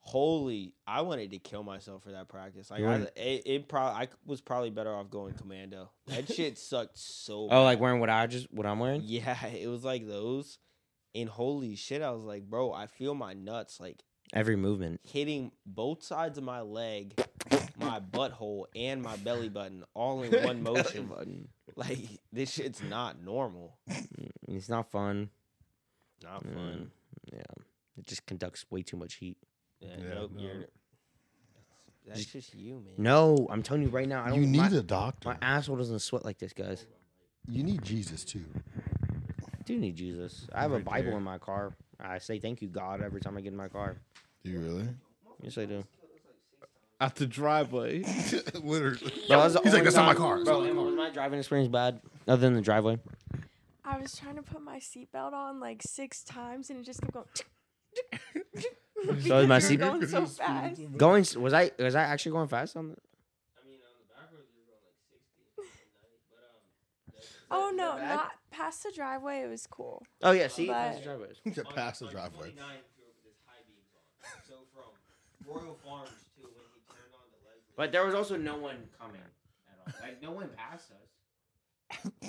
Speaker 7: holy, I wanted to kill myself for that practice. Like,
Speaker 3: You
Speaker 7: I,
Speaker 3: wanted-
Speaker 7: it, it probably, I was probably better off going commando. That shit sucked so.
Speaker 3: Oh, like
Speaker 7: bad.
Speaker 3: wearing what I just what I'm wearing?
Speaker 7: Yeah, it was like those. And holy shit, I was like, bro, I feel my nuts like
Speaker 3: Every movement.
Speaker 7: hitting both sides of my leg, my butthole, and my belly button all in one motion. Like this shit's not normal.
Speaker 3: It's not fun.
Speaker 7: Not
Speaker 3: Mm,
Speaker 7: fun.
Speaker 3: yeah. It just conducts way too much heat.
Speaker 7: Yeah,
Speaker 2: Yeah,
Speaker 7: nope,
Speaker 2: no.
Speaker 7: you're- that's just you, man.
Speaker 3: No, I'm telling you right now, I don't
Speaker 2: You need
Speaker 3: my,
Speaker 2: a doctor.
Speaker 3: my asshole doesn't sweat like this, guys.
Speaker 2: You need Jesus too.
Speaker 3: I do need Jesus. I have a
Speaker 4: Right
Speaker 3: Bible
Speaker 4: there.
Speaker 3: in my car. I say thank you, God, every time I get in my car.
Speaker 2: Do you really?
Speaker 3: Yes, I do.
Speaker 4: Out the driveway.
Speaker 2: Literally.
Speaker 3: Bro, that's the
Speaker 2: He's like,
Speaker 3: only
Speaker 2: that's not my
Speaker 3: time-
Speaker 2: car. That's
Speaker 3: Bro,
Speaker 2: not my
Speaker 3: and
Speaker 2: car."
Speaker 3: was my driving experience bad other than the driveway?
Speaker 6: I was trying to put my seatbelt on like six times and it just kept going.
Speaker 3: is my
Speaker 6: Because you were
Speaker 3: seatbelt-
Speaker 6: going so fast.
Speaker 3: Going s- was I was I actually going fast on the
Speaker 6: Oh no, not past the driveway. It was cool.
Speaker 3: Oh yeah, see?
Speaker 6: But-
Speaker 3: That's the driveway.
Speaker 2: To pass the driveway.
Speaker 3: But there was also no one coming.
Speaker 1: Like no one passed us.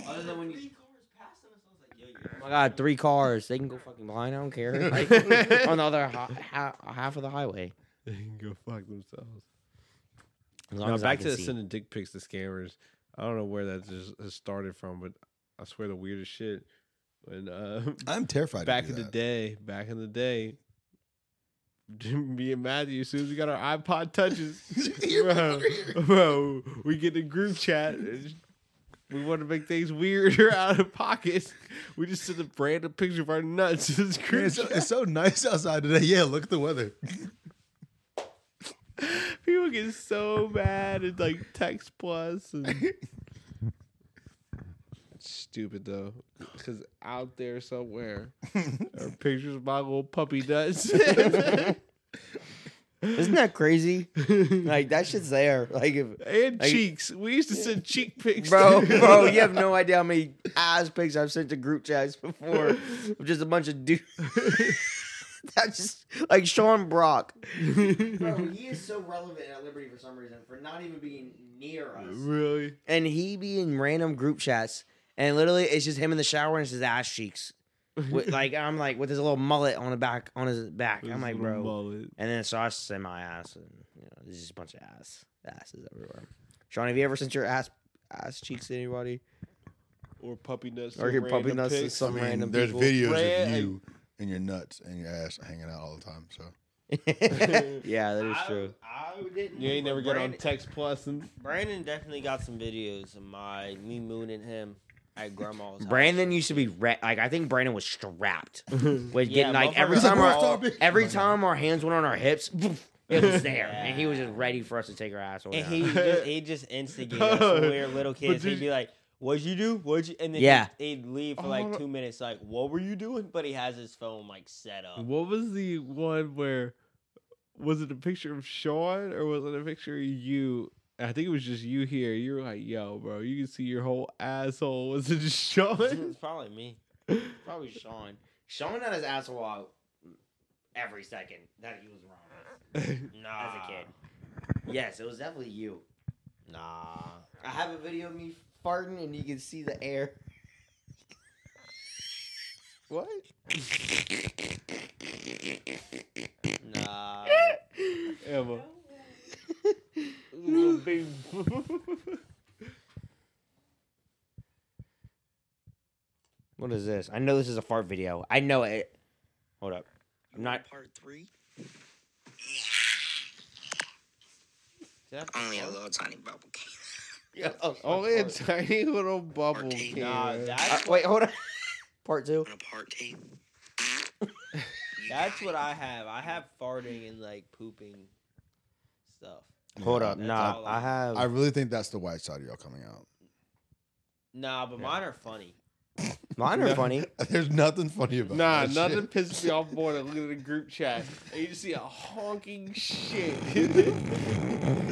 Speaker 1: Other than when you.
Speaker 3: Oh my god, three cars. They can go fucking blind. I don't care. Like, on the other ha- ha- half of the highway.
Speaker 4: They can go fuck themselves.
Speaker 3: As long
Speaker 4: Now
Speaker 3: as I
Speaker 4: back
Speaker 3: can
Speaker 4: to the
Speaker 3: see.
Speaker 4: sending dick pics to scammers. I don't know where that just has started from, but I swear the weirdest shit. When uh,
Speaker 2: I'm terrified.
Speaker 4: back
Speaker 2: to
Speaker 4: in
Speaker 2: do that.
Speaker 4: the day, back in the day, me and Matthew, as soon as we got our iPod touches, bro, bro, we get in group chat. and we want to make things weirder out of pockets. We just send a random picture of our nuts to this
Speaker 2: Man,
Speaker 4: group
Speaker 2: It's so,
Speaker 4: chat.
Speaker 2: it's so nice outside today. Yeah, look at the weather.
Speaker 4: People get so mad and like text plus and stupid though, because out there somewhere are pictures of my little puppy nuts.
Speaker 3: Isn't that crazy? like that shit's there. Like if
Speaker 4: And
Speaker 3: Like-
Speaker 4: cheeks. We used to send cheek pics.
Speaker 3: Bro,
Speaker 4: too.
Speaker 3: bro, you have no idea how many ass pics I've sent to group chats before. of just a bunch of dudes. That's just like Sean Brock.
Speaker 15: Bro, he is so relevant at Liberty for some reason for not even being near us.
Speaker 4: really?
Speaker 3: And he be in random group chats. And literally it's just him in the shower and it's his ass cheeks. With, like I'm like with his little mullet on the back on his back. I'm like, bro.
Speaker 4: Little mullet.
Speaker 3: And then so I send my ass and you know, there's just a bunch of ass. Asses everywhere. Sean, have you ever sent your ass ass cheeks to anybody?
Speaker 4: Or puppy nuts.
Speaker 3: Or
Speaker 4: to
Speaker 3: your puppy
Speaker 4: random
Speaker 3: nuts to
Speaker 4: pics.
Speaker 3: some
Speaker 2: I mean,
Speaker 3: random
Speaker 2: there's
Speaker 3: people.
Speaker 2: videos
Speaker 4: Ran-
Speaker 2: of you and your nuts and your ass hanging out all the time. So
Speaker 3: yeah, that is true.
Speaker 4: You ain't never got on text plus and
Speaker 7: Brandon definitely got some videos of my me mooning him at grandma's. house.
Speaker 3: Brandon used to be re- like I think Brandon was strapped with
Speaker 7: Yeah,
Speaker 3: getting like every
Speaker 7: motherfucker
Speaker 3: time
Speaker 7: was
Speaker 3: our,
Speaker 7: all-
Speaker 3: every time our hands went on our hips, it was there, and he was just
Speaker 7: Yeah.
Speaker 3: ready for us to take our asshole.
Speaker 7: And
Speaker 3: down.
Speaker 7: he just, he just instigated us when we were little kids.
Speaker 4: did
Speaker 7: He'd
Speaker 4: you-
Speaker 7: be like, "What'd you do? What'd you?" And then
Speaker 3: Yeah.
Speaker 7: he'd, he'd leave for
Speaker 4: Oh,
Speaker 7: like
Speaker 4: no.
Speaker 7: two minutes, like, "What were you doing?" But he has his phone like set up.
Speaker 4: What was the one where was it a picture of Sean or was it a picture of you? I think it was just you here. You were like, yo, bro, you can see your whole asshole. Was it just Sean?
Speaker 7: it's probably me.
Speaker 3: probably Sean. Sean had his asshole out every second that he was wrong
Speaker 7: Nah,
Speaker 3: Yes, it was definitely you.
Speaker 7: Nah.
Speaker 3: I have a video of me farting, and you can see the air.
Speaker 4: what?
Speaker 7: Nah.
Speaker 4: Emma.
Speaker 3: What is this? I know this is a fart video. I know it. Hold up. I'm not.
Speaker 16: Part three.
Speaker 7: Is that
Speaker 16: Only a
Speaker 7: fart?
Speaker 16: little tiny bubble cake.
Speaker 4: Only a tiny little bubble.
Speaker 16: Nah,
Speaker 7: Nah,
Speaker 4: can.
Speaker 3: Uh,
Speaker 7: that's
Speaker 3: wait, hold on. Part two.
Speaker 16: On a part tape.
Speaker 7: that's what I have. I have farting and like pooping stuff.
Speaker 3: Hold up.
Speaker 7: That's
Speaker 3: Nah,
Speaker 7: all I-
Speaker 3: I have.
Speaker 2: I really think that's the white side of y'all coming out.
Speaker 7: Nah, but mine are funny.
Speaker 3: Mine are funny.
Speaker 2: There's nothing funny about
Speaker 4: Nah,
Speaker 2: that
Speaker 4: nothing
Speaker 2: shit.
Speaker 4: pisses me off more than looking at the group chat and you just see a honking shit.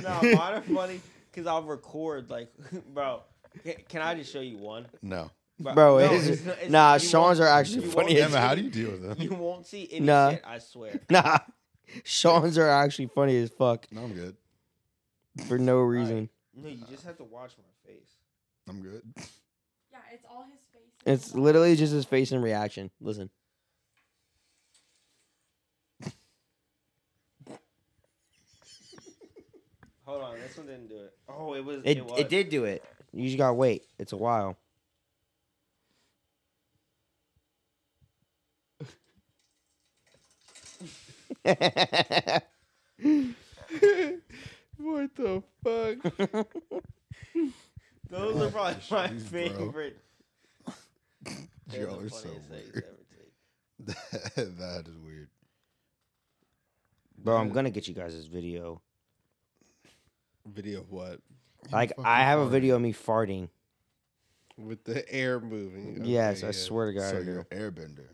Speaker 7: Nah, mine are funny because I'll record like, bro. ca- Can I just show you one?
Speaker 2: No.
Speaker 3: Bro,
Speaker 7: no,
Speaker 3: it is-
Speaker 7: it's not- it's-
Speaker 3: nah,
Speaker 7: you
Speaker 3: Sean's
Speaker 7: won't-
Speaker 3: are actually
Speaker 7: you
Speaker 3: funny
Speaker 7: won't-
Speaker 3: as
Speaker 2: Emma, how do you deal with that?
Speaker 7: You won't see any
Speaker 3: Nah.
Speaker 7: shit. I swear.
Speaker 3: Nah.
Speaker 7: Sean's are actually funny as fuck
Speaker 2: No, I'm good.
Speaker 7: for no reason.
Speaker 3: No, you just have to watch my face.
Speaker 2: I'm good.
Speaker 6: Yeah, it's all his face.
Speaker 7: It's literally just his face and reaction. Listen.
Speaker 3: Hold on, this one didn't do it. Oh, it was.
Speaker 7: It, it did do it. You just gotta wait. It's a while.
Speaker 4: What the fuck?
Speaker 3: Those are probably
Speaker 2: Jeez,
Speaker 3: my
Speaker 2: bro.
Speaker 3: favorite. They're
Speaker 2: Y'all
Speaker 3: the
Speaker 2: are so
Speaker 3: funniest things
Speaker 2: weird.
Speaker 3: ever taken.
Speaker 2: that is weird.
Speaker 7: Bro, I'm gonna get you guys this video.
Speaker 4: Video of what?
Speaker 7: Like
Speaker 2: fucking
Speaker 7: I have a
Speaker 2: farted.
Speaker 7: video of me farting.
Speaker 4: With the air moving. Okay,
Speaker 7: yes, I
Speaker 4: yeah.
Speaker 7: swear to God.
Speaker 2: So
Speaker 7: I do.
Speaker 2: you're an airbender.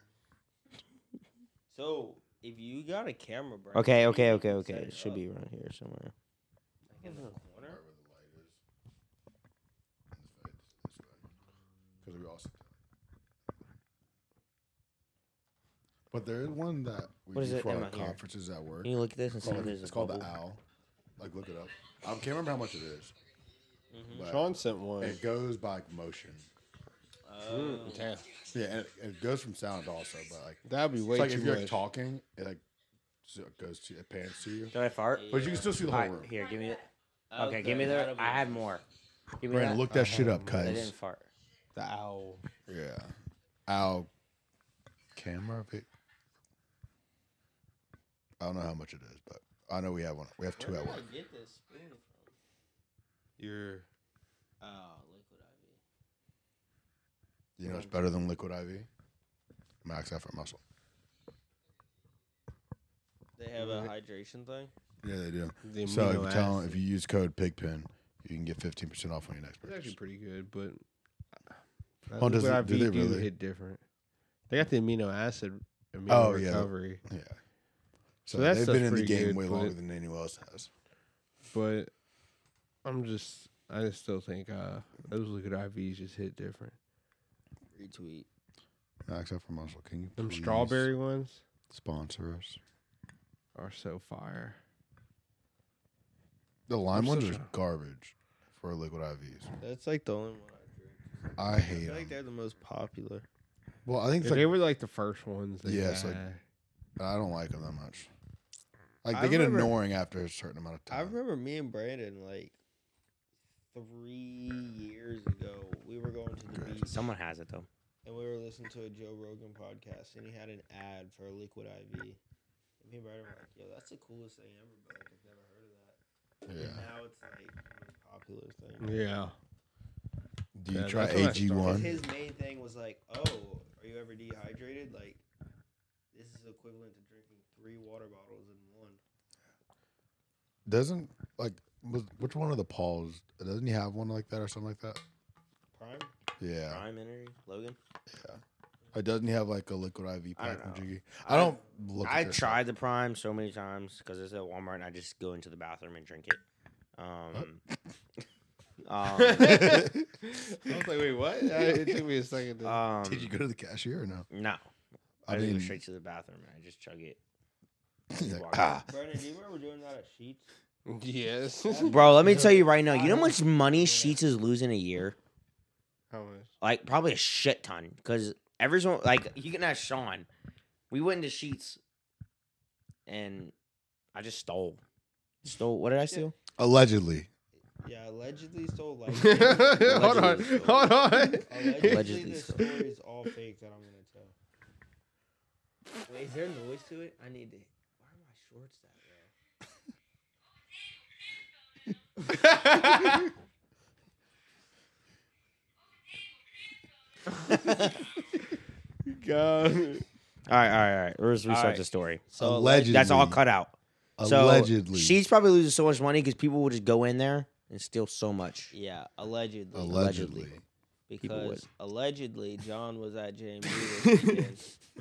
Speaker 3: So, if you got a camera, bro.
Speaker 7: Okay, okay, okay, okay.
Speaker 3: Set
Speaker 7: It should be around here somewhere.
Speaker 3: in the corner.
Speaker 2: Because we all sit down. But there is one that we
Speaker 7: What is
Speaker 2: do
Speaker 7: it,
Speaker 2: for our
Speaker 7: Emma, here?
Speaker 2: conferences at work.
Speaker 7: Can you look at this and
Speaker 2: It's
Speaker 7: see if
Speaker 2: called,
Speaker 7: there's a
Speaker 2: it's called the
Speaker 7: bubble?
Speaker 2: owl. Like look it up. I can't remember how much it is,
Speaker 7: Mm-hmm.
Speaker 2: but
Speaker 4: Sean sent one. Oh.
Speaker 2: it goes by like, motion. Yeah, and it, it goes from sound also, but like
Speaker 4: That'd be way
Speaker 2: it's like
Speaker 4: too
Speaker 2: if you're like,
Speaker 4: much.
Speaker 2: talking, it like so it goes to it pans to you,
Speaker 7: Did I fart?
Speaker 2: but you can still see the whole room.
Speaker 7: Here, give me the. Okay, give me the. I had more. Give me
Speaker 2: Brandon,
Speaker 7: that.
Speaker 2: look that shit up,
Speaker 7: I
Speaker 2: cuz.
Speaker 7: Uh-huh. didn't fart.
Speaker 4: the owl.
Speaker 2: Yeah. Ow. Camera. pic- I don't know how much it is, but I know we have one. We have two at work.
Speaker 3: Get this spoon from.
Speaker 4: You're
Speaker 3: Oh, liquid IV.
Speaker 2: You know, it's better than liquid IV. Max effort muscle.
Speaker 3: They have a hydration thing.
Speaker 2: Yeah, they do.
Speaker 4: the
Speaker 2: So if
Speaker 4: amino
Speaker 2: you tell
Speaker 4: acid.
Speaker 2: if you use code PIGPIN, you can get fifteen percent off on your next
Speaker 4: It's
Speaker 2: purchase.
Speaker 4: actually pretty good, but I
Speaker 2: Oh, does it- do they really?
Speaker 4: hit different? They got the amino acid amino
Speaker 2: Oh, yeah.
Speaker 4: recovery,
Speaker 2: Yeah. So,
Speaker 4: So that
Speaker 2: they've
Speaker 4: stuff's
Speaker 2: been in the
Speaker 4: pretty
Speaker 2: game
Speaker 4: good,
Speaker 2: way
Speaker 4: but
Speaker 2: longer
Speaker 4: it-
Speaker 2: than anyone else has.
Speaker 4: but I'm just I just still think uh, those liquid IVs just hit different.
Speaker 7: Retweet.
Speaker 2: Max effort muscle. Can you
Speaker 4: Them
Speaker 2: please
Speaker 4: strawberry ones
Speaker 2: sponsor us?
Speaker 4: are so fire.
Speaker 2: The lime
Speaker 4: I'm
Speaker 2: ones
Speaker 4: so
Speaker 2: are
Speaker 4: trying-
Speaker 2: garbage for liquid IVs.
Speaker 7: That's like the only one I drink.
Speaker 2: I hate
Speaker 7: I feel like
Speaker 2: them.
Speaker 7: they're the most popular.
Speaker 2: Well, I think
Speaker 4: If
Speaker 2: it's like
Speaker 4: they were like the first ones. They
Speaker 2: Yeah, it's like-
Speaker 4: had.
Speaker 2: I don't like them that much. Like
Speaker 7: I
Speaker 2: they get
Speaker 7: remember-
Speaker 2: annoying after a certain amount of
Speaker 7: I
Speaker 2: time.
Speaker 7: remember me and Brandon like three years ago. We were going to the beach.
Speaker 3: Someone has it though.
Speaker 7: and we were listening to a Joe Rogan podcast, and he had an ad for a liquid IV. And me and Brandon were like, "Yo, that's the coolest thing ever, but like, I've never heard of that."
Speaker 2: yeah.
Speaker 7: And now it's like the most popular thing.
Speaker 4: yeah,
Speaker 2: Do you
Speaker 4: Yeah,
Speaker 2: try
Speaker 4: that's when I
Speaker 2: AG
Speaker 7: 'Cause
Speaker 2: one?
Speaker 7: His main thing was like, "Oh, are you ever dehydrated? Like, this is equivalent to drinking three water bottles in one."
Speaker 2: Doesn't like was, which one of the Pauls? Doesn't he have one like that or something like that?
Speaker 7: Prime,
Speaker 2: Yeah.
Speaker 7: prime energy, Logan.
Speaker 2: Like doesn't he have like a liquid IV
Speaker 3: I don't
Speaker 2: pack and
Speaker 3: know.
Speaker 2: jiggy?
Speaker 3: I-
Speaker 2: I don't look. at
Speaker 3: I
Speaker 2: their stuff.
Speaker 3: tried the Prime so many times because it's at Walmart, and I just go into the bathroom and drink it. Um, um,
Speaker 4: I was like, wait, what? I- it took me a second. To,
Speaker 3: um,
Speaker 2: Did you go to the cashier or no?
Speaker 3: No, I,
Speaker 2: I
Speaker 3: just
Speaker 2: mean,
Speaker 3: go straight to the bathroom and I just chug it.
Speaker 2: he's like,
Speaker 3: walk
Speaker 2: ah,
Speaker 7: Brandon, do you remember doing that at Sheets?
Speaker 4: yes.
Speaker 3: Bro, let me tell you right now. You know how much money Sheets is losing a year?
Speaker 4: How much?
Speaker 3: Like probably a shit ton. Because every single like you can ask Sean. We went into Sheets, and I just stole. Stole. What did I steal?
Speaker 2: allegedly.
Speaker 7: Yeah, allegedly stole like.
Speaker 4: hold on,
Speaker 3: Allegedly so.
Speaker 4: hold on.
Speaker 7: Allegedly,
Speaker 3: Allegedly
Speaker 7: this
Speaker 3: so.
Speaker 7: story is all fake that I'm gonna tell. Wait, is there noise to it? I need to. Why are my shorts that way?
Speaker 4: Go.
Speaker 3: All right, all right, all right. Let's restart
Speaker 7: right.
Speaker 3: the story.
Speaker 7: So
Speaker 2: allegedly.
Speaker 3: That's all cut out. So
Speaker 2: Allegedly.
Speaker 3: Sheets probably loses so much money because people will just go in there and steal so much.
Speaker 7: Yeah, allegedly.
Speaker 2: allegedly.
Speaker 3: People would.
Speaker 7: Because allegedly John was at JMU. This weekend.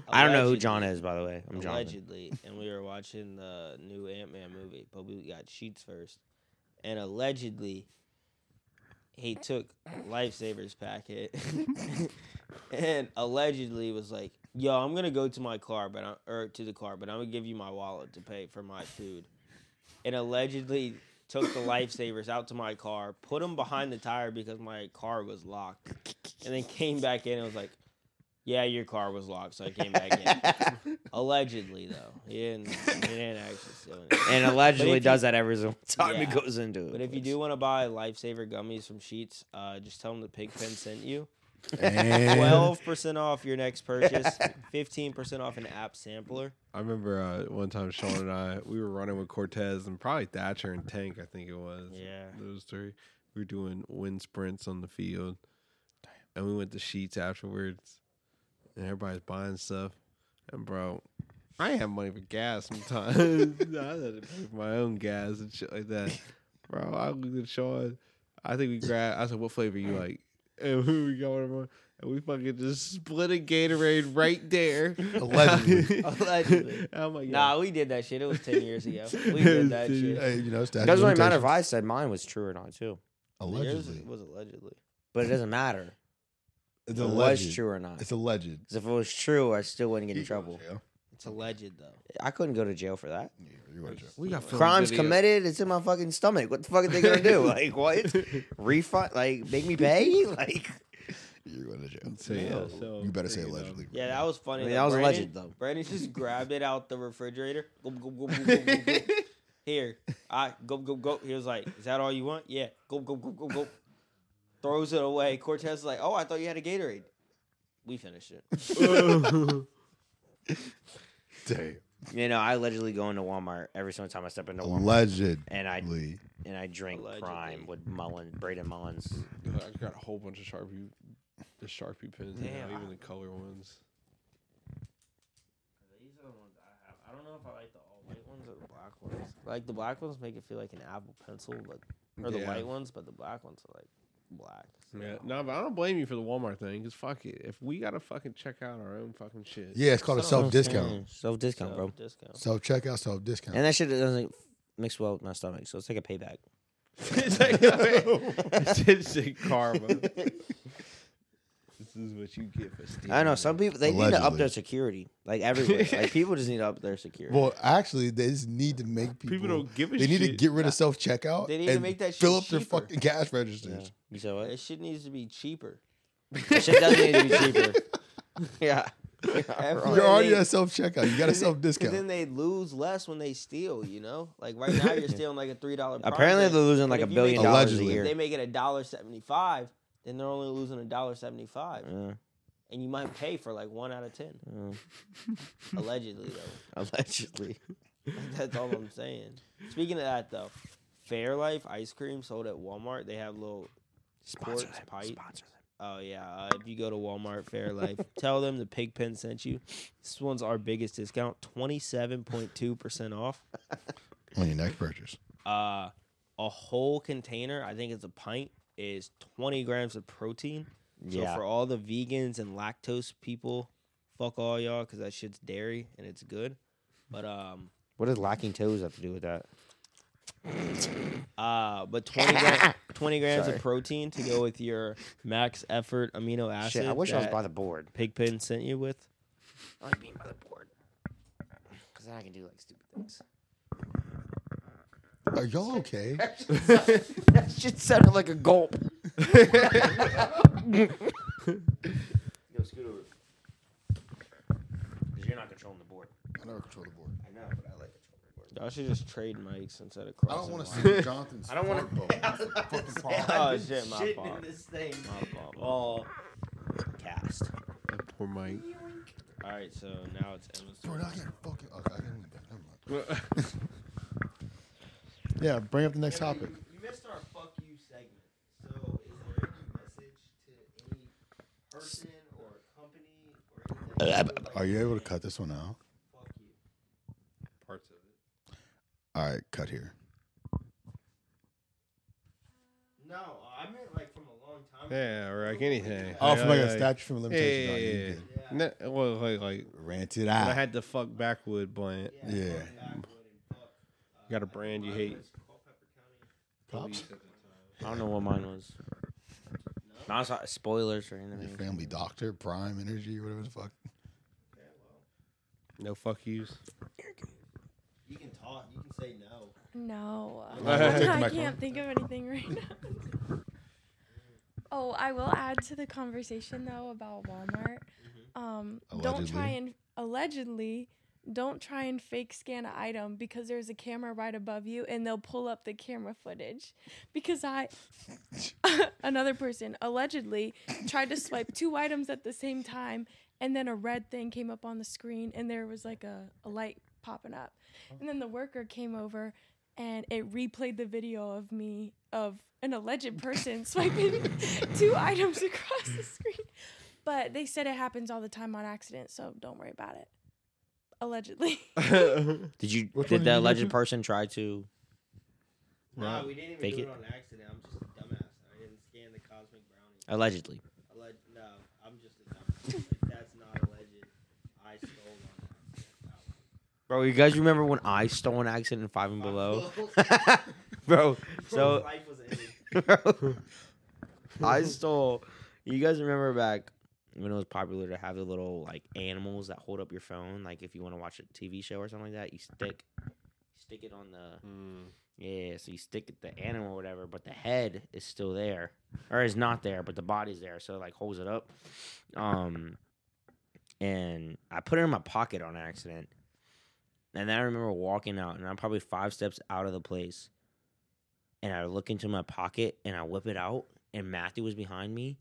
Speaker 3: I don't know who
Speaker 7: Allegedly.
Speaker 3: John is, by the way. I'm John.
Speaker 7: allegedly, and we were watching the new Ant Man movie, but we got sheets first. And allegedly, he took lifesavers packet, and allegedly was like, yo, I'm gonna go to my car, but I, or to the car, but I'm gonna give you my wallet to pay for my food, and allegedly took the lifesavers out to my car, put them behind the tire because my car was locked, and then came back in and was like, "Yeah, your car was locked," so I came back in. allegedly, though, he didn't, he didn't actually steal anything.
Speaker 3: and allegedly
Speaker 7: if
Speaker 3: does
Speaker 7: you-
Speaker 3: that every single time he
Speaker 7: Yeah.
Speaker 3: goes into it.
Speaker 7: But if you do want to buy lifesaver gummies from Sheets, uh, just tell them the Pigpen sent you.
Speaker 2: And
Speaker 7: Twelve percent off your next purchase. Fifteen percent off an app sampler.
Speaker 4: I remember uh, one time Sean and I we were running with Cortez and probably Thatcher and Tank, I think it was.
Speaker 7: Yeah.
Speaker 4: Those three. We were doing wind sprints on the field. And we went to sheets afterwards. And everybody's buying stuff. And bro, I ain't have money for gas sometimes. I had to pay for my own gas and shit like that. Bro, I looked at Sean. I think we grabbed I said, What flavor you like? And we were going over and we fucking just split a Gatorade right there.
Speaker 2: Allegedly.
Speaker 7: Allegedly.
Speaker 4: oh my god.
Speaker 7: Nah, we did that shit. It was ten years ago. We did that shit.
Speaker 2: Hey, you know,
Speaker 3: it
Speaker 2: statute
Speaker 3: doesn't really
Speaker 2: of
Speaker 3: matter if
Speaker 2: limitations.
Speaker 3: I said mine was true or not too,
Speaker 7: Yours
Speaker 2: allegedly.
Speaker 7: was allegedly.
Speaker 3: but it doesn't matter.
Speaker 2: It's
Speaker 3: If it
Speaker 2: alleged.
Speaker 3: was true or not.
Speaker 2: It's alleged.
Speaker 3: Because if it was true, I still wouldn't get in
Speaker 2: You go to
Speaker 3: trouble.
Speaker 2: jail.
Speaker 7: It's alleged though.
Speaker 3: I couldn't go to jail for that.
Speaker 2: Yeah, you go to jail.
Speaker 4: we got film
Speaker 3: Crimes
Speaker 4: video.
Speaker 3: committed. It's in my fucking stomach. What the fuck are they gonna do? Like what? Refund? Like make me pay? Like
Speaker 2: You're going to jail.
Speaker 4: So yeah, so
Speaker 2: You better say
Speaker 4: you know.
Speaker 2: allegedly.
Speaker 7: Yeah, that was funny.
Speaker 3: I mean,
Speaker 7: though.
Speaker 3: that was
Speaker 7: Brandon-
Speaker 3: alleged, though.
Speaker 7: Brandon just grabbed it out the refrigerator. Go, go, go, go, go, go, go. Here, I go go go. He was like, "Is that all you want?" Yeah. Go go go go go. Throws it away. Cortez is like, "Oh, I thought you had a Gatorade." We finished it.
Speaker 2: Damn.
Speaker 3: you know, I allegedly go into Walmart every single time I step into Walmart,
Speaker 2: Allegedly.
Speaker 3: and I and I drink Prime
Speaker 7: Allegedly.
Speaker 3: with Mullen, Braden Mullins.
Speaker 4: Look, I got a whole bunch of sharpie, the sharpie pins,
Speaker 7: Damn,
Speaker 4: now,
Speaker 7: I-
Speaker 4: even the color ones.
Speaker 1: These are the ones I have. I don't know if I like the all white
Speaker 7: White ones or the black ones? Like the black ones make it feel like an apple pencil, but or the
Speaker 4: Yeah.
Speaker 7: white ones, but the black ones are like black. So
Speaker 4: Yeah, no, but I don't blame you for the Walmart thing. Because fuck it, if we gotta fucking check out our own fucking shit,
Speaker 2: Yeah, it's called a self discount.
Speaker 3: Self discount, bro.
Speaker 7: Discount.
Speaker 2: Self checkout, self discount.
Speaker 3: And that shit doesn't mix well with my stomach, so it's like a payback.
Speaker 4: it's like it's like karma. this is what you get for stealing.
Speaker 3: I don't know. Some people they need to up
Speaker 2: Allegedly.
Speaker 3: their security, like everywhere. like people just need to up their security.
Speaker 2: Well, actually, they just need to make people.
Speaker 4: people don't give a
Speaker 2: They
Speaker 4: shit.
Speaker 2: need to get rid of self checkout.
Speaker 7: They need to
Speaker 2: and
Speaker 7: make that
Speaker 2: fill
Speaker 7: shit
Speaker 2: up their
Speaker 7: cheaper.
Speaker 2: fucking gas
Speaker 3: yeah.
Speaker 2: registers.
Speaker 3: You said what?
Speaker 7: That shit needs to be cheaper.
Speaker 3: That shit does need to be cheaper. yeah.
Speaker 7: Everywhere
Speaker 2: You're already
Speaker 7: they-
Speaker 2: at self checkout. You got a self
Speaker 7: Because then
Speaker 2: discount.
Speaker 7: they lose less when they steal, you know? Like right now you're stealing like a three dollar
Speaker 3: Apparently they're losing like a billion dollars a
Speaker 2: Allegedly.
Speaker 3: year.
Speaker 7: If they make it a dollar seventy five, then they're only losing a dollar seventy five.
Speaker 3: Yeah,
Speaker 7: And you might pay for like one out of ten.
Speaker 3: yeah.
Speaker 7: Allegedly though.
Speaker 3: allegedly.
Speaker 7: That's all I'm saying. Speaking of that though, Fairlife ice cream sold at Walmart. They have little
Speaker 3: Sponsor
Speaker 7: Sports
Speaker 3: them.
Speaker 7: pipe.
Speaker 3: Sponsor them.
Speaker 7: Oh yeah, uh, if you go to Walmart Fairlife, tell them the Pigpen sent you. This one's our biggest discount, twenty seven point two percent off.
Speaker 2: On your next purchase.
Speaker 7: Uh, a whole container, I think it's a pint, is twenty grams of protein. So
Speaker 3: Yeah.
Speaker 7: for all the vegans and lactose people, fuck all y'all because that shit's dairy and it's good. But um,
Speaker 3: What does lacking toes have to do with that?
Speaker 7: uh, but twenty gra- twenty grams
Speaker 3: Sorry.
Speaker 7: of protein to go with your max effort amino acid.
Speaker 3: Shit, I wish I was
Speaker 7: that
Speaker 3: by the board.
Speaker 7: Pigpen sent you with.
Speaker 3: I like being by the board. Because then I can do like stupid things.
Speaker 2: Are y'all okay?
Speaker 3: that shit sounded like a gulp.
Speaker 1: Yo, scoot over. Because you're not controlling the board.
Speaker 2: I never control the board.
Speaker 1: I know, but I like controlling the board.
Speaker 7: Y'all should just trade mics instead of
Speaker 2: I
Speaker 7: crossing.
Speaker 2: don't want to
Speaker 7: lines.
Speaker 2: see Jonathan's. I
Speaker 3: don't wanna-
Speaker 7: Oh shit, my
Speaker 1: Shitting
Speaker 7: fault.
Speaker 1: in this thing.
Speaker 7: My fault. Oh, cast.
Speaker 4: Poor Mike.
Speaker 7: All right, so now it's Emma's
Speaker 2: We're
Speaker 7: turn.
Speaker 2: not getting fucking. Okay, I can leave that. Never mind. Yeah, bring up the next topic.
Speaker 1: You missed our fuck you segment. So, is there any message to any person or company or anything?
Speaker 2: Uh, Are you able to cut this one out?
Speaker 1: Fuck you.
Speaker 4: Parts of it.
Speaker 2: All right, cut here.
Speaker 1: No, I meant like from a long time
Speaker 4: Yeah, or like anything.
Speaker 2: Oh, from like
Speaker 4: yeah,
Speaker 2: a statue from a limitation.
Speaker 4: yeah,
Speaker 2: on
Speaker 4: yeah,
Speaker 2: you
Speaker 4: yeah. No, well, like, like
Speaker 2: can Rant it
Speaker 4: when I
Speaker 2: out.
Speaker 4: had the fuck backwood blunt.
Speaker 2: Yeah.
Speaker 4: Got a brand you hate.
Speaker 2: Pops.
Speaker 3: I don't know what mine was. Not spoilers or
Speaker 2: Your
Speaker 3: anything.
Speaker 2: family doctor, prime energy, whatever the fuck.
Speaker 4: No fuck yous.
Speaker 16: You can talk. You can say no.
Speaker 6: No.
Speaker 4: I'll take the
Speaker 6: I
Speaker 4: microphone.
Speaker 6: can't think of anything right now. oh, I will add to the conversation though about Walmart. Um, don't try
Speaker 2: Allegedly.
Speaker 6: and allegedly don't try and fake scan an item because there's a camera right above you and they'll pull up the camera footage. Because I another person allegedly tried to swipe two items at the same time and then a red thing came up on the screen and there was like a, a light popping up. And then the worker came over and it replayed the video of me of an alleged person swiping two items across the screen. But they said it happens all the time on accident, so don't worry about it. Allegedly.
Speaker 3: Did you?
Speaker 2: Which one did
Speaker 3: did the
Speaker 2: you
Speaker 3: alleged
Speaker 2: mention?
Speaker 3: person try to?
Speaker 16: Nah, we didn't even
Speaker 3: Fake
Speaker 16: do it.
Speaker 3: it.
Speaker 16: on accident. I'm just a dumbass. I didn't scan the cosmic brownie.
Speaker 3: Allegedly.
Speaker 16: Alleg- no, I'm just a dumbass. like, that's not alleged. I stole one.
Speaker 3: Bro, you guys remember when I stole an accident in Five and Below? bro, so
Speaker 16: life was ended.
Speaker 3: bro, I stole. You guys remember back when it was popular to have the little like animals that hold up your phone? Like if you want to watch a TV show or something like that, you stick stick it on the yeah. So you stick it- the animal or whatever, but the head is still there or is not there, but the body's there. So it like holds it up. Um, and I put it in my pocket on accident. And then I remember walking out, and I'm probably five steps out of the place. And I look into my pocket and I whip it out, and Matthew was behind me.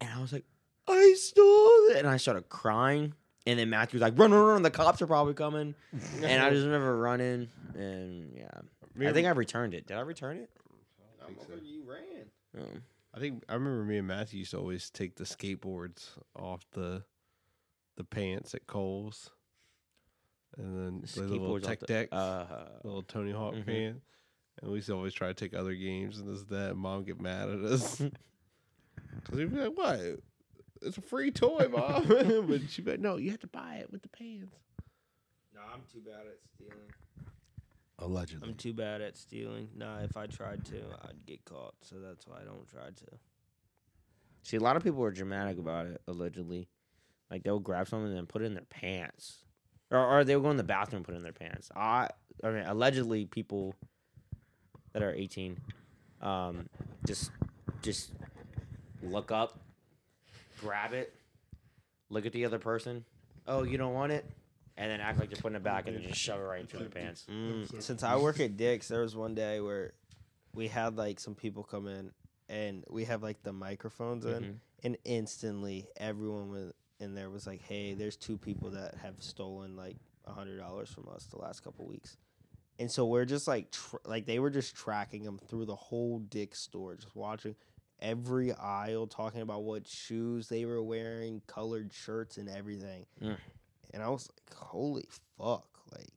Speaker 3: And I was like, I stole it. And I started crying. And then Matthew was like, run, run, run. The cops are probably coming. and I just remember running. And yeah, I think I returned it. Did I return it?
Speaker 16: No, motherfucker, you ran.
Speaker 3: No.
Speaker 4: I think I remember me and Matthew used to always take the skateboards off the the pants at Cole's, and then the, little
Speaker 3: Skateboards off
Speaker 4: tech
Speaker 3: the-
Speaker 4: deck,
Speaker 3: Uh,
Speaker 4: little Tony Hawk
Speaker 7: mm-hmm.
Speaker 3: mhm.
Speaker 4: pants, and we used to always try to take other games and this that. And Mom get mad at us because we'd be like, "What? It's a free toy, Mom!" but she would be like, "No, you have to buy it with the pants."
Speaker 16: No, I'm too bad at stealing.
Speaker 2: Allegedly.
Speaker 7: I'm too bad at stealing. Nah, if I tried to, I'd get caught. So that's why I don't try to.
Speaker 3: See, a lot of people are dramatic about it, allegedly. Like they'll grab something and then put it in their pants. Or, or they'll go in the bathroom and put it in their pants. I I mean allegedly people that are eighteen um just just look up, grab it, look at the other person, oh you don't want it, and then act like they're putting it back and then just shove it right into their pants.
Speaker 2: Mm.
Speaker 7: Mm, Since I work at Dick's, there was one day where we had like some people come in and we have like the microphones in,
Speaker 3: Mhm.
Speaker 7: and instantly everyone was in there was like, "Hey, there's two people that have stolen like a hundred dollars from us the last couple weeks." And so we're just like, tr- like they were just tracking them through the whole Dick's store, just watching every aisle, talking about what shoes they were wearing, colored shirts, and everything.
Speaker 3: Mm.
Speaker 7: And I was like, "Holy fuck!" Like,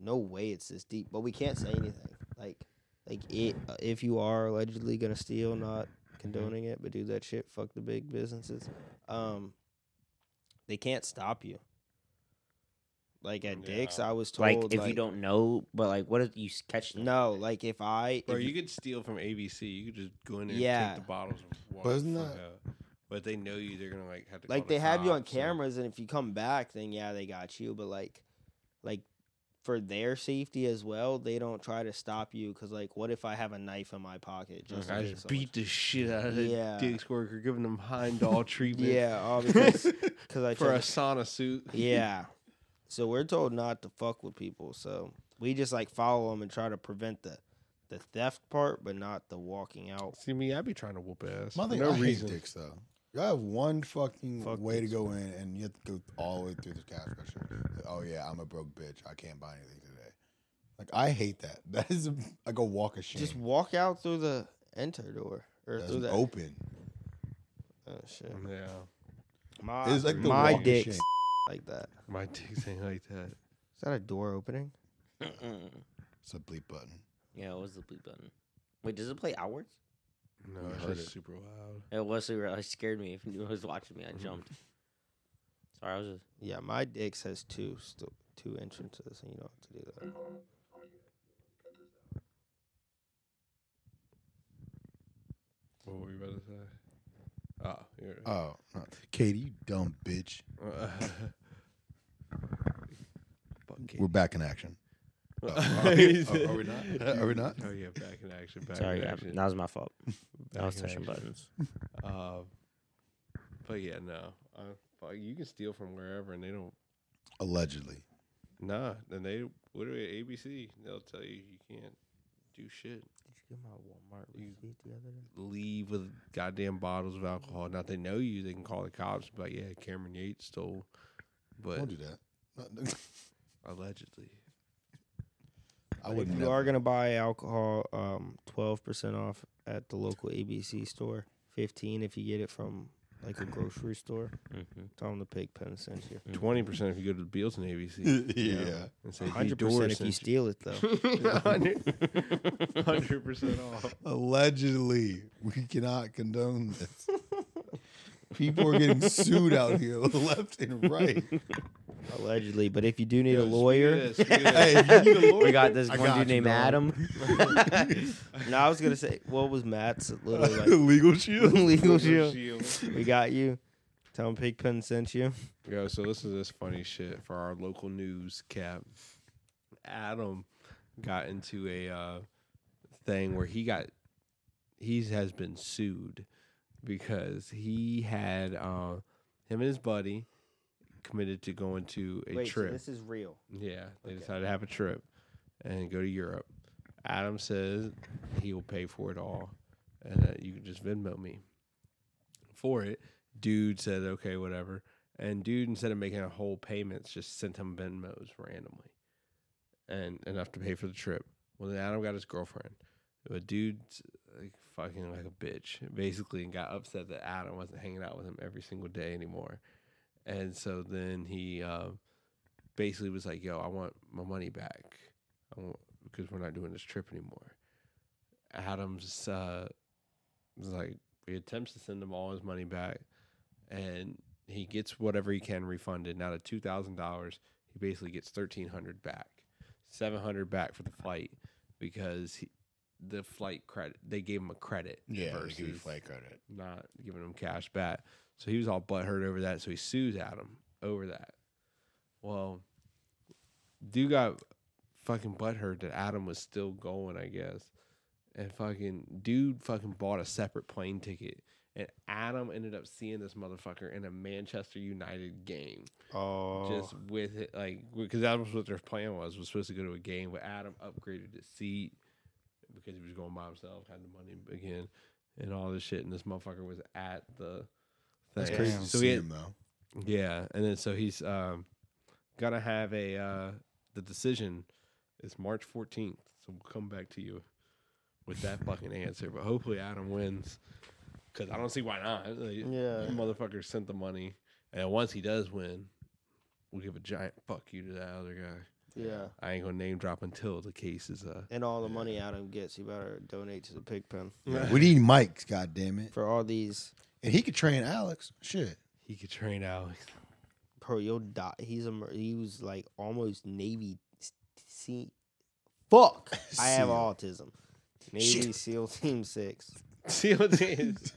Speaker 7: no way it's this deep but we can't say anything like like it, uh, if you are allegedly gonna steal not condoning it but do that shit fuck the big businesses um they can't stop you like at dicks i was told
Speaker 3: Like if you don't know, but like what if you s- catch them?
Speaker 7: no like if i
Speaker 4: Bro,
Speaker 7: if
Speaker 4: you could steal from ABC. You could just go in there
Speaker 7: Yeah.
Speaker 4: and take the bottles. And walk
Speaker 2: But
Speaker 4: the
Speaker 2: isn't
Speaker 4: fuck
Speaker 2: that-
Speaker 4: out. But they know you. They're gonna like have to. call
Speaker 7: like
Speaker 4: the
Speaker 7: they have you on
Speaker 4: cops and-
Speaker 7: cameras and if you come back then yeah they got you but like like for their safety as well they don't try to stop you because like what if i have a knife in my pocket just in
Speaker 4: I
Speaker 7: case
Speaker 4: just
Speaker 7: someone-
Speaker 4: beat the shit out of
Speaker 7: Yeah.
Speaker 4: the dick's worker, giving them hind all treatment.
Speaker 7: yeah all because because i
Speaker 4: for a
Speaker 7: tried-
Speaker 4: sauna suit.
Speaker 7: Yeah. So we're told not to fuck with people. So we just like follow them and try to prevent the the theft part, but not the walking out.
Speaker 4: See me, I'd be trying to whoop ass.
Speaker 2: My
Speaker 4: for
Speaker 2: thing,
Speaker 4: no
Speaker 2: I
Speaker 4: reason.
Speaker 2: hate dicks though. You have one fucking
Speaker 7: Fuck
Speaker 2: way
Speaker 7: dicks,
Speaker 2: to go in, and you have to go all the way through the cash register. Like, oh yeah, I'm a broke bitch. I can't buy anything today. Like I hate that. That is like a walk of shame.
Speaker 7: Just walk out through the enter door or
Speaker 2: That's
Speaker 7: through the
Speaker 2: open.
Speaker 7: Oh shit.
Speaker 4: Yeah,
Speaker 7: My
Speaker 2: It's like the
Speaker 7: my
Speaker 2: walk of
Speaker 7: dick's
Speaker 2: shame.
Speaker 7: like that.
Speaker 4: my dicks ain't like that.
Speaker 7: Is that a door opening?
Speaker 3: Mm-mm.
Speaker 2: It's a bleep button.
Speaker 3: Yeah, it was the bleep button. Wait, does it play outwards?
Speaker 4: No,
Speaker 2: You
Speaker 4: it's
Speaker 2: heard
Speaker 4: just
Speaker 2: it.
Speaker 4: super loud.
Speaker 3: It was super. It scared me. If anyone was watching me, I jumped. Sorry, I was just.
Speaker 7: Yeah, my dick's has two st- two entrances, and you don't have to do that.
Speaker 4: What were you about to say? Oh, you're.
Speaker 2: Uh, Oh, no. Katie, you dumb bitch.
Speaker 4: cake.
Speaker 2: We're back in action. Oh, are, we,
Speaker 4: He
Speaker 2: are- are we
Speaker 4: said-
Speaker 2: not? Are we not?
Speaker 4: Oh yeah, back in action. Back
Speaker 3: Sorry,
Speaker 4: in
Speaker 3: I-
Speaker 4: action.
Speaker 3: that was my fault. I
Speaker 4: Back
Speaker 3: was
Speaker 4: in
Speaker 3: touching
Speaker 4: action.
Speaker 3: buttons.
Speaker 4: Uh, but yeah, no. Uh, fuck, you can steal from wherever, and they don't.
Speaker 2: Allegedly.
Speaker 4: Nah, and they what are we, ABC? They'll tell you you can't do shit.
Speaker 7: Did you get my Walmart
Speaker 4: You-
Speaker 7: receipt the other day?
Speaker 4: Leave with goddamn bottles of alcohol. Now if they know you. They can call the cops. But yeah, Cameron Yates stole.
Speaker 2: Don't
Speaker 4: But
Speaker 2: do that.
Speaker 4: allegedly,
Speaker 2: I wouldn't.
Speaker 7: If you
Speaker 2: never.
Speaker 7: are gonna buy alcohol, um, twelve percent off at the local ABC store. Fifteen if you get it from like a grocery store.
Speaker 3: Mhm.
Speaker 7: Tell them the pig pen sent you.
Speaker 4: twenty percent if you go to the Beals and ABC.
Speaker 2: yeah.
Speaker 4: and say
Speaker 7: Hundred percent if you steal it though.
Speaker 4: Hundred percent off.
Speaker 2: Allegedly, we cannot condone this. People are getting sued out here left and right.
Speaker 7: Allegedly, but if you do need
Speaker 4: Yo,
Speaker 7: a
Speaker 4: speak of
Speaker 7: lawyer,
Speaker 4: this, speak of this.
Speaker 2: Hey, if you need a
Speaker 3: we got this
Speaker 2: I
Speaker 3: one
Speaker 2: got you,
Speaker 3: dude named
Speaker 2: dog.
Speaker 3: Adam.
Speaker 7: no, I was gonna say what was Matt's literally like
Speaker 2: legal shield.
Speaker 7: legal shield.
Speaker 4: Shield.
Speaker 7: We got you. Tell them Pigpen sent you.
Speaker 4: Yo, so this is this funny shit for our local news cap. Adam got into a uh, thing where he got he has been sued because he had uh, him and his buddy committed to going to a
Speaker 7: Wait, so
Speaker 4: trip.
Speaker 7: this is real.
Speaker 4: Yeah, they decided to have a trip and go to Europe. Adam says he will pay for it all, and that you can just Venmo me for it. Dude said okay, whatever. And dude, instead of making a whole payments, just sent him Venmos randomly, and enough to pay for the trip. Well, then Adam got his girlfriend. A dude, like fucking like a bitch, basically, and got upset that Adam wasn't hanging out with him every single day anymore. And so then he. Um, basically was like, "Yo, I want my money back, I want, because we're not doing this trip anymore." Adams uh, was like, he attempts to send him all his money back, and he gets whatever he can refunded. Now, the two thousand dollars, he basically gets thirteen hundred back, seven hundred back for the flight because he, the flight credit they gave him a credit.
Speaker 2: Yeah, they give you
Speaker 4: versus-
Speaker 2: flight credit.
Speaker 4: not giving him cash back. So he was all butthurt over that. So he sues Adam over that. Well, dude got fucking butthurt that Adam was still going, I guess. And fucking dude fucking bought a separate plane ticket. And Adam ended up seeing this motherfucker in a Manchester United game
Speaker 7: Oh,
Speaker 4: just with it, like because that was what their plan was was supposed to go to a game but adam upgraded his seat because he was going by himself had the money again and all this shit and this motherfucker was at the
Speaker 2: That's
Speaker 4: thing.
Speaker 2: crazy to
Speaker 4: so
Speaker 2: see
Speaker 4: he
Speaker 2: him though.
Speaker 7: Mm-hmm.
Speaker 4: yeah and then so he's um gonna have a uh the decision is march 14th so we'll come back to you with that fucking answer but hopefully adam wins because i don't see why not Like,
Speaker 7: yeah.
Speaker 4: that motherfucker sent the money, and once he does win, we'll give a giant fuck you to that other guy.
Speaker 7: Yeah.
Speaker 4: I ain't gonna name drop until the case is uh.
Speaker 7: And all the money Adam gets, you better donate to the pig pen
Speaker 2: We need Mike's, God damn it,
Speaker 7: for all these.
Speaker 2: and he could train Alex. Shit,
Speaker 4: He could train Alex.
Speaker 7: Bro, you'll die. He's a mer- he was like almost Navy. s- See, fuck. I have
Speaker 2: Seal.
Speaker 7: autism. Navy SEAL Team Six.
Speaker 4: See what it is.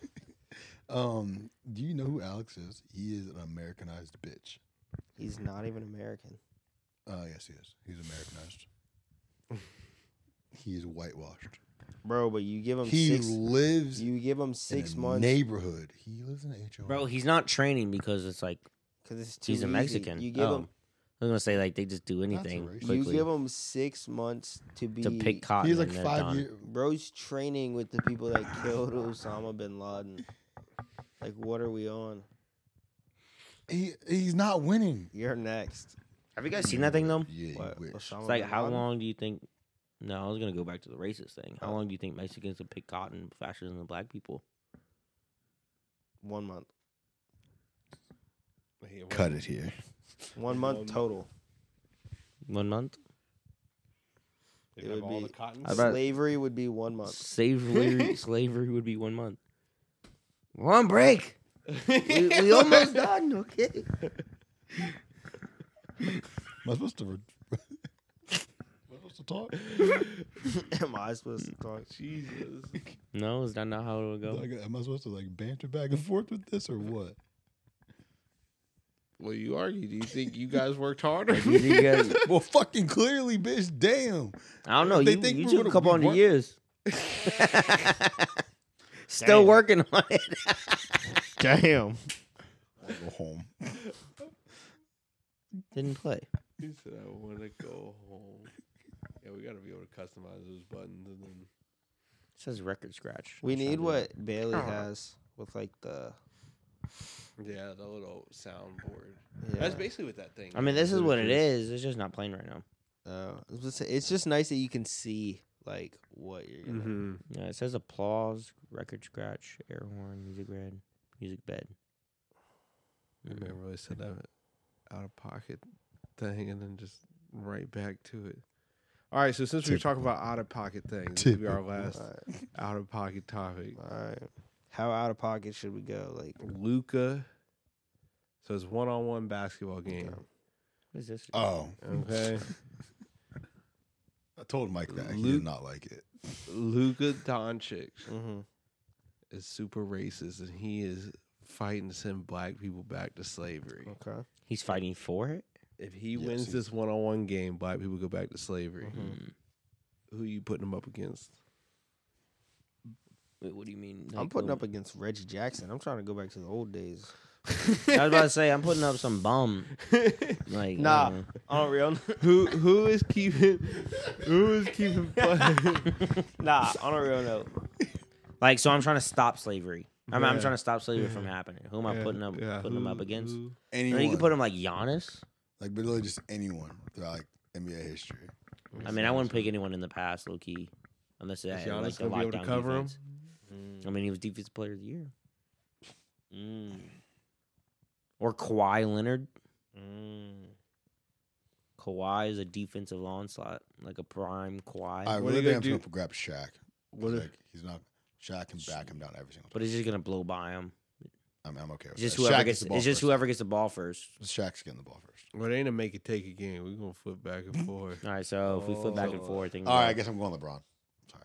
Speaker 2: Um, do you know who Alex is? He is an Americanized bitch.
Speaker 7: He's not even American.
Speaker 2: Uh, yes, he is. He's Americanized. he is whitewashed.
Speaker 7: Bro, but you give him
Speaker 2: He
Speaker 7: six.
Speaker 2: lives
Speaker 7: You give him
Speaker 2: in
Speaker 7: six
Speaker 2: a
Speaker 7: months
Speaker 2: neighborhood. He lives in a HOA.
Speaker 1: Bro, he's not training because it's like
Speaker 7: because it's too
Speaker 1: he's a
Speaker 7: easy.
Speaker 1: Mexican.
Speaker 7: You give
Speaker 1: Oh.
Speaker 7: him
Speaker 1: I was gonna say like they just do
Speaker 2: a
Speaker 1: anything
Speaker 2: race.
Speaker 1: quickly
Speaker 7: you give him six months to be
Speaker 1: to pick cotton.
Speaker 2: he's like
Speaker 1: and they're
Speaker 2: five
Speaker 1: done.
Speaker 2: years.
Speaker 7: Bro's training with the people that killed Osama bin Laden. Like, what are we on?
Speaker 2: He he's not winning.
Speaker 7: You're next.
Speaker 1: Have you guys seen that thing though?
Speaker 2: Yeah, you
Speaker 7: What?
Speaker 2: wish.
Speaker 7: Osama
Speaker 1: It's like
Speaker 7: bin
Speaker 1: how
Speaker 7: Laden?
Speaker 1: long do you think? No, I was gonna go back to the racist thing. How
Speaker 7: Oh.
Speaker 1: long do you think Mexicans would pick cotton faster than the black people?
Speaker 7: One month.
Speaker 2: Cut it here.
Speaker 7: One month total.
Speaker 1: One month.
Speaker 4: They
Speaker 7: It
Speaker 4: have
Speaker 7: would
Speaker 4: all
Speaker 7: be-
Speaker 4: the cotton.
Speaker 1: I bet-
Speaker 7: Slavery would be one month.
Speaker 1: Slavery, slavery would be one month. We're on break. we, we almost done. Okay.
Speaker 2: Am I supposed to? Re- Am I supposed to talk?
Speaker 7: Am I supposed to talk?
Speaker 4: Oh, Jesus.
Speaker 1: No, is that not how it would go?
Speaker 2: Like, am I supposed to like banter back and forth with this or what?
Speaker 4: Well, you argue. Do you think you guys worked harder?
Speaker 3: you think you guys-
Speaker 2: well, fucking clearly, bitch. Damn.
Speaker 3: I don't know.
Speaker 2: They
Speaker 3: You,
Speaker 2: think
Speaker 3: you
Speaker 2: we're
Speaker 3: took
Speaker 2: gonna-
Speaker 3: a couple
Speaker 2: we
Speaker 3: hundred
Speaker 2: work-
Speaker 3: years. Still
Speaker 7: Damn.
Speaker 3: working on it.
Speaker 7: Damn.
Speaker 2: I'll go home.
Speaker 7: Didn't play.
Speaker 4: He said, "I want to go home." Yeah, we gotta be able to customize those buttons, and then
Speaker 3: says record scratch.
Speaker 7: We
Speaker 3: That's
Speaker 7: need
Speaker 3: sounds
Speaker 7: what Bailey has with like the.
Speaker 4: yeah, the little soundboard.
Speaker 7: Yeah.
Speaker 4: That's basically what that thing.
Speaker 3: I mean, this is what it is. It's just not playing right now.
Speaker 7: Uh, it's just- it's just nice that you can see like what you're gonna.
Speaker 4: Mm-hmm.
Speaker 3: Yeah, it says applause, record scratch, air horn, music red, music bed.
Speaker 4: Maybe I really said that out of pocket thing, and then just right back to it. All right, so since we were talking about out of pocket things, this will be our last out of pocket topic.
Speaker 7: All right. How out of pocket should we go? Like,
Speaker 4: Luca. So it's one on one basketball game.
Speaker 3: What is this?
Speaker 2: Oh,
Speaker 4: Okay.
Speaker 2: I told Mike that he
Speaker 4: Luke-
Speaker 2: did not like it.
Speaker 4: Luka Doncic
Speaker 7: mm-hmm.
Speaker 4: is super racist, and he is fighting to send black people back to slavery.
Speaker 7: okay.
Speaker 3: He's fighting for it.
Speaker 4: If Oh, he
Speaker 2: Yes,
Speaker 4: wins
Speaker 2: he-
Speaker 4: this one on one game, black people go back to slavery. Who you putting him up against?
Speaker 3: Wait, what do you mean?
Speaker 7: I'm
Speaker 3: Like, oh.
Speaker 7: putting
Speaker 3: who-
Speaker 7: up against Reggie Jackson. I'm trying to go back to the old days.
Speaker 3: I was about to say I'm putting up some bum. Like uh,
Speaker 7: Nah.
Speaker 3: I don't know.
Speaker 7: On real,
Speaker 4: who who is keeping who is keeping
Speaker 7: nah. On a real note,
Speaker 3: like so I'm trying to stop slavery. I'm, I'm
Speaker 4: Yeah.
Speaker 3: trying to stop slavery from happening. Who am I putting up putting him up against?
Speaker 2: Anyone.
Speaker 3: Or you can put him like Giannis.
Speaker 2: like, but literally just anyone throughout like, NBA history.
Speaker 3: I mean, I wouldn't pick anyone in the past, low key, unless they
Speaker 4: Is
Speaker 3: had like
Speaker 4: Giannis
Speaker 3: a
Speaker 4: gonna be able to
Speaker 3: lockdown
Speaker 4: cover him?
Speaker 3: defense. I mean, he was defensive player of the year. Or Kawhi Leonard. Kawhi is a defensive onslaught, like a prime
Speaker 2: I
Speaker 3: Kawhi.
Speaker 4: What are
Speaker 2: really
Speaker 4: they
Speaker 2: think I'm
Speaker 4: do-
Speaker 2: going to grab Shaq.
Speaker 4: What if,
Speaker 2: like, he's not. Shaq can back him down every single time.
Speaker 3: but he's just gonna blow by him.
Speaker 2: I'm, I'm okay with
Speaker 3: It's just
Speaker 2: that.
Speaker 3: whoever
Speaker 2: Shaq
Speaker 3: gets.
Speaker 2: the
Speaker 3: It's
Speaker 2: ball
Speaker 3: just
Speaker 2: first.
Speaker 3: whoever gets the ball first.
Speaker 2: Shaq's getting the ball first.
Speaker 4: well, it ain't a make it take again. We're gonna flip back and forth.
Speaker 3: All right, so if we flip back and
Speaker 4: Oh.
Speaker 3: forth, then
Speaker 2: All right, I
Speaker 3: go.
Speaker 2: guess I'm going LeBron. Sorry,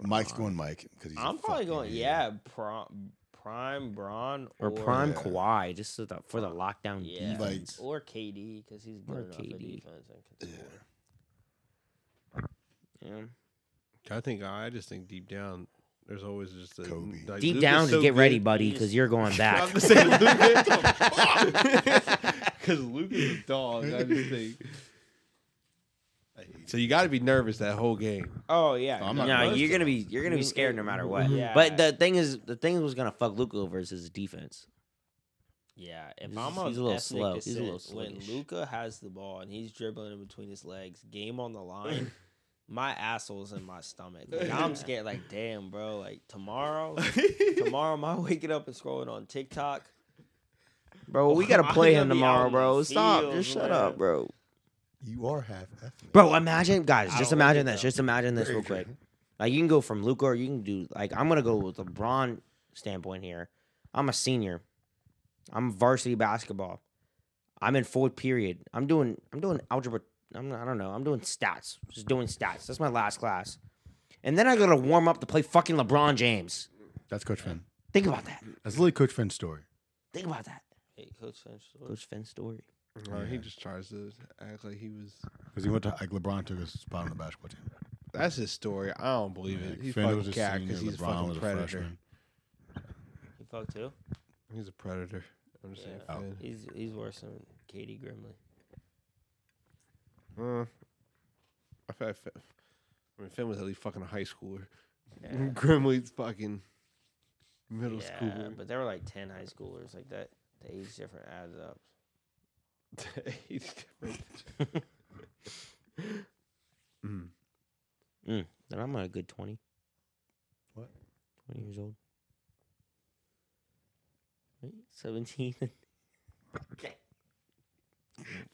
Speaker 2: Mike's going Mike because he's. a
Speaker 7: I'm probably
Speaker 2: fucking
Speaker 7: going.
Speaker 2: idiot.
Speaker 7: Yeah, prime, prime Braun
Speaker 3: or prime
Speaker 2: Yeah.
Speaker 3: Kawhi just so that for the lockdown
Speaker 7: Yeah.
Speaker 2: Like-
Speaker 3: defense.
Speaker 7: or KD because he's good
Speaker 3: Or
Speaker 7: enough at
Speaker 3: KD.
Speaker 7: defense and can
Speaker 2: Yeah.
Speaker 7: score.
Speaker 3: Yeah.
Speaker 4: I think I just think deep down, there's always just a,
Speaker 2: Kobe.
Speaker 4: like,
Speaker 3: Deep
Speaker 4: Luka's
Speaker 3: down,
Speaker 4: so
Speaker 3: just get ready,
Speaker 4: good-
Speaker 3: buddy, because you're going back.
Speaker 4: I'm just saying, because Luke is a dog. I just think. So you got to be nervous that whole game.
Speaker 7: Oh yeah,
Speaker 4: Um,
Speaker 2: I'm not
Speaker 7: no,
Speaker 3: No,
Speaker 2: nervous
Speaker 3: you're gonna
Speaker 2: about
Speaker 3: be you're gonna be
Speaker 7: mean,
Speaker 3: scared no matter what.
Speaker 7: Yeah.
Speaker 3: But the thing is, the thing that was gonna fuck Luca over is his defense.
Speaker 7: yeah. If
Speaker 3: He's-
Speaker 7: I'm on
Speaker 3: he's a little
Speaker 7: ethnic
Speaker 3: slow. He's a little
Speaker 7: descent, when
Speaker 3: sluggish.
Speaker 7: Luca has the ball and he's dribbling in between his legs, game on the line. My asshole's in my stomach. Like, I'm scared. Like, damn, bro. Like tomorrow, tomorrow, am I waking up and scrolling on TikTok?
Speaker 3: Bro, we gotta
Speaker 7: I'm
Speaker 3: play
Speaker 7: gonna
Speaker 3: him
Speaker 7: be
Speaker 3: tomorrow,
Speaker 7: out on
Speaker 3: bro.
Speaker 7: the
Speaker 3: Stop.
Speaker 7: field,
Speaker 3: Just shut
Speaker 7: man.
Speaker 3: up, bro.
Speaker 2: You are half ethnic.
Speaker 3: Bro, imagine guys,
Speaker 7: I
Speaker 3: just
Speaker 7: don't like
Speaker 3: imagine
Speaker 7: it,
Speaker 3: this.
Speaker 7: though.
Speaker 3: Just imagine this real quick. Like you can go from Luca or you can do like I'm gonna go with LeBron standpoint here. I'm a senior. I'm varsity basketball. I'm in fourth period. I'm doing I'm doing algebra. I'm I don't know. I'm doing stats. Just doing stats. That's my last class. And then I gotta warm up to play fucking LeBron James.
Speaker 2: That's Coach Finn.
Speaker 3: Think about that.
Speaker 2: That's literally Coach Finn's story.
Speaker 3: Think about that.
Speaker 7: Hey, Coach Finch.
Speaker 3: Coach Finn's story.
Speaker 4: Or he just tries to act like he was.
Speaker 2: Because he went to like LeBron took his spot on the basketball team.
Speaker 4: That's his story. I don't believe it. He's
Speaker 2: Finn
Speaker 4: fucking
Speaker 2: was a
Speaker 4: cat
Speaker 2: senior,
Speaker 4: because he's a
Speaker 2: LeBron
Speaker 4: fucking
Speaker 2: was a
Speaker 4: predator.
Speaker 2: freshman.
Speaker 7: He fucked too.
Speaker 4: He's a predator. I'm just
Speaker 7: Yeah.
Speaker 4: saying. Finn.
Speaker 7: He's he's worse than Katie Grimley.
Speaker 4: Uh, I feel like Finn, I mean, Finn was at least fucking a high schooler. Grimley's fucking middle
Speaker 7: yeah,
Speaker 4: schooler.
Speaker 7: but there were like ten high schoolers like that. The age difference adds up.
Speaker 4: He's different. Mm.
Speaker 3: Mm, then I'm at a good twenty.
Speaker 2: What?
Speaker 3: Twenty years old. Right? Seventeen.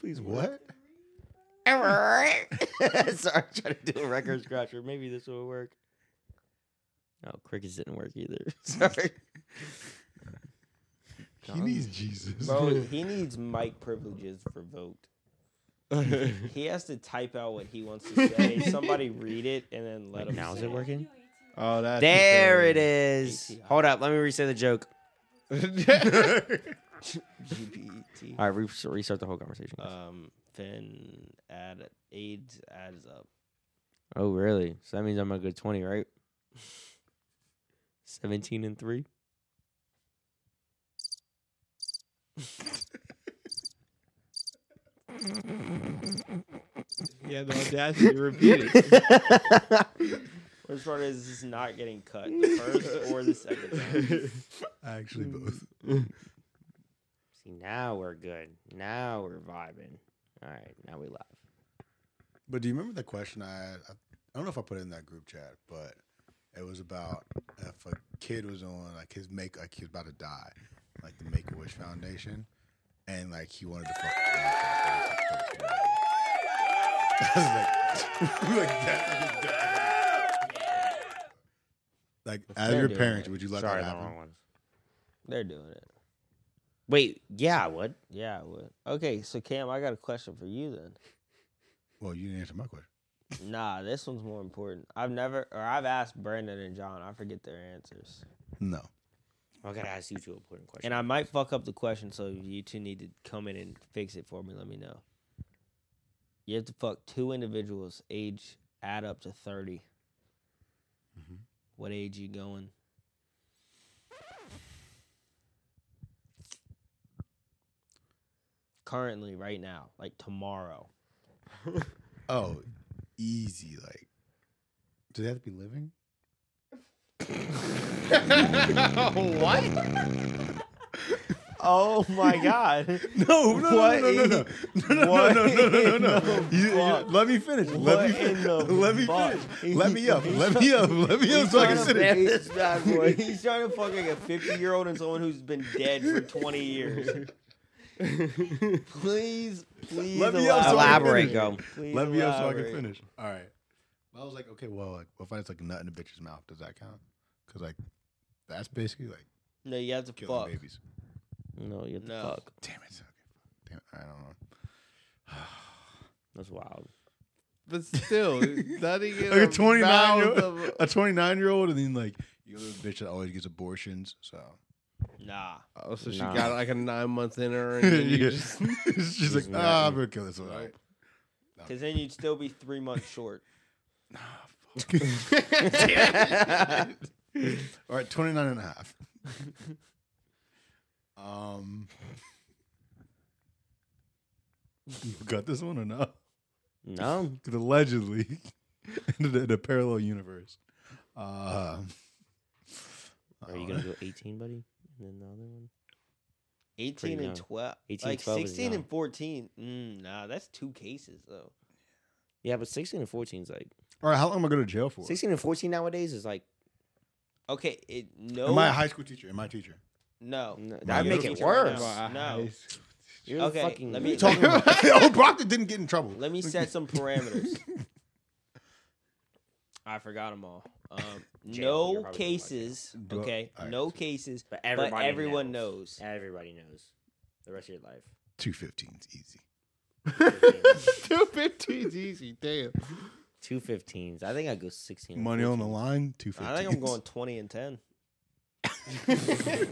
Speaker 2: Please what?
Speaker 3: Sorry, I'm trying to do a record scratcher. Maybe this will work. Oh, crickets didn't work either. Sorry.
Speaker 2: He needs Jesus.
Speaker 7: Bro, he needs mic privileges revoked.
Speaker 4: Wait,
Speaker 7: He has to type out what he wants to say. Somebody read it and then let
Speaker 3: Wait,
Speaker 7: him.
Speaker 3: now is
Speaker 7: say
Speaker 3: it working?
Speaker 4: oh, that's
Speaker 3: There it is. Hold up, let me reset the joke.
Speaker 4: is.
Speaker 7: GPT.
Speaker 3: All right, re- restart the whole conversation. guys.
Speaker 7: Um, Finn add AIDS adds up.
Speaker 3: oh, really? So that means I'm a good 20, right? 17 and 3?
Speaker 4: Yeah, the audacity to repeat it.
Speaker 7: Which part is this not getting cut? The first or the second? one?
Speaker 2: Actually, both.
Speaker 3: See, now we're good. Now we're vibing. All right, now we live.
Speaker 2: But do you remember the question I had? I, I don't know if I put it in that group chat, but it was about if a kid was on like his make like he was about to die, like the Make a Wish Foundation, and like he wanted to fuck. I was like, like that. is bad. Like as
Speaker 3: They're
Speaker 2: your
Speaker 3: doing
Speaker 2: parents,
Speaker 3: it.
Speaker 2: would you let
Speaker 3: Sorry,
Speaker 2: that
Speaker 3: the
Speaker 2: happen?
Speaker 3: wrong ones. They're doing it. Wait, yeah, I would.
Speaker 7: Yeah, I would. Okay, so Cam, I got a question for you then.
Speaker 2: Well, you didn't answer my question.
Speaker 7: Nah, this one's more important. I've never, or I've asked Brandon and John. I forget their answers,
Speaker 2: No.
Speaker 3: I gotta ask you two important questions.
Speaker 7: and I might fuck up the question. So you two need to come in and fix it for me. Let me know. You have to fuck two individuals, age add up to 30 What age you going? Currently, right now, like tomorrow.
Speaker 2: Oh, easy. Like, do they have to be living?
Speaker 7: Oh my god.
Speaker 2: No, no, no,
Speaker 7: What
Speaker 2: no, no, no, no, no,
Speaker 7: what
Speaker 2: no, no, no, no, no.
Speaker 7: in the
Speaker 2: You- you-
Speaker 7: fuck?
Speaker 2: Let me finish. Let me
Speaker 7: What in
Speaker 2: finish.
Speaker 7: the
Speaker 2: Let me
Speaker 7: fuck?
Speaker 2: finish. Let me up. Let me up. Let me up so I can
Speaker 7: trying to
Speaker 2: sit
Speaker 7: ban
Speaker 2: in.
Speaker 7: this bad boy. He's trying to fucking a 50 year old and someone who's been dead for 20 years. please, please
Speaker 2: Let me up so I can
Speaker 7: elaborate.
Speaker 2: finish.
Speaker 3: go.
Speaker 7: Please
Speaker 2: Let me up so I can
Speaker 7: elaborate.
Speaker 2: finish. All right. I was like, okay, well, like, what if I just like nut in a bitch's mouth? Does that count? Because like, that's basically like
Speaker 7: No, you have to
Speaker 2: killing
Speaker 7: fuck.
Speaker 2: babies.
Speaker 3: No, you have to
Speaker 7: No.
Speaker 3: fuck.
Speaker 2: Damn it. Okay. Damn it. I don't know.
Speaker 3: That's wild.
Speaker 4: but still, nutting in
Speaker 2: Like a
Speaker 4: mouth
Speaker 2: 29 year
Speaker 4: of-
Speaker 2: old, a 29 year old, and then like you go to a bitch that always gets abortions. So
Speaker 7: Nah.
Speaker 4: Oh, so she
Speaker 3: Nah.
Speaker 4: got like a nine month in her, and then you
Speaker 2: Yeah.
Speaker 4: just
Speaker 2: she's like,
Speaker 3: He's
Speaker 2: ah, I'm
Speaker 3: nutting.
Speaker 2: gonna kill this one. All right.
Speaker 7: Because then you'd still be three months short.
Speaker 2: All right, 29 and a half. um, you got this one or not?
Speaker 3: No.
Speaker 2: Because allegedly, in a, in a parallel universe. Uh,
Speaker 3: Are you gonna go 18, buddy? And then the other one?
Speaker 7: 18
Speaker 3: young.
Speaker 7: and 12.
Speaker 3: 18,
Speaker 7: like
Speaker 3: 12 is
Speaker 7: 16
Speaker 3: young.
Speaker 7: and 14. Mm, nah, that's two cases, though.
Speaker 3: Yeah, but 16 and 14 is like
Speaker 2: All right, how long am I going to jail for?
Speaker 3: 16 and 14 nowadays is like
Speaker 7: Okay, it, no.
Speaker 2: Am I a high school teacher? Am I a teacher?
Speaker 7: no.
Speaker 3: No, that'd
Speaker 7: You're
Speaker 3: make
Speaker 7: the
Speaker 3: it
Speaker 7: teacher right
Speaker 3: worse.
Speaker 7: now. No.
Speaker 3: you're
Speaker 7: Okay,
Speaker 3: fucking.
Speaker 7: let me-
Speaker 3: talk.
Speaker 7: talking about?
Speaker 2: oh, Brockton didn't get in trouble.
Speaker 7: Let me set some parameters. I forgot them all. Um,
Speaker 3: Jail, you're
Speaker 7: no
Speaker 3: probably talking about jail.
Speaker 7: cases.
Speaker 2: Do I-
Speaker 7: Okay,
Speaker 2: all right.
Speaker 7: no cases.
Speaker 3: But
Speaker 7: But
Speaker 3: everybody
Speaker 7: everyone knows.
Speaker 3: Everybody knows. The rest of your life.
Speaker 2: 215's easy.
Speaker 4: two fifteen easy. Damn.
Speaker 3: Two 15s. I think I go 16. and
Speaker 2: Money on the
Speaker 3: 14.
Speaker 2: line, 215.
Speaker 7: I think I'm going twenty and ten.
Speaker 2: Okay.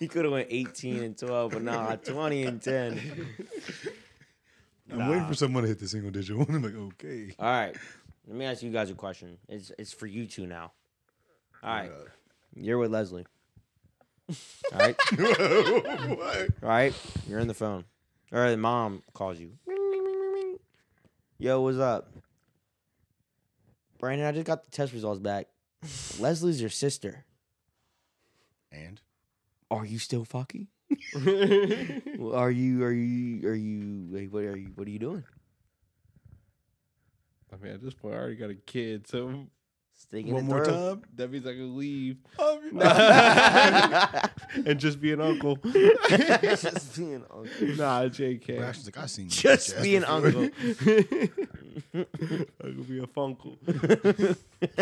Speaker 3: You could have went 18 and 12, but nah, 20 and 10.
Speaker 2: I'm waiting for someone to hit the single digit one. I'm like, okay.
Speaker 3: All right. Let me ask you guys a question. It's it's for you two now. All right. You're with Leslie. All right.
Speaker 2: what?
Speaker 3: All right. You're in the phone. Or the mom calls you. Ring, ring, ring, ring, ring. Yo, what's up? Brandon, I just got the test results back. Leslie's your sister.
Speaker 2: And
Speaker 3: Are you still fucking? Well, are you are you are you like, what are you what are you doing?
Speaker 4: I mean, at this point, I already got a kid, so
Speaker 3: Sticking
Speaker 2: one
Speaker 3: it
Speaker 2: more
Speaker 3: through.
Speaker 2: time. Oh,
Speaker 4: that means I can leave
Speaker 3: No.
Speaker 4: and just be an uncle.
Speaker 3: just be an uncle.
Speaker 4: nah, JK.
Speaker 2: Rash is like, I seen you
Speaker 3: Just
Speaker 2: bitch ass
Speaker 3: be an
Speaker 2: before."
Speaker 3: uncle.
Speaker 4: I could be a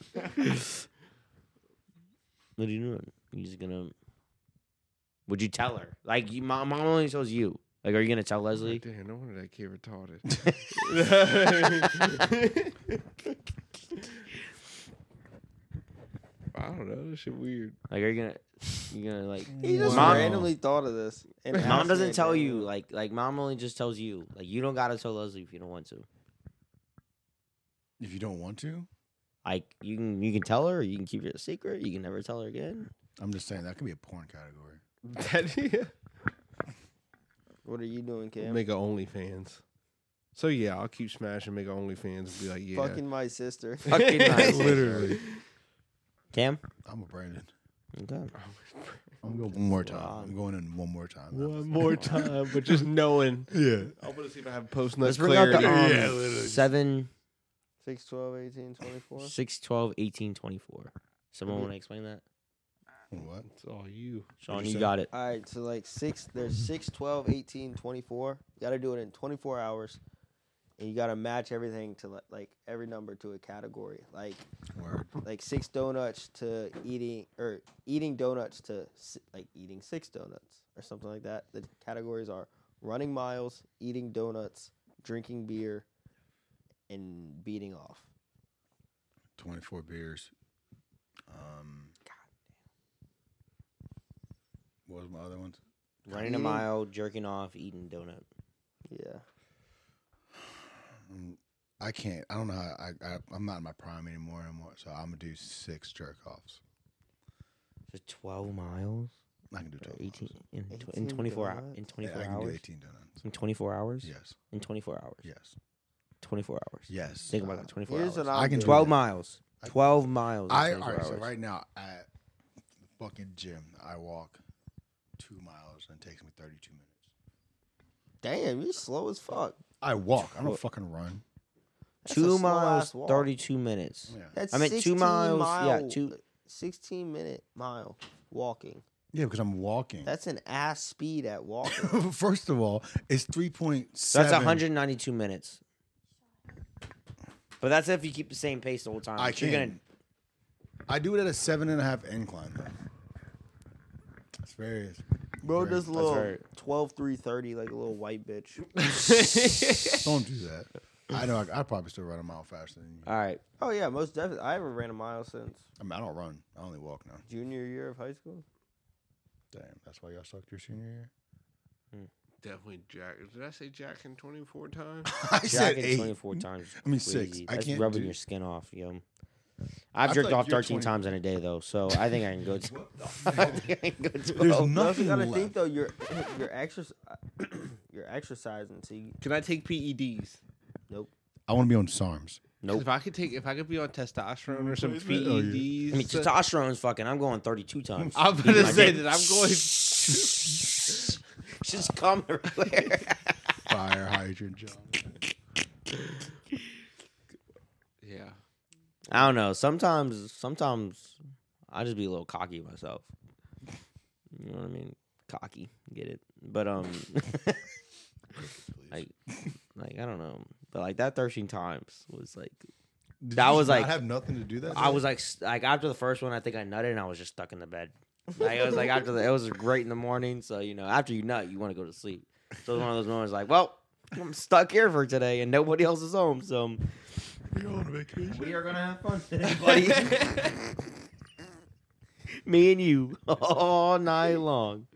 Speaker 4: funkle.
Speaker 3: what are you doing? You just gonna? Would you tell her? Like, you, mom, mom only tells you. Like, are you gonna tell Leslie?
Speaker 4: Damn, no wonder that kid retarded. I don't know. This shit weird.
Speaker 3: Like, are you gonna, you gonna like?
Speaker 7: He just
Speaker 3: mom,
Speaker 7: randomly thought of this. And
Speaker 3: mom
Speaker 7: asked
Speaker 3: doesn't
Speaker 7: me.
Speaker 3: tell you. Like, like mom only just tells you. Like, you don't gotta tell Leslie if you don't want to.
Speaker 2: If you don't want to,
Speaker 3: Like, you can, you can tell her. You can keep it a secret. You can never tell her again.
Speaker 2: I'm just saying that could be a porn category.
Speaker 4: That-
Speaker 7: What are you doing, Cam?
Speaker 4: make a OnlyFans. So yeah, I'll keep smashing. Make a OnlyFans. And be like, yeah,
Speaker 7: Fucking my sister.
Speaker 3: Fucking nice.
Speaker 4: literally.
Speaker 3: Cam.
Speaker 2: I'm a Brandon.
Speaker 3: Okay.
Speaker 2: I'm going one more time. I'm going in one more time.
Speaker 4: One more time, but just knowing.
Speaker 2: Yeah.
Speaker 4: I want to see if I have post
Speaker 3: Let's
Speaker 4: nuts
Speaker 3: bring out
Speaker 4: clarity.
Speaker 3: the um,
Speaker 2: Yeah, literally.
Speaker 3: seven,
Speaker 7: 6, 12, 18, 24.
Speaker 3: six, twelve, eighteen, twenty-four. Someone want to explain that?
Speaker 2: What?
Speaker 4: It's all you.
Speaker 3: Sean,
Speaker 2: you
Speaker 3: you
Speaker 2: say?
Speaker 3: got it.
Speaker 7: All right, so like 6, there's 6, 12, 18, 24. You got to do it in 24 hours. And you got to match everything to li- like every number to a category. Like,
Speaker 2: Word.
Speaker 7: like six donuts to eating or eating donuts to si- like eating six donuts or something like that. The categories are running miles, eating donuts, drinking beer, and beating off.
Speaker 2: 24 beers. Um. What was my other ones?
Speaker 3: Running a
Speaker 7: Eating-
Speaker 3: mile, jerking off, eating donut.
Speaker 7: Yeah.
Speaker 2: Um, I can't. I don't know. How, I, I I'm not in my prime anymore. anymore so I'm gonna do six jerk offs.
Speaker 3: So twelve miles,
Speaker 2: I can do
Speaker 3: or
Speaker 2: 12
Speaker 3: eighteen
Speaker 2: Donuts.
Speaker 3: in, tw-
Speaker 7: 18
Speaker 3: in twenty-four hours. In
Speaker 7: donuts.
Speaker 2: Yeah,
Speaker 3: twenty-four
Speaker 2: I can do
Speaker 3: hours.
Speaker 2: 18 donuts.
Speaker 3: In twenty-four hours.
Speaker 2: Yes.
Speaker 3: In twenty-four hours.
Speaker 2: Yes.
Speaker 3: Twenty-four hours.
Speaker 2: Yes.
Speaker 3: Think about that. Twenty-four
Speaker 7: Here's
Speaker 3: hours.
Speaker 7: what I'm
Speaker 2: I can
Speaker 7: doing.
Speaker 2: do that.
Speaker 3: Twelve miles.
Speaker 2: I-
Speaker 3: Twelve miles. in
Speaker 2: I all
Speaker 3: 24
Speaker 2: right. So
Speaker 3: hours.
Speaker 2: right now at the fucking gym, I walk two miles and it takes me 32 minutes.
Speaker 7: Damn, you're slow as fuck.
Speaker 2: I walk. I don't fucking run.
Speaker 7: That's a
Speaker 3: Two
Speaker 7: slow
Speaker 3: miles,
Speaker 7: ass walk.
Speaker 3: thirty-two minutes.
Speaker 2: Yeah.
Speaker 7: That's
Speaker 3: I meant two
Speaker 7: 16
Speaker 3: miles, yeah,
Speaker 7: mile-
Speaker 3: two-
Speaker 7: Sixteen minute mile walking.
Speaker 2: Yeah, because I'm walking.
Speaker 7: That's an ass speed at walking.
Speaker 2: First of all, it's 3.7.
Speaker 3: So that's one hundred ninety-two minutes. But that's if you keep the same pace the whole time.
Speaker 2: I
Speaker 3: But you're
Speaker 2: can.
Speaker 3: gonna-
Speaker 2: I do it at a seven and a half incline. Though. It's very. it's
Speaker 7: Bro
Speaker 2: very-
Speaker 7: does little
Speaker 3: very-
Speaker 7: 12, 3, 30, like a little white bitch.
Speaker 2: Don't do that. I know. I, I probably still run a mile faster than you.
Speaker 3: All right.
Speaker 7: Oh yeah, most definitely. I haven't ran a mile since
Speaker 2: I, mean, I don't run. I only walk now.
Speaker 7: junior year of high school.
Speaker 2: Damn. That's why y'all sucked your senior year.
Speaker 4: Definitely Jack. Did I say Jack in 24 times?
Speaker 2: I said
Speaker 3: Jacking
Speaker 2: eight.
Speaker 3: twenty-four times.
Speaker 2: I mean
Speaker 3: Pretty
Speaker 2: six.
Speaker 3: easy.
Speaker 2: I
Speaker 3: That's
Speaker 2: can't
Speaker 3: rubbing
Speaker 2: do-
Speaker 3: your skin off, yo. I've
Speaker 2: I
Speaker 3: jerked
Speaker 2: thought
Speaker 3: off
Speaker 2: you're
Speaker 3: 13
Speaker 2: 20.
Speaker 3: times in a day though, so I think I can go. To, I think I can go to
Speaker 2: There's
Speaker 3: twelve.
Speaker 7: You also
Speaker 2: nothing
Speaker 7: gotta
Speaker 2: left.
Speaker 7: think though. You're you're exercise you're exercising. So you,
Speaker 4: Can I take PEDs?
Speaker 2: I want to be on SARMs.
Speaker 3: Nope.
Speaker 4: If I could take, if I could be on testosterone or some
Speaker 2: Replacement? Oh, yeah.
Speaker 4: PEDs,
Speaker 3: I mean, testosterone's fucking. I'm going 32 times.
Speaker 4: I'm gonna
Speaker 3: Like
Speaker 4: say
Speaker 3: that.
Speaker 4: that I'm going.
Speaker 3: Just come everywhere.
Speaker 2: Fire hydrant, John.
Speaker 4: Yeah,
Speaker 3: I don't know. Sometimes, sometimes I just be a little cocky myself. You know what I mean? Cocky, get it? But um, like, like I don't know. But like that 13 times was like
Speaker 2: Did
Speaker 3: That
Speaker 2: you
Speaker 3: was
Speaker 2: not
Speaker 3: like-
Speaker 2: have nothing to do that.
Speaker 3: I
Speaker 2: day?
Speaker 3: was like, s- like after the first one, I think I nutted and I was just stuck in the bed. Like it was like after the, it was great in the morning. So you know, after you nut, you want to go to sleep. So it was one of those moments like, well, I'm stuck here for today and nobody else is home. So
Speaker 2: We on vacation.
Speaker 1: We are gonna have fun today, buddy.
Speaker 3: buddy, me and you Oh, all night long.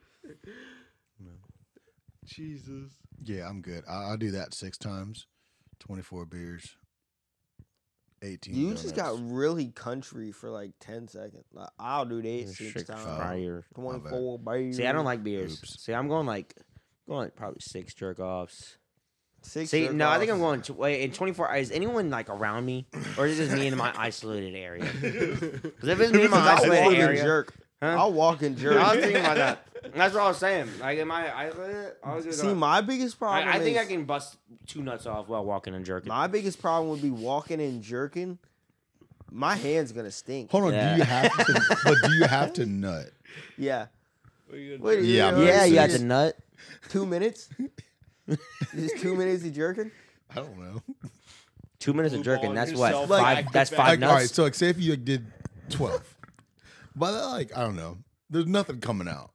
Speaker 4: Jesus.
Speaker 2: Yeah, I'm good. I, I'll do that six times, 24 beers, 18.
Speaker 7: you just got
Speaker 2: donuts.
Speaker 7: really country for like ten seconds. Like, I'll do that six
Speaker 3: Strict
Speaker 7: times.
Speaker 3: fryer.
Speaker 7: Twenty four, baby.
Speaker 3: See, I don't like beers.
Speaker 2: Oops.
Speaker 3: See, I'm going like going like probably six jerk offs.
Speaker 7: six.
Speaker 3: See, no, I think I'm
Speaker 7: jerk-offs.
Speaker 3: going to wait in 24 hours. Is anyone like around me, or is it just me in my isolated area? Because if it's me in my
Speaker 7: I'll walk
Speaker 3: isolated
Speaker 7: and
Speaker 3: area,
Speaker 7: jerk.
Speaker 3: huh?
Speaker 7: I'll walk and jerk.
Speaker 3: I was thinking about that. That's what I was saying. Like in my isolated, I was just uh,
Speaker 7: See, my biggest problem.
Speaker 3: I, I think
Speaker 7: is-
Speaker 3: I can bust two nuts off while walking and jerking.
Speaker 7: My biggest problem would be walking and jerking. My hand's gonna stink.
Speaker 2: Hold on.
Speaker 3: Yeah.
Speaker 2: Do you have to, but do you have to nut?
Speaker 7: Yeah.
Speaker 4: What are you gonna
Speaker 7: Wait,
Speaker 4: do?
Speaker 2: Yeah, I'm
Speaker 3: yeah, you had
Speaker 7: just
Speaker 3: to nut.
Speaker 7: two minutes. just two minutes of jerking.
Speaker 2: I don't know.
Speaker 3: Two minutes of
Speaker 4: Blue
Speaker 3: jerking.
Speaker 4: ball
Speaker 3: That's what
Speaker 4: yourself
Speaker 7: back
Speaker 3: five.
Speaker 4: to
Speaker 3: That's
Speaker 4: back.
Speaker 3: five
Speaker 2: Like, all right.
Speaker 3: nuts.
Speaker 2: So, like, say if you like, did 12, but uh, like, I don't know. There's nothing coming out.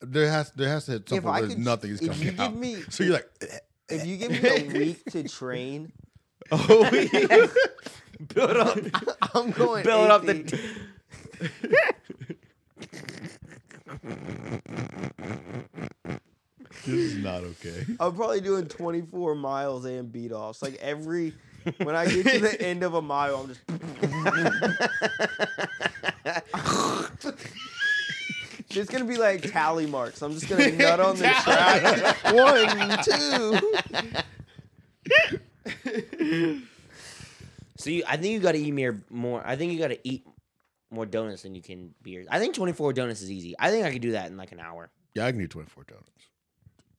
Speaker 2: There has there has to hit something.
Speaker 7: I
Speaker 2: Where there's
Speaker 7: could-
Speaker 2: nothing is
Speaker 7: if
Speaker 2: coming
Speaker 7: you give
Speaker 2: out.
Speaker 7: me-
Speaker 2: so you're like, "Eh,
Speaker 7: If you give me a week to train,
Speaker 4: Oh, yeah.
Speaker 3: Build up,
Speaker 7: I'm going
Speaker 3: build up the.
Speaker 7: 18.
Speaker 2: This is not okay.
Speaker 7: I'm probably doing 24 miles and beat offs. Like every when I get to the end of a mile, I'm just It's gonna be like tally marks. I'm just gonna nut on the track. One, two.
Speaker 3: So you, I think you got to eat more, more. I think you got to eat more donuts than you can beers. I think 24 donuts is easy. I think I could do that in like an hour.
Speaker 2: Yeah, I can do 24 donuts.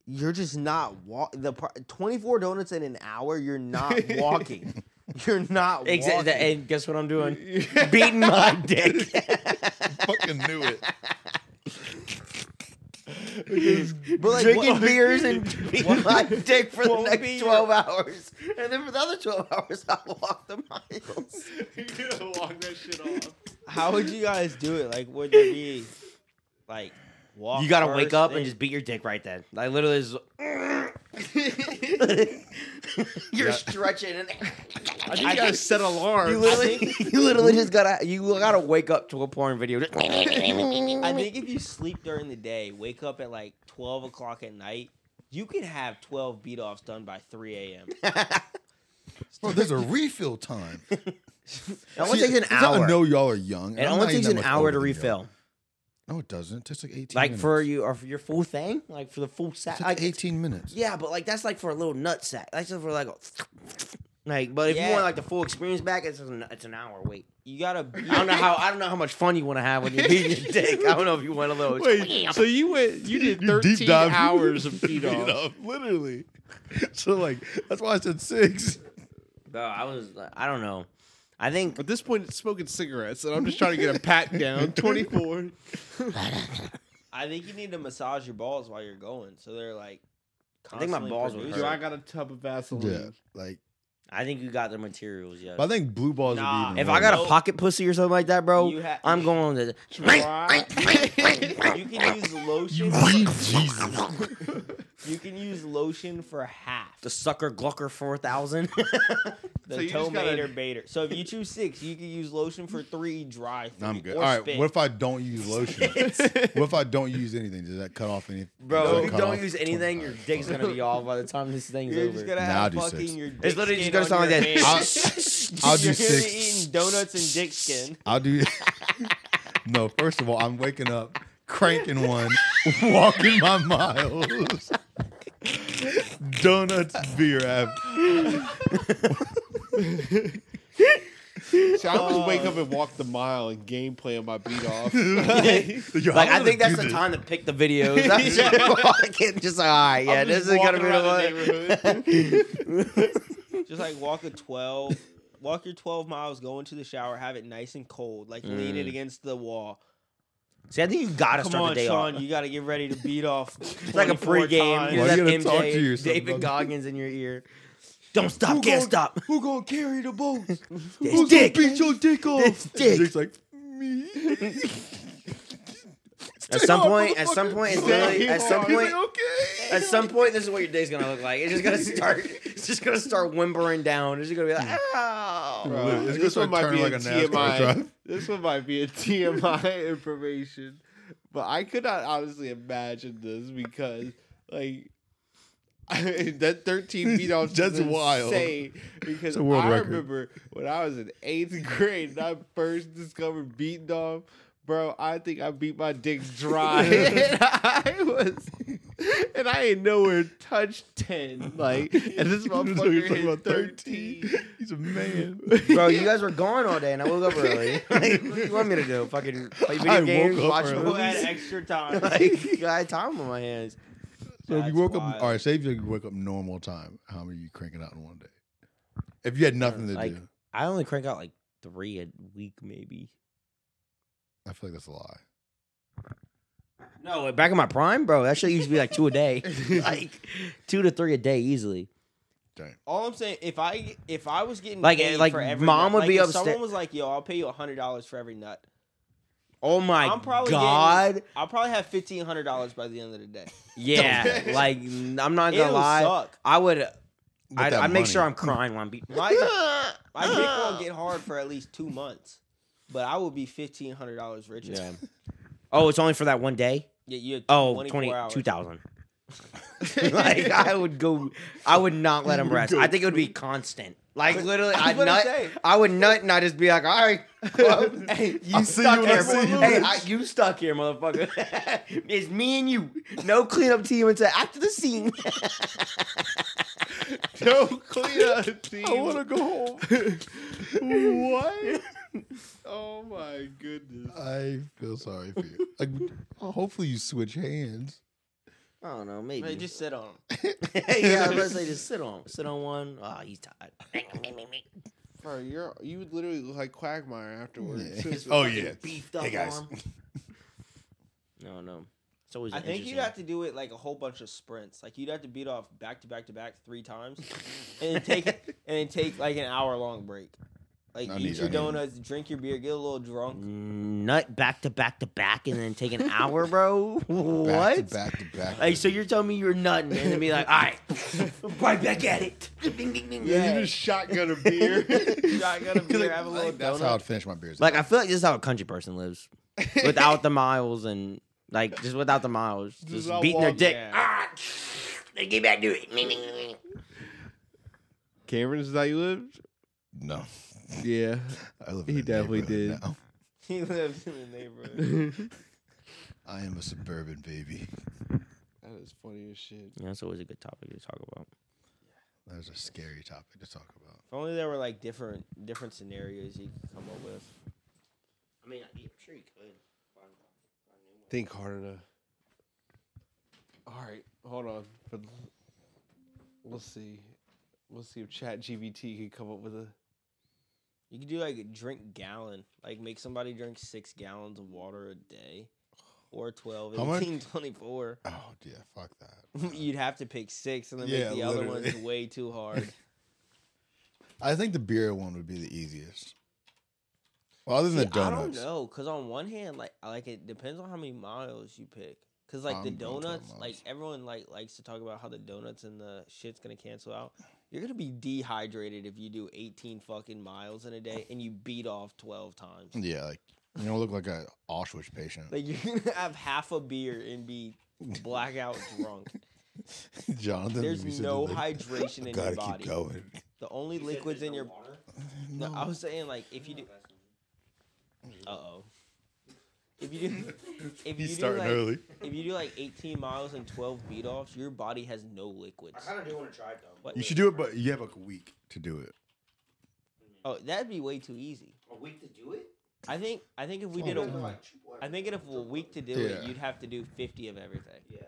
Speaker 7: You're just not walk the par- 24 donuts in an hour. You're not walking. You're not walking.
Speaker 3: Exactly. And guess what I'm doing? Beating my dick.
Speaker 2: Fucking knew it.
Speaker 7: But like,
Speaker 15: drinking
Speaker 7: what-
Speaker 15: beers and beating my dick for the
Speaker 7: Won't be
Speaker 15: next
Speaker 7: your-
Speaker 15: 12 hours. And then for the other 12 hours, I'll walk the miles.
Speaker 16: You're gonna walk that shit off.
Speaker 7: how would you guys do it? Like, would there be like walk?
Speaker 3: You got to wake
Speaker 7: first,
Speaker 3: up
Speaker 7: then-
Speaker 3: and just beat your dick right then. Like literally is
Speaker 15: You're stretching and
Speaker 4: I just gotta set alarm.
Speaker 15: you literally, you literally just gotta you gotta wake up to a
Speaker 3: porn video.
Speaker 7: I think if you sleep during the day, wake up at like twelve o'clock at night, you could have twelve beat offs done by three a.m.
Speaker 2: Bro, there's a refill time.
Speaker 3: It only
Speaker 2: See,
Speaker 3: takes an
Speaker 2: that's how I
Speaker 3: hour.
Speaker 2: know y'all are young. and
Speaker 3: It
Speaker 2: I'm
Speaker 3: only
Speaker 2: not even
Speaker 3: takes
Speaker 2: that
Speaker 3: an
Speaker 2: much
Speaker 3: hour
Speaker 2: older
Speaker 3: to
Speaker 2: than y'all.
Speaker 3: refill.
Speaker 2: No, it doesn't. It takes like 18
Speaker 3: Like
Speaker 2: minutes.
Speaker 3: for you or for your full thing, like for the full
Speaker 2: It's
Speaker 3: set.
Speaker 2: like
Speaker 3: Like,
Speaker 2: 18 minutes.
Speaker 3: yeah, but like that's like for a little nut sack. That's just for like, a like. But if you
Speaker 7: Yeah.
Speaker 3: want like the full experience back, it's an, it's an hour wait.
Speaker 7: You gotta. Beat
Speaker 3: I don't know how I don't know how much fun you want to have when you're beating your dick. I don't know if you want a little.
Speaker 4: Wait, so you went? You did
Speaker 2: You deep
Speaker 4: thirteen
Speaker 2: dive.
Speaker 4: hours of beat
Speaker 2: You
Speaker 4: off.
Speaker 2: know, literally. So like that's why I said six.
Speaker 3: Bro, I was I don't know. I think
Speaker 4: At this point, it's smoking cigarettes, and I'm just trying to get a pat down. Twenty four.
Speaker 7: I think you need to massage your balls while you're going, so they're like.
Speaker 3: I think my
Speaker 7: constantly
Speaker 3: balls would
Speaker 7: producing.
Speaker 3: hurt.
Speaker 4: I got a tub of Vaseline?
Speaker 2: Yeah, like
Speaker 3: I think you got the materials. Yes.
Speaker 2: but I think blue balls
Speaker 7: Nah.
Speaker 2: would be. Even
Speaker 3: if I got a
Speaker 7: Nope.
Speaker 3: pocket pussy or something like that, bro,
Speaker 7: You ha-
Speaker 3: I'm going to.
Speaker 7: you can use lotion.
Speaker 2: Jesus.
Speaker 7: You can use lotion for half.
Speaker 3: The sucker Glucker four thousand.
Speaker 7: The
Speaker 4: So you just
Speaker 7: toe
Speaker 4: gotta-
Speaker 7: mater baiter. So if you choose six, you can use lotion for three, dry three,
Speaker 2: I'm good.
Speaker 7: or
Speaker 2: All right.
Speaker 7: spit.
Speaker 2: What if I don't use lotion? what if I don't use anything? Does that cut off anything?
Speaker 3: Bro, if you don't use anything, your dick's gonna be off by the time this thing's
Speaker 7: You're
Speaker 3: over.
Speaker 7: just gonna
Speaker 2: Nah, I'll
Speaker 7: have
Speaker 2: do
Speaker 7: fucking
Speaker 2: six.
Speaker 7: your dick
Speaker 3: It's literally just
Speaker 7: skin
Speaker 3: gonna sound
Speaker 7: on your
Speaker 3: like
Speaker 7: hand.
Speaker 2: that. I'll, I'll do
Speaker 7: You're gonna be
Speaker 2: six.
Speaker 7: eating donuts and dick skin.
Speaker 2: I'll do. no, first of all, I'm waking up, cranking one, walking my miles. Donuts, beer app.
Speaker 4: See, I just wake up and walk the mile and gameplay on my beat off.
Speaker 3: Like I think that's the time to pick the videos. That's fucking just like, all right, yeah,
Speaker 4: I'm just
Speaker 3: this is gonna
Speaker 4: walking
Speaker 3: be the
Speaker 4: around
Speaker 3: one.
Speaker 4: neighborhood.
Speaker 7: Just like walk a twelve, walk your twelve miles, go into the shower, have it nice and cold, like lean
Speaker 3: Mm.
Speaker 7: it against the wall.
Speaker 3: See, I think you gotta
Speaker 7: Come
Speaker 3: start
Speaker 7: on,
Speaker 3: the day
Speaker 7: Sean,
Speaker 3: off.
Speaker 7: you gotta get ready to beat off. It's
Speaker 3: like a pregame. You
Speaker 2: Why
Speaker 3: have
Speaker 2: you gotta talk to
Speaker 3: MJ,
Speaker 2: yourself,
Speaker 3: David
Speaker 2: brother?
Speaker 3: Goggins in your ear. Don't stop, can't stop.
Speaker 2: Who gonna carry the boat?
Speaker 3: This dick.
Speaker 2: beat your dick off?
Speaker 3: This dick.
Speaker 2: Dick's like me.
Speaker 3: At some point, at some point, it's literally, at some
Speaker 2: He's
Speaker 3: point,
Speaker 2: like, okay.
Speaker 3: at
Speaker 4: "Oh,
Speaker 3: some point, this is what your day's gonna look like. It's just gonna start, it's just gonna start whimpering down. It's just gonna be like, oh.
Speaker 4: Bro,
Speaker 2: It's gonna
Speaker 4: this
Speaker 2: start
Speaker 4: one might
Speaker 2: turning
Speaker 4: be
Speaker 2: like
Speaker 4: a
Speaker 2: a NASCAR
Speaker 4: TMI.
Speaker 2: drive.
Speaker 4: This one might be a TMI information, but I could not honestly imagine this because, like, that 13 beat off
Speaker 2: That's
Speaker 4: is
Speaker 2: wild.
Speaker 4: insane Because
Speaker 2: It's a world
Speaker 4: I
Speaker 2: record.
Speaker 4: remember when I was in eighth grade and I first discovered beating off. Bro, I think I beat my dick dry, and I was, and I ain't nowhere touched ten. Like, and this
Speaker 2: He's like,
Speaker 4: motherfucker
Speaker 2: talking
Speaker 4: hit
Speaker 2: about
Speaker 4: 13.
Speaker 2: 13. He's a man.
Speaker 3: Bro, you guys were gone all day, and I woke up early. Like, what do you want me to do? Fucking play video
Speaker 2: I woke
Speaker 3: games,
Speaker 2: up
Speaker 3: watch
Speaker 2: early.
Speaker 7: Who had
Speaker 3: movies?
Speaker 7: extra time?
Speaker 3: Like, I had time on my hands.
Speaker 2: So if you
Speaker 7: That's
Speaker 2: woke up,
Speaker 7: wild.
Speaker 2: all right, say if you woke up normal time, how many you cranking out in one day? If you had nothing to
Speaker 3: Like-
Speaker 2: do,
Speaker 3: I only crank out like three a week, maybe.
Speaker 2: I feel like that's a lie.
Speaker 3: No, back in my prime, bro, that shit used to be like two a day, like two to three a day easily.
Speaker 7: All I'm saying, if I if I was getting
Speaker 3: Like-
Speaker 7: paid
Speaker 3: like,
Speaker 7: for every
Speaker 3: mom
Speaker 7: nut,
Speaker 3: would
Speaker 7: like
Speaker 3: be
Speaker 7: if
Speaker 3: upsta-
Speaker 7: Someone was like, "Yo, I'll pay you hundred dollars for every nut."
Speaker 3: Oh my
Speaker 7: I'm probably getting-
Speaker 3: god!
Speaker 7: I'll probably have fifteen hundred dollars by the end of the day.
Speaker 3: Yeah, like I'm not gonna
Speaker 7: It'll
Speaker 3: lie,
Speaker 7: suck.
Speaker 3: I would.
Speaker 2: With
Speaker 3: I'd,
Speaker 2: that
Speaker 3: I'd make sure
Speaker 2: money.
Speaker 3: I'm crying when I'm beating.
Speaker 7: My my dick won't get hard for at least two months. but I would be fifteen hundred dollars richer.
Speaker 3: Yeah. Oh, it's only for that one day?
Speaker 7: Yeah, you had
Speaker 3: Oh,
Speaker 7: 24
Speaker 3: 20
Speaker 7: hours.
Speaker 3: 2000 like I would go I would not let him rest. I think it would be constant. Like literally
Speaker 15: I
Speaker 3: I
Speaker 15: was gonna
Speaker 3: nut
Speaker 15: say.
Speaker 3: I would nut and I'd just be like, "All right. hey,
Speaker 15: you see you when I see you,
Speaker 3: Hey,
Speaker 15: bitch."
Speaker 3: I, you stuck here, motherfucker. it's me and you. No cleanup team until after the scene."
Speaker 4: no cleanup team. I want
Speaker 2: to go home.
Speaker 4: what? Oh my goodness.
Speaker 2: I feel sorry for you. Like, hopefully you switch hands.
Speaker 3: I don't know, maybe.
Speaker 7: Hey, just sit on 'em.
Speaker 3: yeah, I was gonna say just sit on, sit on one. Oh, he's tired.
Speaker 4: Bro, you're you would literally look like Quagmire afterwards.
Speaker 2: Yeah.
Speaker 4: It's
Speaker 2: Oh
Speaker 4: fucking-
Speaker 2: yeah.
Speaker 3: beefed up
Speaker 2: hey guys.
Speaker 3: arm. No, no. It's always.
Speaker 7: I think you'd
Speaker 3: interesting.
Speaker 7: have to do it like a whole bunch of sprints. Like you'd have to beat off back to back to back three times, and then take and then take like an hour long break. Like
Speaker 2: I
Speaker 7: eat
Speaker 2: need- I
Speaker 7: your
Speaker 2: need-
Speaker 7: donuts, drink your beer, get a little drunk.
Speaker 3: nut back to back to back and then take an hour, bro.
Speaker 2: Back to
Speaker 3: What?
Speaker 2: back to back.
Speaker 3: Like, so you're telling me you're nutting and then be like, all right, right back at it. Ding, ding, ding.
Speaker 2: yeah. You just shotgun a beer.
Speaker 7: Shotgun a beer, have a little
Speaker 2: That's
Speaker 7: donut.
Speaker 2: how I'd finish my beers.
Speaker 3: Like, I feel like this is how a country person lives without the miles and, like, just without the miles. Just,
Speaker 4: out
Speaker 3: beating their
Speaker 4: walking.
Speaker 3: dick.
Speaker 7: Yeah.
Speaker 3: Ah, they get back to it. Ding, ding, ding, ding.
Speaker 4: Cameron, is that how you lived?
Speaker 2: no.
Speaker 4: Yeah.
Speaker 2: I live.
Speaker 4: He
Speaker 2: a
Speaker 4: definitely
Speaker 2: neighborhood
Speaker 4: did.
Speaker 2: now.
Speaker 7: He lives in the neighborhood.
Speaker 2: I am a suburban baby.
Speaker 4: That is funny as shit.
Speaker 3: Yeah, that's always a good topic to talk about.
Speaker 2: That was a scary topic to talk about.
Speaker 7: If only there were like different different scenarios you could come up with.
Speaker 3: I mean, I'm sure you could.
Speaker 4: Think hard enough. All right, hold on. But we'll see. We'll see if Chat GBT can come up with a.
Speaker 7: You could do like a drink gallon, like make somebody drink six gallons of water a day, or 12,
Speaker 2: How much?
Speaker 7: 18, 24.
Speaker 2: Oh yeah, fuck that.
Speaker 7: You'd have to pick six and then
Speaker 2: Yeah,
Speaker 7: make the other
Speaker 2: literally.
Speaker 7: ones way too hard.
Speaker 2: I think the beer one would be the easiest. Well, other than
Speaker 7: See,
Speaker 2: the
Speaker 7: I don't
Speaker 2: donuts.
Speaker 7: know, cause on one hand, like I- like it depends on how many miles you pick. Cause like the
Speaker 2: I'm going 12
Speaker 7: donuts, like
Speaker 2: miles.
Speaker 7: everyone like likes to talk about how the donuts and the shit's gonna cancel out. You're gonna be dehydrated if you do 18 fucking miles in a day and you beat off 12 times.
Speaker 2: Yeah, like you don't look like an Auschwitz patient.
Speaker 7: Like you're gonna have half a beer and be blackout drunk.
Speaker 2: Jonathan.
Speaker 7: There's
Speaker 2: you said
Speaker 7: no
Speaker 2: that, like,
Speaker 7: hydration in your
Speaker 2: gotta
Speaker 7: body.
Speaker 2: Keep going.
Speaker 7: The only liquids in your no, I was saying like if you do. Uh oh. If you do, if you
Speaker 2: He's
Speaker 7: do
Speaker 2: starting
Speaker 7: like,
Speaker 2: early.
Speaker 7: if you do like 18 miles and 12 beat offs, your body has no liquids.
Speaker 10: I do want to try it though.
Speaker 7: What-
Speaker 2: You should do it, but you have like a week to do it.
Speaker 7: Oh, that'd be way too easy.
Speaker 10: A week to do it?
Speaker 7: I think I think if we
Speaker 2: Oh,
Speaker 7: did
Speaker 2: yeah.
Speaker 7: a I think if a week to do it,
Speaker 2: Yeah.
Speaker 7: you'd have to do 50 of everything.
Speaker 10: Yeah.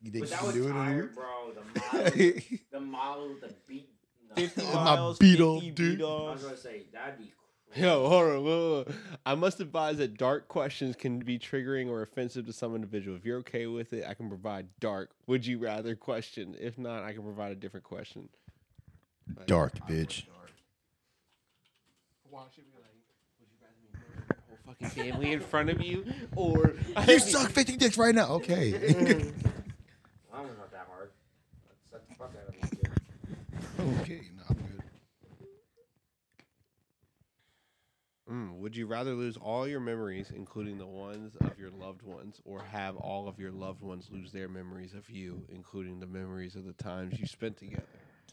Speaker 2: You think
Speaker 10: But
Speaker 2: you
Speaker 10: that
Speaker 2: can
Speaker 10: was
Speaker 2: do it in a
Speaker 10: tired,
Speaker 2: week?
Speaker 10: bro. The miles, the miles, the beat. No.
Speaker 7: 50
Speaker 2: My
Speaker 7: miles,
Speaker 2: beat off,
Speaker 7: 50
Speaker 2: dude.
Speaker 7: beat
Speaker 10: I was
Speaker 7: offs.
Speaker 10: gonna say that'd be. Crazy.
Speaker 4: Yo, hold on. Whoa, whoa, whoa. I must advise that dark questions can be triggering or offensive to some individual. If you're okay with it, I can provide dark. Would you rather question? If not, I can provide a different question.
Speaker 2: Dark, bitch.
Speaker 4: Whole fucking family in front of you, or
Speaker 2: You suck 50 dicks right now. Okay.
Speaker 10: That one's not that hard. Let's suck the fuck out of me.
Speaker 2: okay, no, I'm good.
Speaker 4: Mm, would you rather lose all your memories, including the ones of your loved ones, or have all of your loved ones lose their memories of you, including the memories of the times you spent together?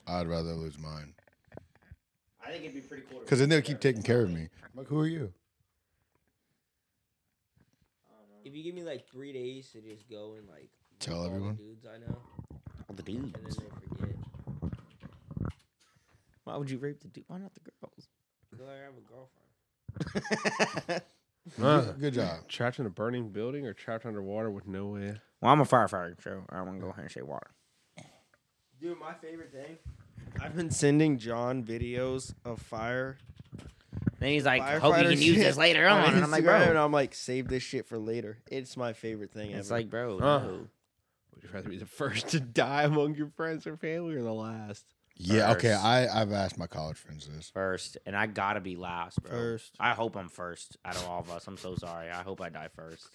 Speaker 2: I'd rather lose mine.
Speaker 10: I think it'd be pretty cool. to-
Speaker 2: Because then they'll keep taking care of me. I'm like, who are you?
Speaker 7: If you give me like three days to just go and like meet
Speaker 2: Tell
Speaker 7: all the
Speaker 2: everyone?
Speaker 7: dudes I know,
Speaker 3: All the
Speaker 7: and then
Speaker 3: dudes.
Speaker 7: they forget.
Speaker 3: Why would you rape the dude? Why not the girls?
Speaker 7: Go I have a girlfriend.
Speaker 4: Huh.
Speaker 2: Good job.
Speaker 4: Trapped in a burning building or trapped underwater with no air?
Speaker 3: Well, I'm a firefighter, so I want to go ahead and say water.
Speaker 7: Dude, my favorite thing. I've been sending John videos of fire.
Speaker 3: Then he's like,
Speaker 7: firefighter
Speaker 3: hope you can use
Speaker 7: shit
Speaker 3: this later on. And I'm like,
Speaker 7: Instagram, and
Speaker 3: bro.
Speaker 7: I'm like, save this shit for later. It's my favorite thing
Speaker 3: It's
Speaker 7: ever.
Speaker 3: like, bro. Oh,
Speaker 4: Uh.
Speaker 3: no.
Speaker 4: Would you rather be the first to die among your friends or family or the last?
Speaker 2: Yeah, okay.
Speaker 3: First.
Speaker 2: I, I've asked my college friends this.
Speaker 3: First, and I gotta be last, bro.
Speaker 7: First.
Speaker 3: I hope I'm first out of all of us. I'm so sorry. I hope I die first.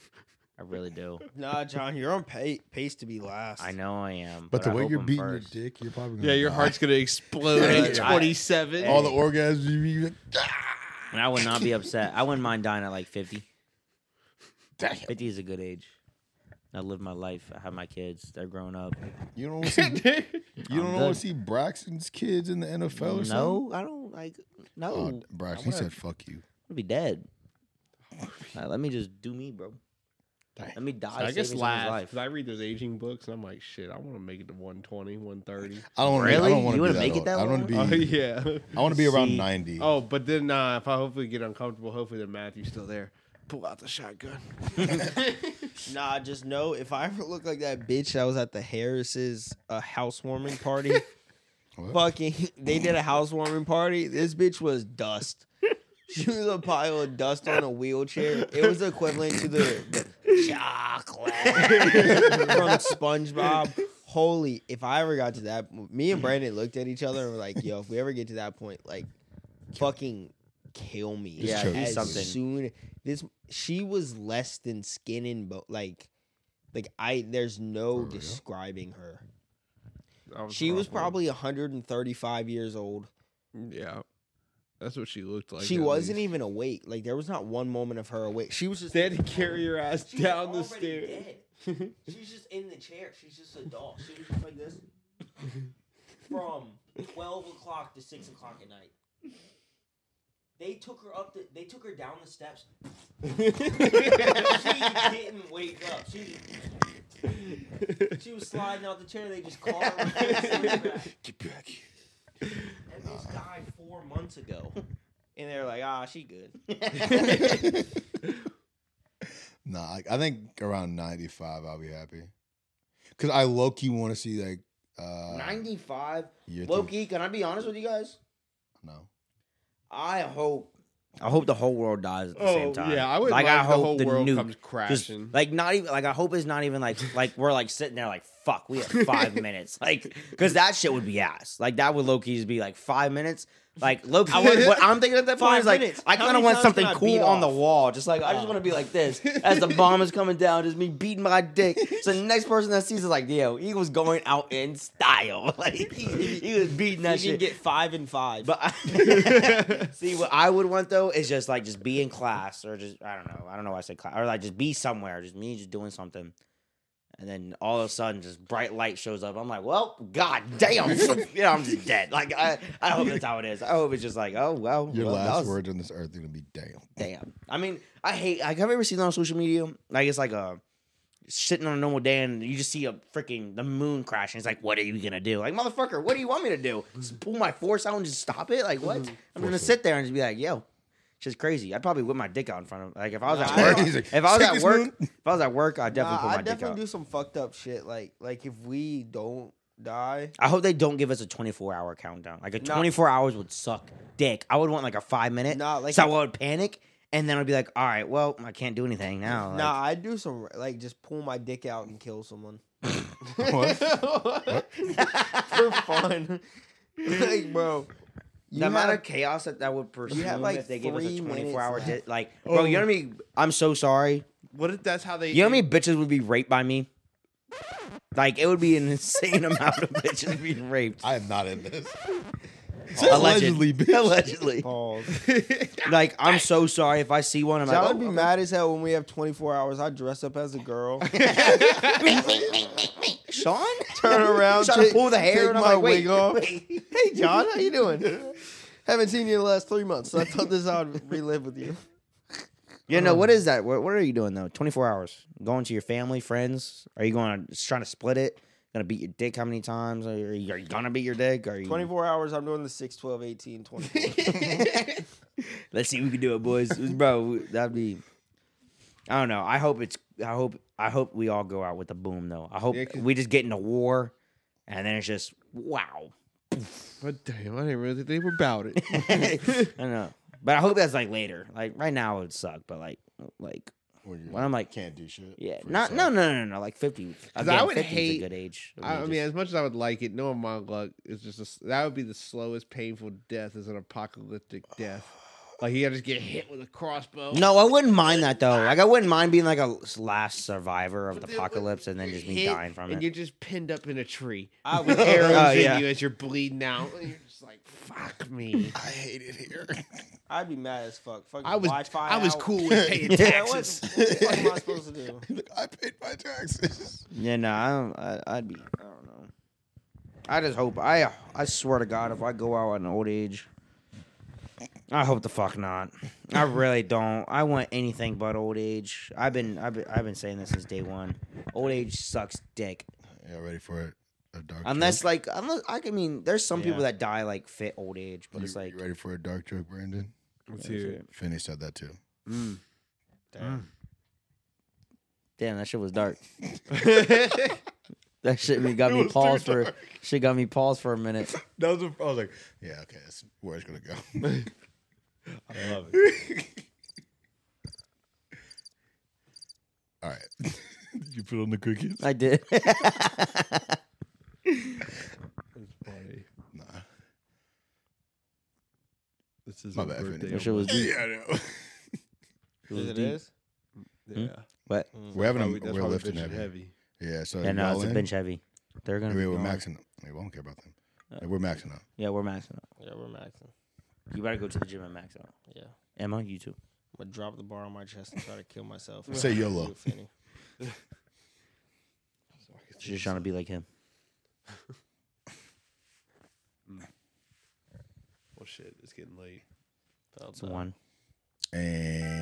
Speaker 3: I really do.
Speaker 7: nah, John, you're on pa- pace to be last.
Speaker 3: I know I am.
Speaker 2: But, the
Speaker 3: I
Speaker 2: way
Speaker 3: hope
Speaker 2: you're
Speaker 3: I'm
Speaker 2: beating
Speaker 3: first.
Speaker 2: your dick, you're probably gonna
Speaker 4: Yeah, your
Speaker 2: die.
Speaker 4: heart's gonna explode
Speaker 3: Yeah,
Speaker 4: at
Speaker 3: yeah.
Speaker 4: 27.
Speaker 2: All the orgasms you be like, ah!
Speaker 3: And I would not be upset. I wouldn't mind dying at like 50. 50 is a good age. I live my life. I have my kids. They're grown up.
Speaker 2: You don't wanna see, you don't want to see Braxton's kids in the NFL or something.
Speaker 3: No, I don't like. No,
Speaker 2: Oh, Braxton, he said, "Fuck you."
Speaker 3: I'll be dead. Uh, let me just do me, bro. Let me die.
Speaker 4: So I guess
Speaker 3: saving someone's
Speaker 4: last
Speaker 3: life.
Speaker 4: because I read those aging books and I'm like, shit, I want to make it to 120, 130.
Speaker 2: I don't wanna be- I Really? don't wanna You wanna be that make it old. that I wanna long? be-
Speaker 4: Oh, yeah.
Speaker 2: I wanna be around See? 90.
Speaker 4: Oh, but then uh, if I hopefully get uncomfortable, hopefully then Matthew's still there. Pull out the shotgun.
Speaker 7: nah, just know if I ever look like that bitch that was at the Harris's uh, housewarming party. fucking, they did a housewarming party. This bitch was dust. She was a pile of dust on a wheelchair. It was equivalent to the, the chocolate from SpongeBob. Holy! If I ever got to that, me and Brandon looked at each other and were like, "Yo, if we ever get to that point, like, fucking kill me."
Speaker 3: Just Yeah, choke. do
Speaker 7: as
Speaker 3: something.
Speaker 7: soon this she was less than skin and bone. Like, like I there's no describing her.
Speaker 4: That
Speaker 7: She
Speaker 4: a
Speaker 7: was
Speaker 4: rough one.
Speaker 7: probably 135 years old.
Speaker 4: Yeah. That's what she looked like.
Speaker 7: she
Speaker 4: at
Speaker 7: wasn't
Speaker 4: least.
Speaker 7: even awake. Like there was not one moment of her awake. She was just
Speaker 4: They had to carry her ass down the stairs.
Speaker 7: She's just in the chair. She's just a doll. She was just like this from 12 o'clock to 6 o'clock at night. They took her up. The, they took her down the steps. she didn't wake up. She, she was sliding out the chair. They just caught her. with her sleep back.
Speaker 2: Get back here.
Speaker 7: And this died four months ago. And they're like, ah, she good.
Speaker 2: Nah, I, I think around 95, I'll be happy. Because I low key want to see, like, uh,
Speaker 7: 95.
Speaker 2: You're
Speaker 7: Loki, can I be honest with you guys?
Speaker 2: No.
Speaker 7: I hope
Speaker 3: I hope the whole world dies at the
Speaker 7: Oh,
Speaker 3: same time.
Speaker 7: yeah, I
Speaker 4: would
Speaker 3: like.
Speaker 4: love
Speaker 3: I
Speaker 4: the
Speaker 3: hope
Speaker 4: whole
Speaker 3: the
Speaker 4: world
Speaker 3: nuke
Speaker 4: comes
Speaker 3: just-
Speaker 4: crashing.
Speaker 3: like not even like I hope it's not even like like we're like sitting there like fuck. We have five minutes. Like because that shit would be ass. Like that would Loki's be like five minutes. Like Loki, I would, what I'm thinking at that point
Speaker 7: Five
Speaker 3: is like
Speaker 7: minutes.
Speaker 3: I
Speaker 7: How
Speaker 3: kind of
Speaker 7: many
Speaker 3: want
Speaker 7: times
Speaker 3: something
Speaker 7: can I
Speaker 3: cool
Speaker 7: beat
Speaker 3: on the
Speaker 7: off?
Speaker 3: wall. Just like I just
Speaker 7: Oh.
Speaker 3: want to be like this as the bomb is coming down. Just me beating my dick. So the next person that sees is like, yo, he was going out in style. Like he, he was beating that
Speaker 7: you
Speaker 3: shit.
Speaker 7: can get five and five.
Speaker 3: But I, see, what I would want though is just like just be in class or just I don't know. I don't know why I said class or like just be somewhere, just me just doing something. And then all of a sudden, just bright light shows up. I'm like, well, god damn, you know, I'm just dead. Like I, I hope that's how it is. I hope it's just like, oh well,
Speaker 2: Your
Speaker 3: well, that
Speaker 2: last
Speaker 3: was-
Speaker 2: words on this earth are going to be damn.
Speaker 3: damn. I mean, I hate. Like, have you ever seen that on social media? Like it's like a sitting on a normal day and you just see a freaking the moon crashing. It's like, what are you gonna do? Like, motherfucker, what do you want me to do?
Speaker 7: Mm-hmm.
Speaker 3: Just pull my force out and just stop it? Like, what? I'm gonna sit there and just be like, yo. Shit's crazy. I'd probably whip my dick out in front of like if I was
Speaker 7: Nah,
Speaker 3: at
Speaker 7: I
Speaker 3: work.
Speaker 7: don't- He's
Speaker 2: like,
Speaker 3: if I was
Speaker 2: "Take
Speaker 3: at
Speaker 2: this
Speaker 3: work,
Speaker 2: moon."
Speaker 3: if I was at work, I'd definitely pull my
Speaker 7: I
Speaker 3: dick out.
Speaker 7: definitely do some fucked up shit. Like, like if we don't die,
Speaker 3: I hope they don't give us a 24 hour countdown. Like a
Speaker 7: Nah.
Speaker 3: 24 hours would suck dick. I would want like a five minute.
Speaker 7: Nah, like-
Speaker 3: so I would panic and then I'd be like, all right, well, I can't do anything now. Like,
Speaker 7: nah, I do some like just pull my dick out and kill someone
Speaker 2: What?
Speaker 7: for fun. like, bro, you
Speaker 3: the amount
Speaker 7: have-
Speaker 3: of chaos that that would pursue
Speaker 7: have, like,
Speaker 3: if they gave us a
Speaker 7: three
Speaker 3: 24 hour
Speaker 7: minutes Oh.
Speaker 3: di-
Speaker 7: left.
Speaker 3: like bro you know what I mean I'm so sorry
Speaker 4: What if that's how they?
Speaker 3: you know how many bitches would be raped by me like it would be an insane amount of bitches being raped
Speaker 2: I am not in this.
Speaker 3: allegedly
Speaker 2: Allegedly, bitch.
Speaker 3: allegedly
Speaker 7: Pause.
Speaker 3: like I'm so sorry if I see one I'm
Speaker 7: So I
Speaker 3: like "Oh,
Speaker 7: would be mad as hell when we have 24 hours. I dress up as a girl,
Speaker 3: "Oh, Sean
Speaker 7: turn around,
Speaker 3: try to
Speaker 7: take-
Speaker 3: pull the hair
Speaker 7: take
Speaker 3: and I'm
Speaker 7: my
Speaker 3: like wait,
Speaker 7: wig off.
Speaker 3: wait.
Speaker 7: Hey, John, how you doing? Haven't seen you in the last three months, so I thought this I would relive with you.
Speaker 3: you
Speaker 7: Oh.
Speaker 3: know what is that what, what are you doing though 24 hours going to your family friends are you going to trying to split it gonna beat your dick how many times are you, are you gonna beat your dick are you
Speaker 7: 24 hours, I'm doing the 6, 12, 18, 24.
Speaker 3: Let's see if we can do it, boys. Bro, that'd be. I don't know. I hope it's. I hope. I hope we all go out with a boom, though. I hope
Speaker 4: Yeah, 'cause-
Speaker 3: we just get into war, and then it's just wow.
Speaker 4: But damn, I didn't really think they were about it.
Speaker 3: I don't know, but I hope that's like later. Like right now, it would suck, but like, like when I'm like,
Speaker 2: can't do shit.
Speaker 3: yeah,
Speaker 2: for
Speaker 3: not no
Speaker 2: yourself.
Speaker 3: no no no, like fifty. Again,
Speaker 4: I would
Speaker 3: 50 is a
Speaker 4: hate-
Speaker 3: good age.
Speaker 4: I, I
Speaker 3: We
Speaker 4: mean,
Speaker 3: just-
Speaker 4: as much as I would like it, knowing my luck, it's just a s that would be the slowest, painful death is an apocalyptic death. Like you gotta just get hit with a crossbow.
Speaker 3: no, I wouldn't mind that though. Like I wouldn't mind being like a last survivor of the apocalypse, and then
Speaker 4: You're
Speaker 3: just me
Speaker 4: hit,
Speaker 3: dying from
Speaker 4: and
Speaker 3: it.
Speaker 4: you're just pinned up in a tree.
Speaker 7: I
Speaker 4: with
Speaker 7: would
Speaker 4: arrows
Speaker 3: Oh,
Speaker 4: in
Speaker 3: yeah.
Speaker 4: you as you're bleeding out. And you're just like, fuck me.
Speaker 2: I hate it here.
Speaker 3: I'd be mad as fuck. Fucking
Speaker 4: I was-
Speaker 3: Wi-Fi
Speaker 4: I was
Speaker 3: out.
Speaker 4: cool with paying
Speaker 3: Yeah, what- what
Speaker 4: taxes.
Speaker 3: the fuck am I supposed to do?
Speaker 2: Look, I paid my taxes.
Speaker 3: Yeah, no, I don't. I, I'd be. I don't know. I just hope. I I swear to God, if I go out in old age, I hope the fuck not. I really don't. I want anything but old age. I've been I've been, I've been saying this since day one. Old age sucks dick.
Speaker 2: Yeah, ready for it. A dark
Speaker 3: Unless
Speaker 2: joke?
Speaker 3: like unless I can- mean, there's some people
Speaker 4: Yeah.
Speaker 3: that die like fit old age, but
Speaker 2: you,
Speaker 3: it's like
Speaker 2: you ready for a dark joke, Brandon?
Speaker 4: Let's
Speaker 3: Yeah, that's
Speaker 4: hear it.
Speaker 3: it.
Speaker 2: Finney said that too.
Speaker 4: Mm.
Speaker 3: damn. damn, that shit was dark.
Speaker 4: that
Speaker 3: That shit me- got
Speaker 2: It
Speaker 3: me
Speaker 2: was too
Speaker 3: paused for
Speaker 2: dark.
Speaker 3: shit got me paused for a minute.
Speaker 2: That was a, I was like, yeah, okay, that's where it's gonna go.
Speaker 4: I love it.
Speaker 2: All right, you put on the cookies.
Speaker 3: I did.
Speaker 4: It's funny.
Speaker 2: nah,
Speaker 4: This is
Speaker 2: my
Speaker 4: a
Speaker 2: bad.
Speaker 4: birthday.
Speaker 2: Finney.
Speaker 3: Wish it was
Speaker 2: yeah, I know.
Speaker 3: It is.
Speaker 7: Hmm?
Speaker 4: Yeah.
Speaker 3: But
Speaker 2: We're having a-
Speaker 4: That's why we- that's
Speaker 2: we're
Speaker 4: why we
Speaker 2: lifting
Speaker 4: bitching
Speaker 2: heavy. Yeah, so
Speaker 3: yeah, no,
Speaker 2: y'all
Speaker 3: it's a
Speaker 2: in?
Speaker 3: bench heavy. They're gonna.
Speaker 2: Maybe
Speaker 3: be Uh,
Speaker 2: we're
Speaker 3: going.
Speaker 2: maxing. We won't care about them. Like, we're maxing out.
Speaker 3: Yeah, we're maxing out.
Speaker 7: Yeah, we're maxing.
Speaker 3: You better go to the gym and max out.
Speaker 7: Yeah.
Speaker 3: Emma, you too.
Speaker 7: I'm gonna drop the bar on my chest and try to kill myself.
Speaker 2: Say YOLO.
Speaker 7: If any.
Speaker 3: She's just trying to be like him.
Speaker 4: Well, shit, it's getting late.
Speaker 7: Felt
Speaker 3: It's
Speaker 7: bad.
Speaker 3: one.
Speaker 2: And